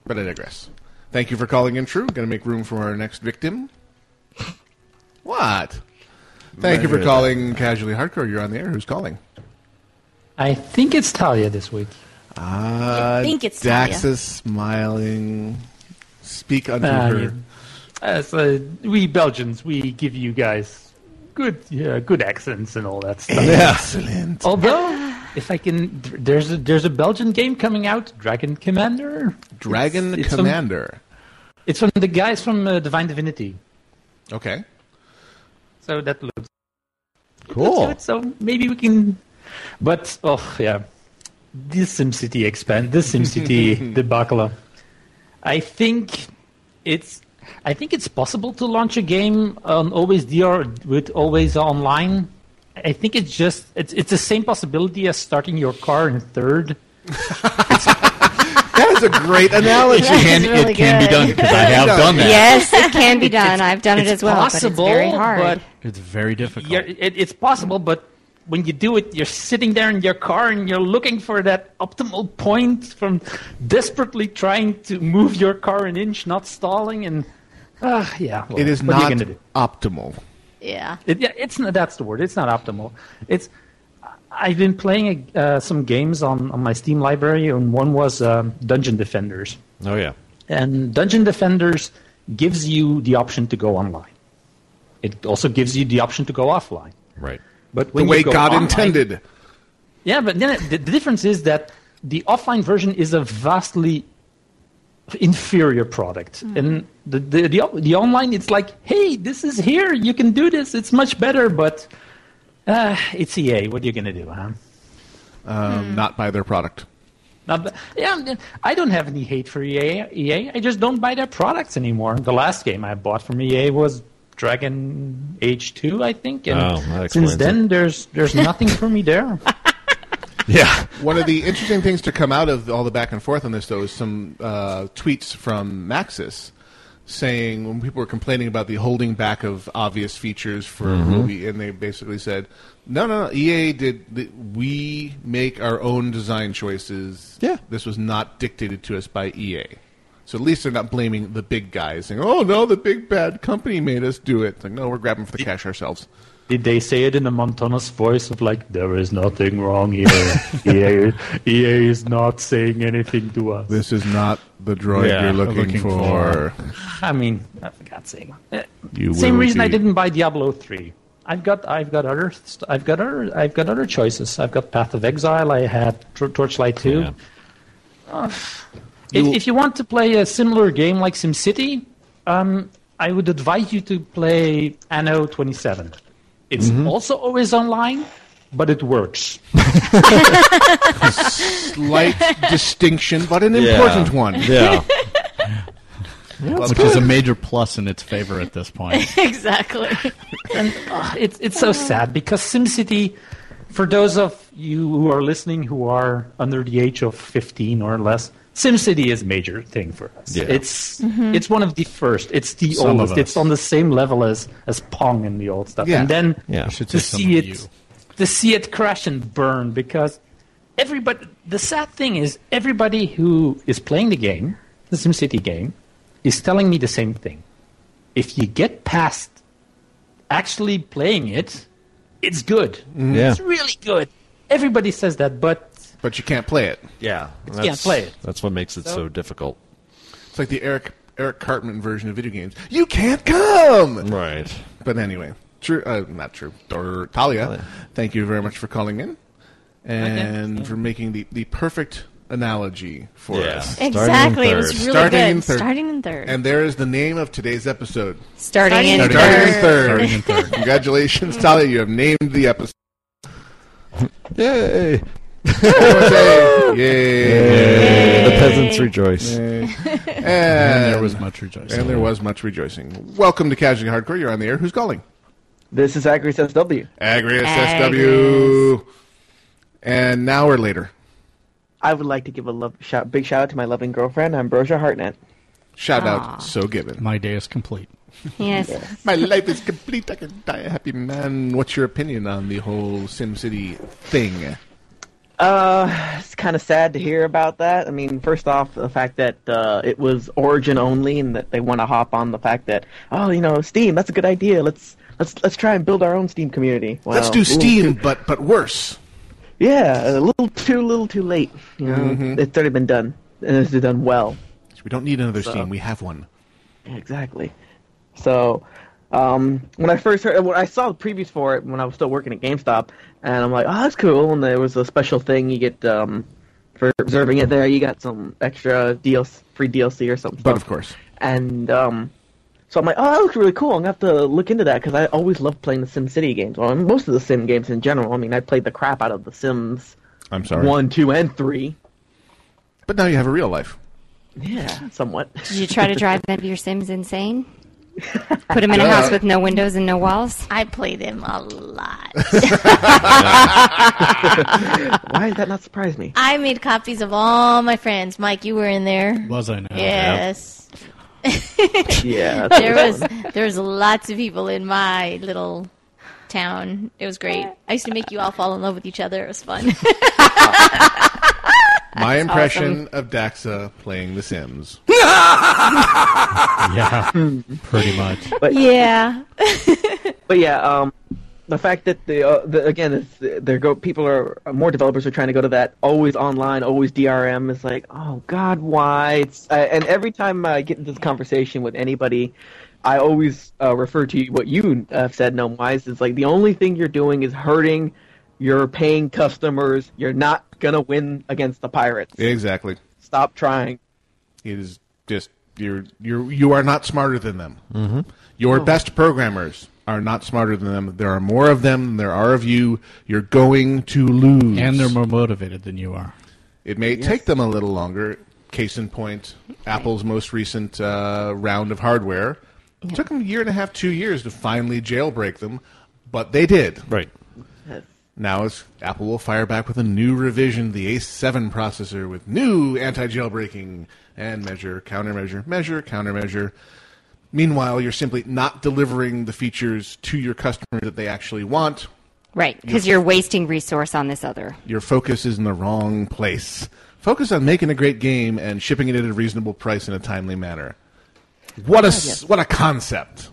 B: But I digress. Thank you for calling in, True. Going to make room for our next victim. What? Thank you for
P: Very good.
B: calling Casually Hardcore. You're on the air. Who's calling?
P: I think it's Talia this week. I
B: Uh,
P: think it's
B: Dax
P: Talia.
B: is smiling. Speak unto
P: Uh,
B: her.
P: you- As uh, we Belgians, we give you guys good, yeah, good accents and all that stuff. (laughs)
B: Excellent.
P: Although, if I can, there's a, there's a Belgian game coming out, Dragon Commander.
B: Dragon
P: It's- it's from-
B: Commander.
P: it's from the guys from uh, Divine Divinity,
B: okay.
P: so that looks
B: Cool.
P: That's good, so maybe we can. But oh yeah, this SimCity expand, this SimCity debacle. I think it's. I think it's possible to launch a game on always DR with always online. I think it's just it's it's the same possibility as starting your car in third.
B: (laughs) That is a great analogy.
G: It can- That is it really can be good. done, 'cause I
D: (laughs)
G: have done that.
D: Yes,
P: (laughs)
D: it can be done. I've done it as
P: it's
D: well,
P: possible,
D: but it's very hard.
P: but
G: It's very difficult.
P: you're, it, it's possible, but when you do it, you're sitting there in your car and you're looking for that optimal point from desperately trying to move your car an inch, not stalling, and ah, yeah. well,
B: it is
P: what are you
B: not
P: gonna do?
B: optimal.
E: Yeah. (laughs)
P: It, yeah, it's not, that's the word. It's not optimal. It's I've been playing uh, some games on, on my Steam library, and one was um, Dungeon Defenders.
F: Oh yeah.
P: And Dungeon Defenders gives you the option to go online. It also gives you the option to go offline.
F: Right.
P: But
B: The
P: when
B: way
P: you go
B: God
P: online-
G: (laughs)
B: intended.
P: Yeah, but then it- the, the difference is that the offline version is a vastly inferior product, and the, the the o- the online it's like, hey, this is here, you can do this, it's much better, but uh, it's EA. What are you gonna do, huh?
B: Um, Not by their product.
P: Not ba- Uh, yeah, I don't have any hate for E EA. EA, I just don't buy their products anymore. The last game I bought from EA was Dragon Age Two, I think, and
F: Oh, that
P: since
F: explains
P: then there's there's nothing for me there.
B: One of the interesting things to come out of all the back and forth on this, though, is some uh, tweets from Maxis saying when people were complaining about the holding back of obvious features for
F: Mhm.
B: Ruby, and they basically said, "No, no, no EA did. The, we make our own design choices. Yeah, this was not dictated to us by EA." So at least they're not blaming the big guys, saying, "Oh no, the big bad company made us do it." It's like, no, we're grabbing for the cash ourselves.
P: Did they say it in a monotonous voice of like, "There is nothing wrong
B: (laughs)
P: here. E EA, EA is not saying anything to us."
B: This is not the droid
P: Yeah,
B: you're looking,
P: looking
B: for.
P: for. I mean, uh, for God's sake. Uh,
B: You
P: Same
B: will
P: reason I
B: be-
P: didn't buy Diablo three. I've got, I've got other, st- I've got other, I've got other choices. I've got Path of Exile. I had Tor- Torchlight two. Uh, if,
F: You-
P: if you want to play a similar game like SimCity, um, I would advise you to play Anno 27. It's
B: Mm-hmm.
P: also always online, but it works.
B: (laughs) Slight distinction, but an
G: Yeah.
B: important one. (laughs)
G: Yeah.
B: Well,
G: Which is a major plus in its favor at this point.
E: exactly.
P: and uh, it's it's so sad because SimCity, for those of you who are listening who are under the age of fifteen or less, SimCity is a major thing for us.
F: Yeah.
P: It's
F: Mhm.
P: it's one of the first. It's the
F: Some of
P: oldest.
F: us.
P: It's on the same level as as Pong and the old stuff.
F: Yeah.
P: And then
F: Yeah. I should
P: to
F: say some
P: see
F: of
P: it
F: you.
P: to see it crash and burn because everybody. The sad thing is everybody who is playing the game, the SimCity game, is telling me the same thing. If you get past actually playing it, it's good.
F: Yeah.
P: It's really good. Everybody says that, but
B: but you can't play it.
F: Yeah,
P: can't play it.
F: That's what makes it so, difficult.
B: It's like the Eric Eric Cartman version of video games. You can't come.
F: Right.
B: But anyway, true. Uh, not true. Or Talia, thank you very much for calling in and for making the, the perfect analogy for
F: Yeah.
B: us.
E: Exactly, it was really good. Starting in third.
B: And there is the name of today's episode.
E: Starting in
B: Starting
E: third.
B: Starting in third. (laughs) Congratulations, Talia. You have named the episode.
F: (laughs) Yay!
E: (laughs)
B: Yay! Yay!
F: The peasants rejoice.
B: Yay. And,
G: there was much rejoicing.
B: And there was much rejoicing. Welcome to Casually Hardcore. You're on the air. Who's calling?
Q: This is Agris SW.
B: Agrius SW. And an hour later.
Q: I would like to give a love shout, big shout out to my loving girlfriend, Ambrosia Hartnett.
B: Shout
Q: Aw.
B: out, so given.
G: My day is complete.
D: Yes.
B: My life is complete. I
E: Ah.
B: can die a happy man. What's your opinion on the whole SimCity thing?
Q: Uh, it's kind of sad to hear about that. I mean, first off, the fact that uh, it was Origin only, and that they want to hop on the fact that oh, you know, Steam, that's a good idea. Let's let's let's try and build our own Steam community.
B: Let's
Q: Well,
B: do
Q: ooh.
B: Steam, but but worse.
Q: Yeah, a little too little too late. You know,
B: Mhm.
Q: it's already been done, and it's been done well.
B: We don't need another
Q: So-
B: Steam. We have one.
Q: Exactly. So, um, when I first heard, when I saw the previews for it when I was still working at GameStop, and I'm like, oh, that's cool. And there was a special thing you get um, for observing it there. You got some extra DLC, free DLC or something.
B: But of course.
Q: And um, so I'm like, oh, that looks really cool. I'm gonna have to look into that because I always love playing the Sim City games. Well, most of the Sim games in general. I mean, I played the crap out of the Sims
B: I'm sorry.
Q: one, two, and three.
B: But now you have a real life.
Q: Yeah, somewhat.
D: Did you
Q: (laughs)
D: try to drive any of your Sims insane? Put them in a
Q: Duh.
D: house with no windows and no walls?
E: I play them a
B: (laughs)
E: lot.
Q: (laughs) Why does that not surprise me?
E: I made copies of all my friends. Mike, you were in there.
G: Was I now?
E: Yes. (laughs)
Q: Yeah.
E: there was there was lots of people in my little town. It was great. I used to make you all fall in love with each other. It was
B: (laughs)
E: fun.
B: My
E: That's
B: impression of Daxa playing The Sims.
G: (laughs) yeah, pretty much.
Q: But,
E: yeah.
Q: (laughs) but yeah, um, the fact that the, uh, the again, it's, they're go people are uh, more developers are trying to go to that always online, always DRM is like, oh God, why? It's uh, and every time I get into this conversation with anybody, I always uh, refer to what you have said, no wise. It's like the only thing you're doing is hurting your paying customers. You're not gonna win against the pirates.
B: Exactly.
Q: Stop trying.
B: It is just you're you're you are not smarter than them.
G: Mm-hmm.
B: Your best programmers are not smarter than them. There are more of them than there are of you. You're going to lose.
G: And they're more motivated than you (laughs) are.
B: It may take them a little longer. Case in point, Apple's most recent uh, round of hardware It took them a year and a half, two years to finally jailbreak them, but they did.
F: Right.
B: Now it's, Apple will fire back with a new revision, the A7 processor, with new anti-jailbreaking and measure, countermeasure, measure, countermeasure. Meanwhile, you're simply not delivering the features to your customer that they actually want.
D: Right, because you're wasting resource on this other.
B: Your focus is in the wrong place. Focus on making a great game and shipping it at a reasonable price in a timely manner. What a s- what a concept!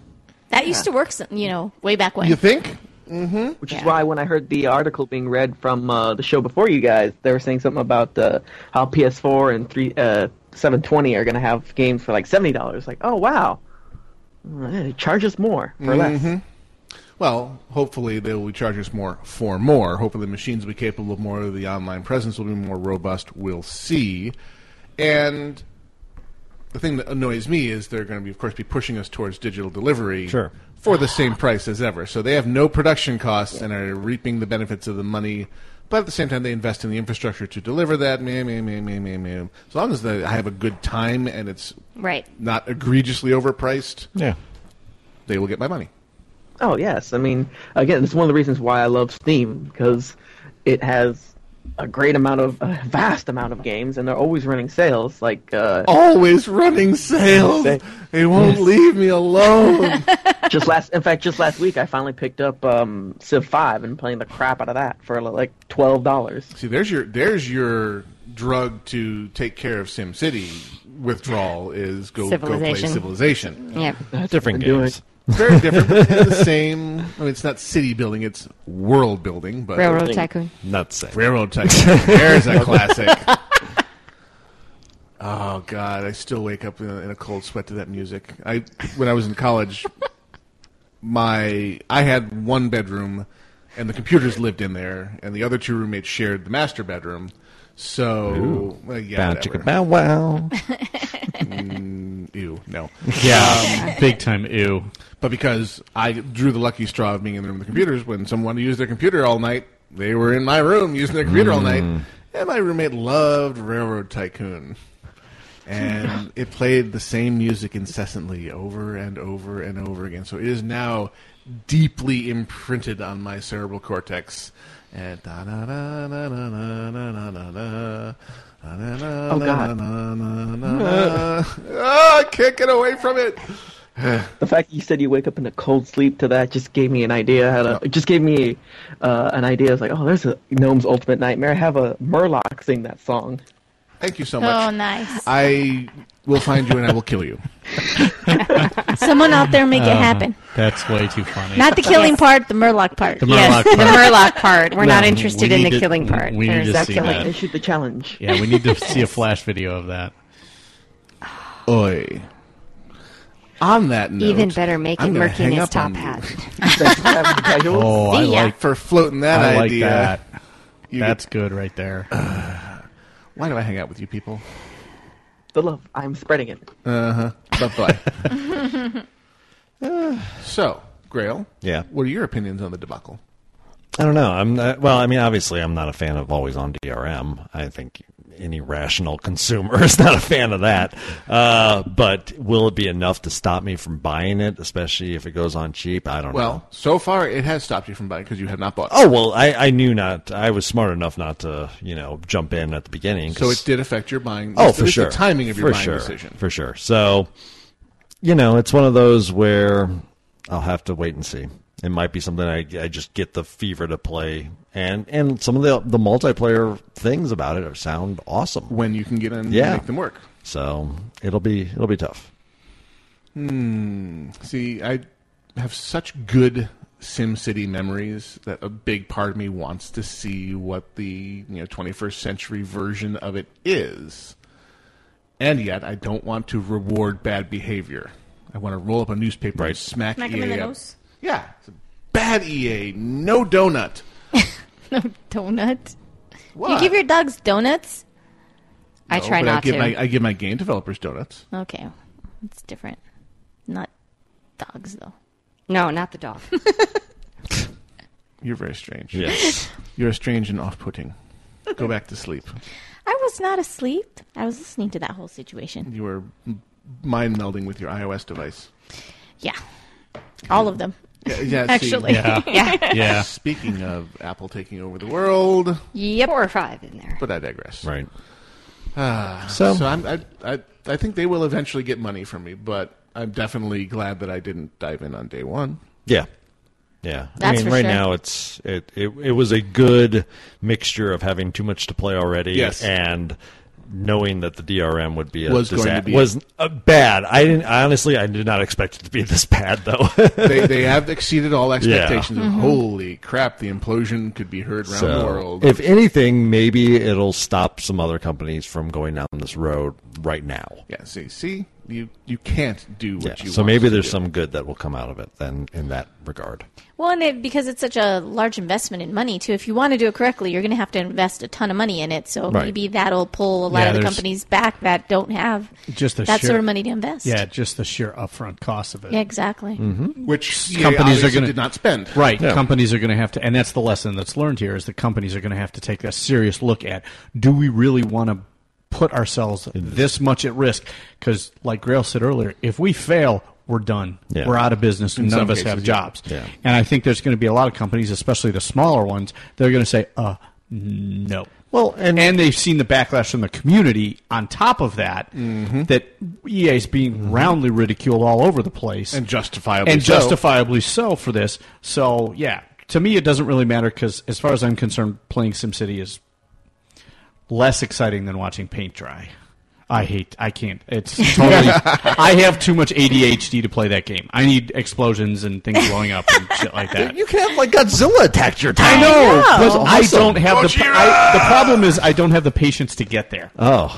E: That used to work, some, you know, way back when.
B: You think?
Q: Mm-hmm. Which is why when I heard the article being read from uh, the show before you guys, they were saying something about uh, how PS4 and three uh, 720 are going to have games for like seventy dollars. Like, oh wow, Uh, charge us more for less.
B: Mhm. Well, hopefully they will charge us more for more. Hopefully the machines will be capable of more. The online presence will be more robust. We'll see. And the thing that annoys me is they're going to be, of course, be pushing us towards digital delivery
F: Sure.
B: for the same price as ever. So they have no production costs and are reaping the benefits of the money. But at the same time, they invest in the infrastructure to deliver that. Meh, meh, meh, meh, meh, meh. As long as the, I have a good time and it's
D: Right.
B: not egregiously overpriced,
F: yeah,
B: they will get my money.
Q: Oh yes, I mean again, it's one of the reasons why I love Steam because it has a great amount of a vast amount of games, and they're always running sales. Like uh,
B: always running sales. They
Q: (laughs)
B: won't leave me alone.
Q: just last, in fact, just last week, I finally picked up um, Civ Five and playing the crap out of that for like twelve dollars.
B: See, there's your there's your drug to take care of SimCity withdrawal is go go play
Q: Civilization.
B: Civilization.
D: Yep.
F: Different
B: Uh,
Q: been doing-
F: games.
B: Very (laughs) different, but they're the same. I mean, it's not city building; it's world building. But
D: Railroad Tycoon.
F: Not the same.
B: Railroad tycoon. There's a classic. (laughs) Oh God, I still wake up in a, in a cold sweat to that music. I when I was in college, my I had one bedroom, and the computers lived in there, and the other two roommates shared the master bedroom. So well, yeah,
F: Bow
B: whatever.
F: chicka
H: (laughs)
F: bow wow.
B: Mm, ew, no.
G: Yeah, big time ew.
B: But because I drew the lucky straw of being in the room with the computers, when someone wanted to use their computer all night, they were in my room using their computer all
F: Mm.
B: night. And my roommate loved Railroad Tycoon. And it played the same music incessantly over and over and over again. So it is now deeply imprinted on my cerebral cortex. And da da da da da da da da da.
Q: Oh, God.
B: (laughs)
Q: Oh,
B: Ah, I can't get away from it. (laughs)
Q: the fact that you said you wake up in a cold sleep to that just gave me an idea. How to, it just gave me uh, an idea. It's like, oh, there's a Gnome's Ultimate Nightmare. I have a Murloc sing that song.
B: Thank you so
E: Oh,
B: much.
E: nice.
B: I will find you and I will kill you.
E: (laughs) Someone out there make it
B: Uh-huh.
G: Uh,
E: happen.
G: That's way too funny. (laughs)
E: Not the killing part, the Murloc part.
G: The
D: (laughs)
G: Yes, Murloc the part.
D: Murloc part. We're
G: No,
D: not interested
G: we
D: in the
G: need to-
D: killing part.
G: we need
D: There's
G: to
D: that
G: see
D: killing.
G: that.
Q: Issued the challenge.
G: Yeah, we
B: (laughs)
G: need to see a flash video
B: (sighs)
G: of that.
B: Oi. On that note,
D: Even better, make
B: I'm
D: it
B: gonna
D: murky in
B: hang
D: his
B: up
D: top
B: on you.
G: (laughs)
D: hat.
B: (laughs)
G: Oh, I
D: See ya.
G: like
B: for floating that
G: I like
B: idea.
G: that.
B: You
G: That's good right there.
B: (sighs) Why do I hang out with you people?
Q: The love. I'm spreading it.
B: Uh huh. Bye
D: (laughs)
B: bye. (sighs) so, Grail.
F: Yeah.
B: What are your opinions on the debacle?
F: I don't know. I'm not, well. I mean, obviously, I'm not a fan of always on DRM. I think any rational consumer (laughs) is not a fan of that. Uh, but will it be enough to stop me from buying it, especially if it goes on cheap? I don't know.
B: Well, so far it has stopped you from buying because you have not bought. it.
F: Oh well, I, I knew not. I was smart enough not to, you know, jump in at the beginning. 'cause-
B: So it did affect your buying.
F: Oh,
B: at
F: for
B: least
F: sure.
B: The timing of your
F: for
B: buying
F: sure.
B: decision.
F: for sure. So, you know, it's one of those where I'll have to wait and see. It might be something I, I just get the fever to play, and and some of the the multiplayer things about it are, sound awesome
B: when you can get in and
F: yeah.
B: make them work.
F: So it'll be it'll be tough.
B: Hmm. See, I have such good SimCity memories that a big part of me wants to see what the you know 21st century version of it is, and yet I don't want to reward bad behavior. I want to roll up a newspaper and smack,
E: Smack
B: EA
E: 'em in the
B: up.
E: nose.
B: Yeah, it's a bad EA, no donut.
E: No (laughs) donut. You
B: What?
E: give your dogs donuts?
D: I
B: No,
D: try
B: but
D: not
B: I give
D: to.
B: My, I give my game developers donuts.
E: Okay, it's different. Not dogs though.
D: No, not the
E: (laughs)
D: dog.
B: You're very strange.
F: Yes.
B: (laughs) You're strange and off-putting. Go back
E: (laughs)
B: to sleep.
E: I was not asleep. I was listening to that whole situation.
B: You were mind melding with your iOS device.
E: Yeah, all of them. (laughs)
B: Yeah, yeah, see-
E: actually.
B: Speaking of Apple taking over the world,
D: Yep. Four or five in there.
B: but I digress.
F: Right.
B: Ah,
F: So-
B: so I'm, I, I, I think they will eventually get money from me, but I'm definitely glad that I didn't dive in on day one.
F: Yeah. Yeah.
B: That's
F: I mean,
B: for
F: right
B: sure.
F: now it's it, it it was a good mixture of having too much to play already
B: Yes.
F: and knowing that the DRM would be a
B: Was going to
F: disas-
B: be-
F: was uh, bad. I didn't I honestly I did not expect it to be (laughs) this bad though.
B: They, they have exceeded all expectations.
F: Mhm.
B: Holy crap! The implosion could be heard around the
F: so,
B: world.
F: if anything, maybe it'll stop some other companies from going down this road right now.
B: yeah, see, see, you you can't do what
F: Yeah,
B: you.
F: so
B: want
F: maybe
B: to
F: there's
B: do.
F: some good that will come out of it then in that regard.
E: Well, and it, because it's such a large investment in money too. If you want to do it correctly, you're going to have to invest a ton of money in it. So
G: Right.
E: maybe that'll pull a lot
G: Yeah,
E: of the
G: there's-
E: companies back that don't have
G: Just the
E: that
G: sheer-
E: sort of money to invest.
G: Yeah, just the sheer upfront cost of it.
E: Yeah, exactly.
B: Which EA
G: companies are
B: obviously
G: going to
B: did not spend.
G: Right,
B: Yeah.
G: companies are going to have to, and that's the lesson that's learned here is that companies are going to have to take a serious look at: Do we really want to put ourselves this much at risk? Because, like Grail said earlier, if we fail, we're done.
F: Yeah.
G: We're out of business.
F: In
G: None
F: some
G: of us
F: cases,
G: have
F: yeah.
G: jobs.
F: Yeah.
G: And I think there's going to be a lot of companies, especially the smaller ones, they're going to say, "Uh, no."
F: Well, and,
G: and they've seen the backlash from the community on top of that,
B: Mm-hmm.
G: that EA is being roundly ridiculed all over the place.
B: And justifiably
G: And
B: so.
G: justifiably so for this. So, yeah, to me, it doesn't really matter because, as far as I'm concerned, playing SimCity is less exciting than watching paint dry. I hate. I can't.
B: (laughs)
G: It's totally. I have too much ADHD to play that game. I need explosions and things blowing up and shit like
B: (laughs)
G: that.
F: You can have like Godzilla attack your town.
G: I know, but I don't have the. I, the problem is I don't have the patience to get there. Uh,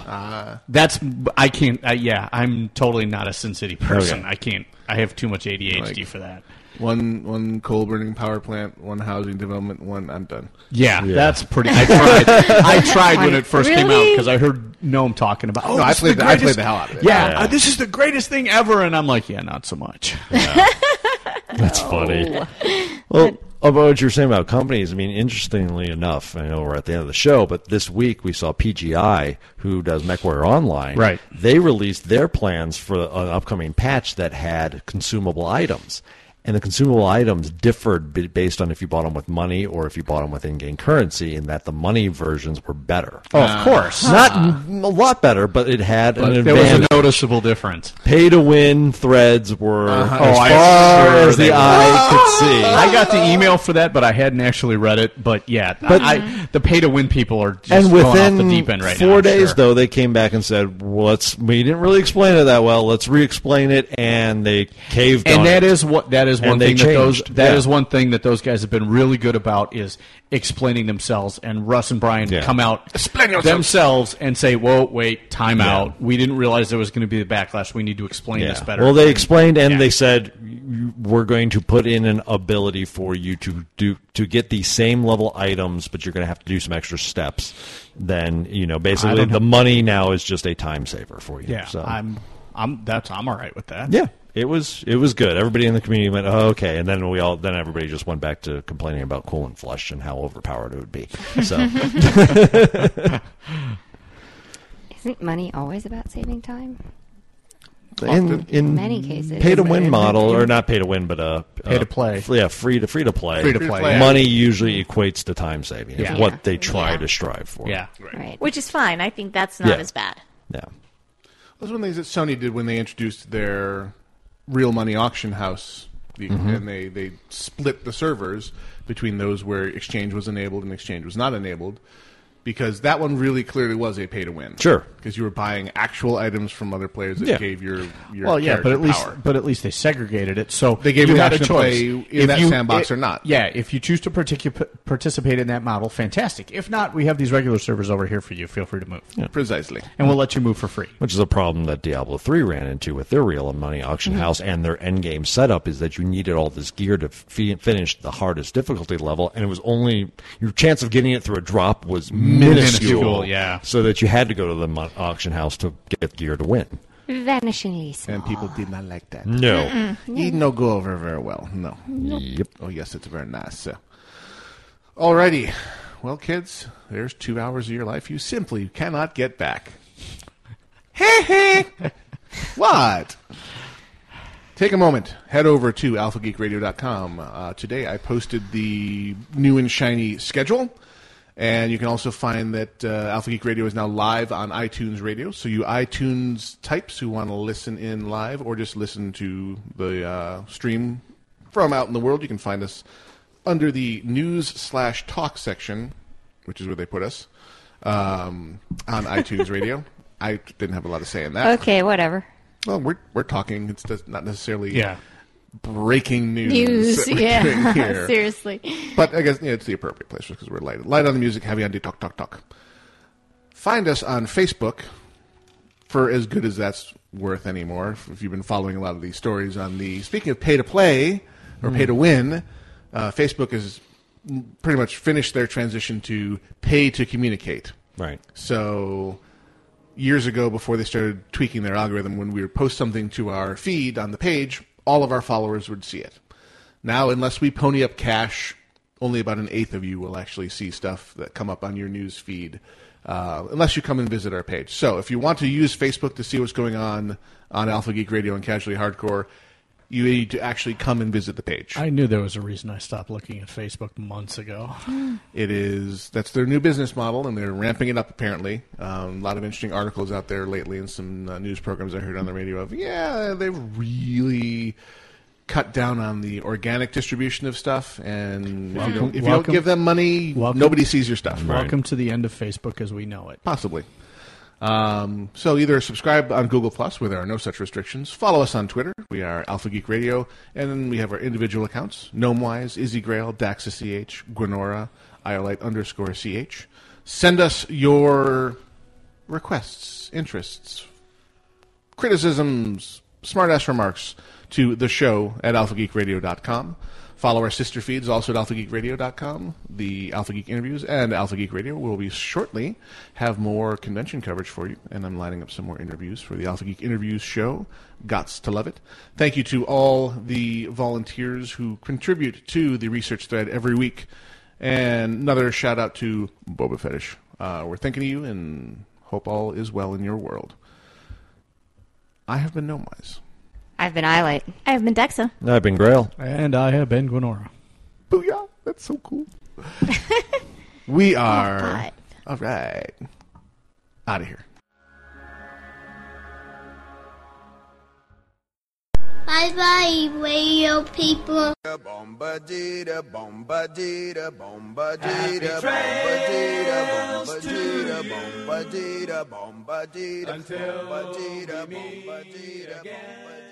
F: Oh.
G: that's I can't. I, yeah, I'm totally not a Sin City person.
B: Okay.
G: I can't. I have too much ADHD for that.
B: One one coal burning power plant, one housing development, one I'm done.
G: Yeah, that's pretty.
B: (laughs)
G: I (laughs) tried. I tried when it first came out because I heard Gnome talking about.
B: No, I
G: this is
B: played Oh, the- I played
G: greatest-
B: the hell out of it.
G: Yeah,
B: Yeah.
G: uh, this is the greatest thing ever, and I'm like, yeah, not so much.
F: (laughs) That's funny. Well, about what you were saying about companies, I mean, interestingly enough, I know we're at the end of the show, but this week we saw PGI, who does MechWarrior Online.
G: Right.
F: They released their plans for an upcoming patch that had consumable items. And the consumable items differed b- based on if you bought them with money or if you bought them with in game currency, in that the money versions were better.
G: Oh, of Ah. course.
F: Not m- a lot better, but it had an
G: But there was
F: advantage.
G: a noticeable difference.
F: Pay to win threads were
G: Uh-huh.
F: as
G: Oh, I-
F: far
G: sure
F: as
G: they
F: the
G: were. (laughs)
F: eye could see.
G: I got the email for that, but I hadn't actually read it. But yeah,
F: But-
G: I, the pay to win people are just
F: and within
G: going off the deep end right now.
F: four
G: I'm
F: days,
G: sure.
F: though, they came back and said, well, "Let's." We didn't really explain it that well. Let's re-explain it, and they caved. on
G: and that
F: it.
G: is what that is
F: And
G: one
F: they
G: thing that those
F: changed.
G: that is
F: Yeah.
G: one thing that those guys have been really good about is explaining themselves. And Russ and Brian come out
B: yourself.
G: themselves and say, "Whoa, wait, time out. We didn't realize there was going to be the backlash. We need to explain
F: Yeah.
G: this better."
F: Well, they explained, and they said "You- we're going to put in an ability for you to do to get the same level items, but you're going to have to do some extra steps. Then you know, basically,
G: don't
F: the
G: know.
F: money now is just a time saver for you.
G: yeah,
F: so.
G: I'm I'm that's I'm all right with that.
F: Yeah, it was it was good. Everybody in the community went, oh, okay, and then we all then everybody just went back to complaining about coolant flush and how overpowered it would be. (laughs) So,
D: Isn't money always about saving time?
F: in in
D: many cases,
F: pay to win model or not pay to win, but uh,
G: Pay
F: uh,
G: to play.
F: f- yeah, free to free to play,
G: Free to Free to play, play. yeah.
F: Money usually equates to time saving.
G: Yeah.
F: Yeah. what they try to strive for.
G: Yeah.
E: Right. Which is fine. I think that's not
F: Yeah.
E: as bad.
F: Yeah.
B: That's one of the things that Sony did when they introduced their real money auction house, the,
F: Mhm.
B: and they they split the servers between those where exchange was enabled and exchange was not enabled, because that one really clearly was a pay to win.
F: Sure.
B: because you were buying actual items from other players that
G: Yeah.
B: gave your, your
G: well, yeah, but
B: character
G: at least
B: power.
G: but at least they segregated it, so
B: They gave you
G: you
B: the
G: had a
B: option to
G: choice
B: play in that sandbox
G: it-
B: or not.
G: Yeah, if you choose to particu- participate in that model, fantastic. If not, we have these regular servers over here for you. Feel free to move.
B: precisely,
G: and we'll let you move for free.
F: Which is a problem that Diablo 3 ran into with their real money auction
G: Mhm.
F: house and their end game setup is that you needed all this gear to fi- finish the hardest difficulty level, and it was only your chance of getting it through a drop was minuscule.
G: Minuscule, yeah.
F: So that you had to go to the mon- auction house to get gear to win.
D: Vanishingly small.
B: And people did not like that.
F: No.
D: Mm-mm.
B: It no go over very well. No.
D: Nope.
F: Yep.
B: Oh yes, it's very nice. So. Alrighty. Well, kids, there's two hours of your life you simply cannot get back. Hey, hey. what? Take a moment. Head over to alphageekradio.com. Uh, today I posted the new and shiny schedule. And you can also find that uh, Alpha Geek Radio is now live on iTunes Radio. So you iTunes types who want to listen in live or just listen to the uh, stream from out in the world, you can find us under the news slash talk section, which is where they put us um, on iTunes Radio. I didn't have a lot to say in that.
D: Okay, whatever.
B: Well, we're we're talking. It's just not necessarily
G: Yeah.
B: breaking news.
E: News,
B: that
E: (laughs)
B: we're doing
E: yeah,
B: here.
E: seriously.
B: But I guess yeah, it's the appropriate place because we're light, light on the music, heavy on the talk, talk, talk. Find us on Facebook for as good as that's worth anymore. If if you've been following a lot of these stories on the speaking of pay to play or
G: Hmm.
B: pay to win, uh, Facebook has pretty much finished their transition to pay to communicate.
F: Right.
B: So years ago, before they started tweaking their algorithm, when we would post something to our feed on the page, all of our followers would see it. Now, unless we pony up cash, only about an eighth of you will actually see stuff that come up on your news feed, uh, unless you come and visit our page. So, if you want to use Facebook to see what's going on on Alpha Geek Radio and Casually Hardcore, you need to actually come and visit the page.
G: I knew there was a reason I stopped looking at Facebook months ago.
B: It is that's their new business model, and they're ramping it up. Apparently, um, a lot of interesting articles out there lately, and some uh, news programs I heard on the radio of yeah, they've really cut down on the organic distribution of stuff, and if you don't, if you don't
G: Welcome-
B: give them money,
G: welcome-
B: nobody sees your stuff.
G: Welcome to the end of Facebook as we know it.
B: Possibly. Um, so either subscribe on Google Plus, where there are no such restrictions. Follow us on Twitter. We are Alpha Geek Radio, and then we have our individual accounts: Gnomewise, Izzy Grail, DaxaCH, Gwenora, Iolite underscore ch. Send us your requests, interests, criticisms, smartass remarks to the show at alphageekradio.com. Follow our sister feeds also at alphageekradio.com, the Alpha Geek interviews, and Alpha Geek Radio will be shortly have more convention coverage for you, and I'm lining up some more interviews for the Alpha Geek interviews show. Gots to love it. Thank you to all the volunteers who contribute to the research thread every week, and another shout out to Boba Fetish. Uh, we're thinking of you and hope all is well in your world. I have been Gnomewise.
D: I've been Eyelight.
E: I've been Dexa.
F: I've been Grail.
G: And I have been Gwenora.
B: Booyah! That's so cool. we are. All right. Out of here.
R: Bye bye, radio people.
L: Bombadita, bombadita, bombadita,
R: Happy
L: bombadita,
R: trails to
L: bombadita,
R: you.
L: bombadita, bombadita,
R: Until
L: bombadita,
R: we meet
L: bombadita, bombadita.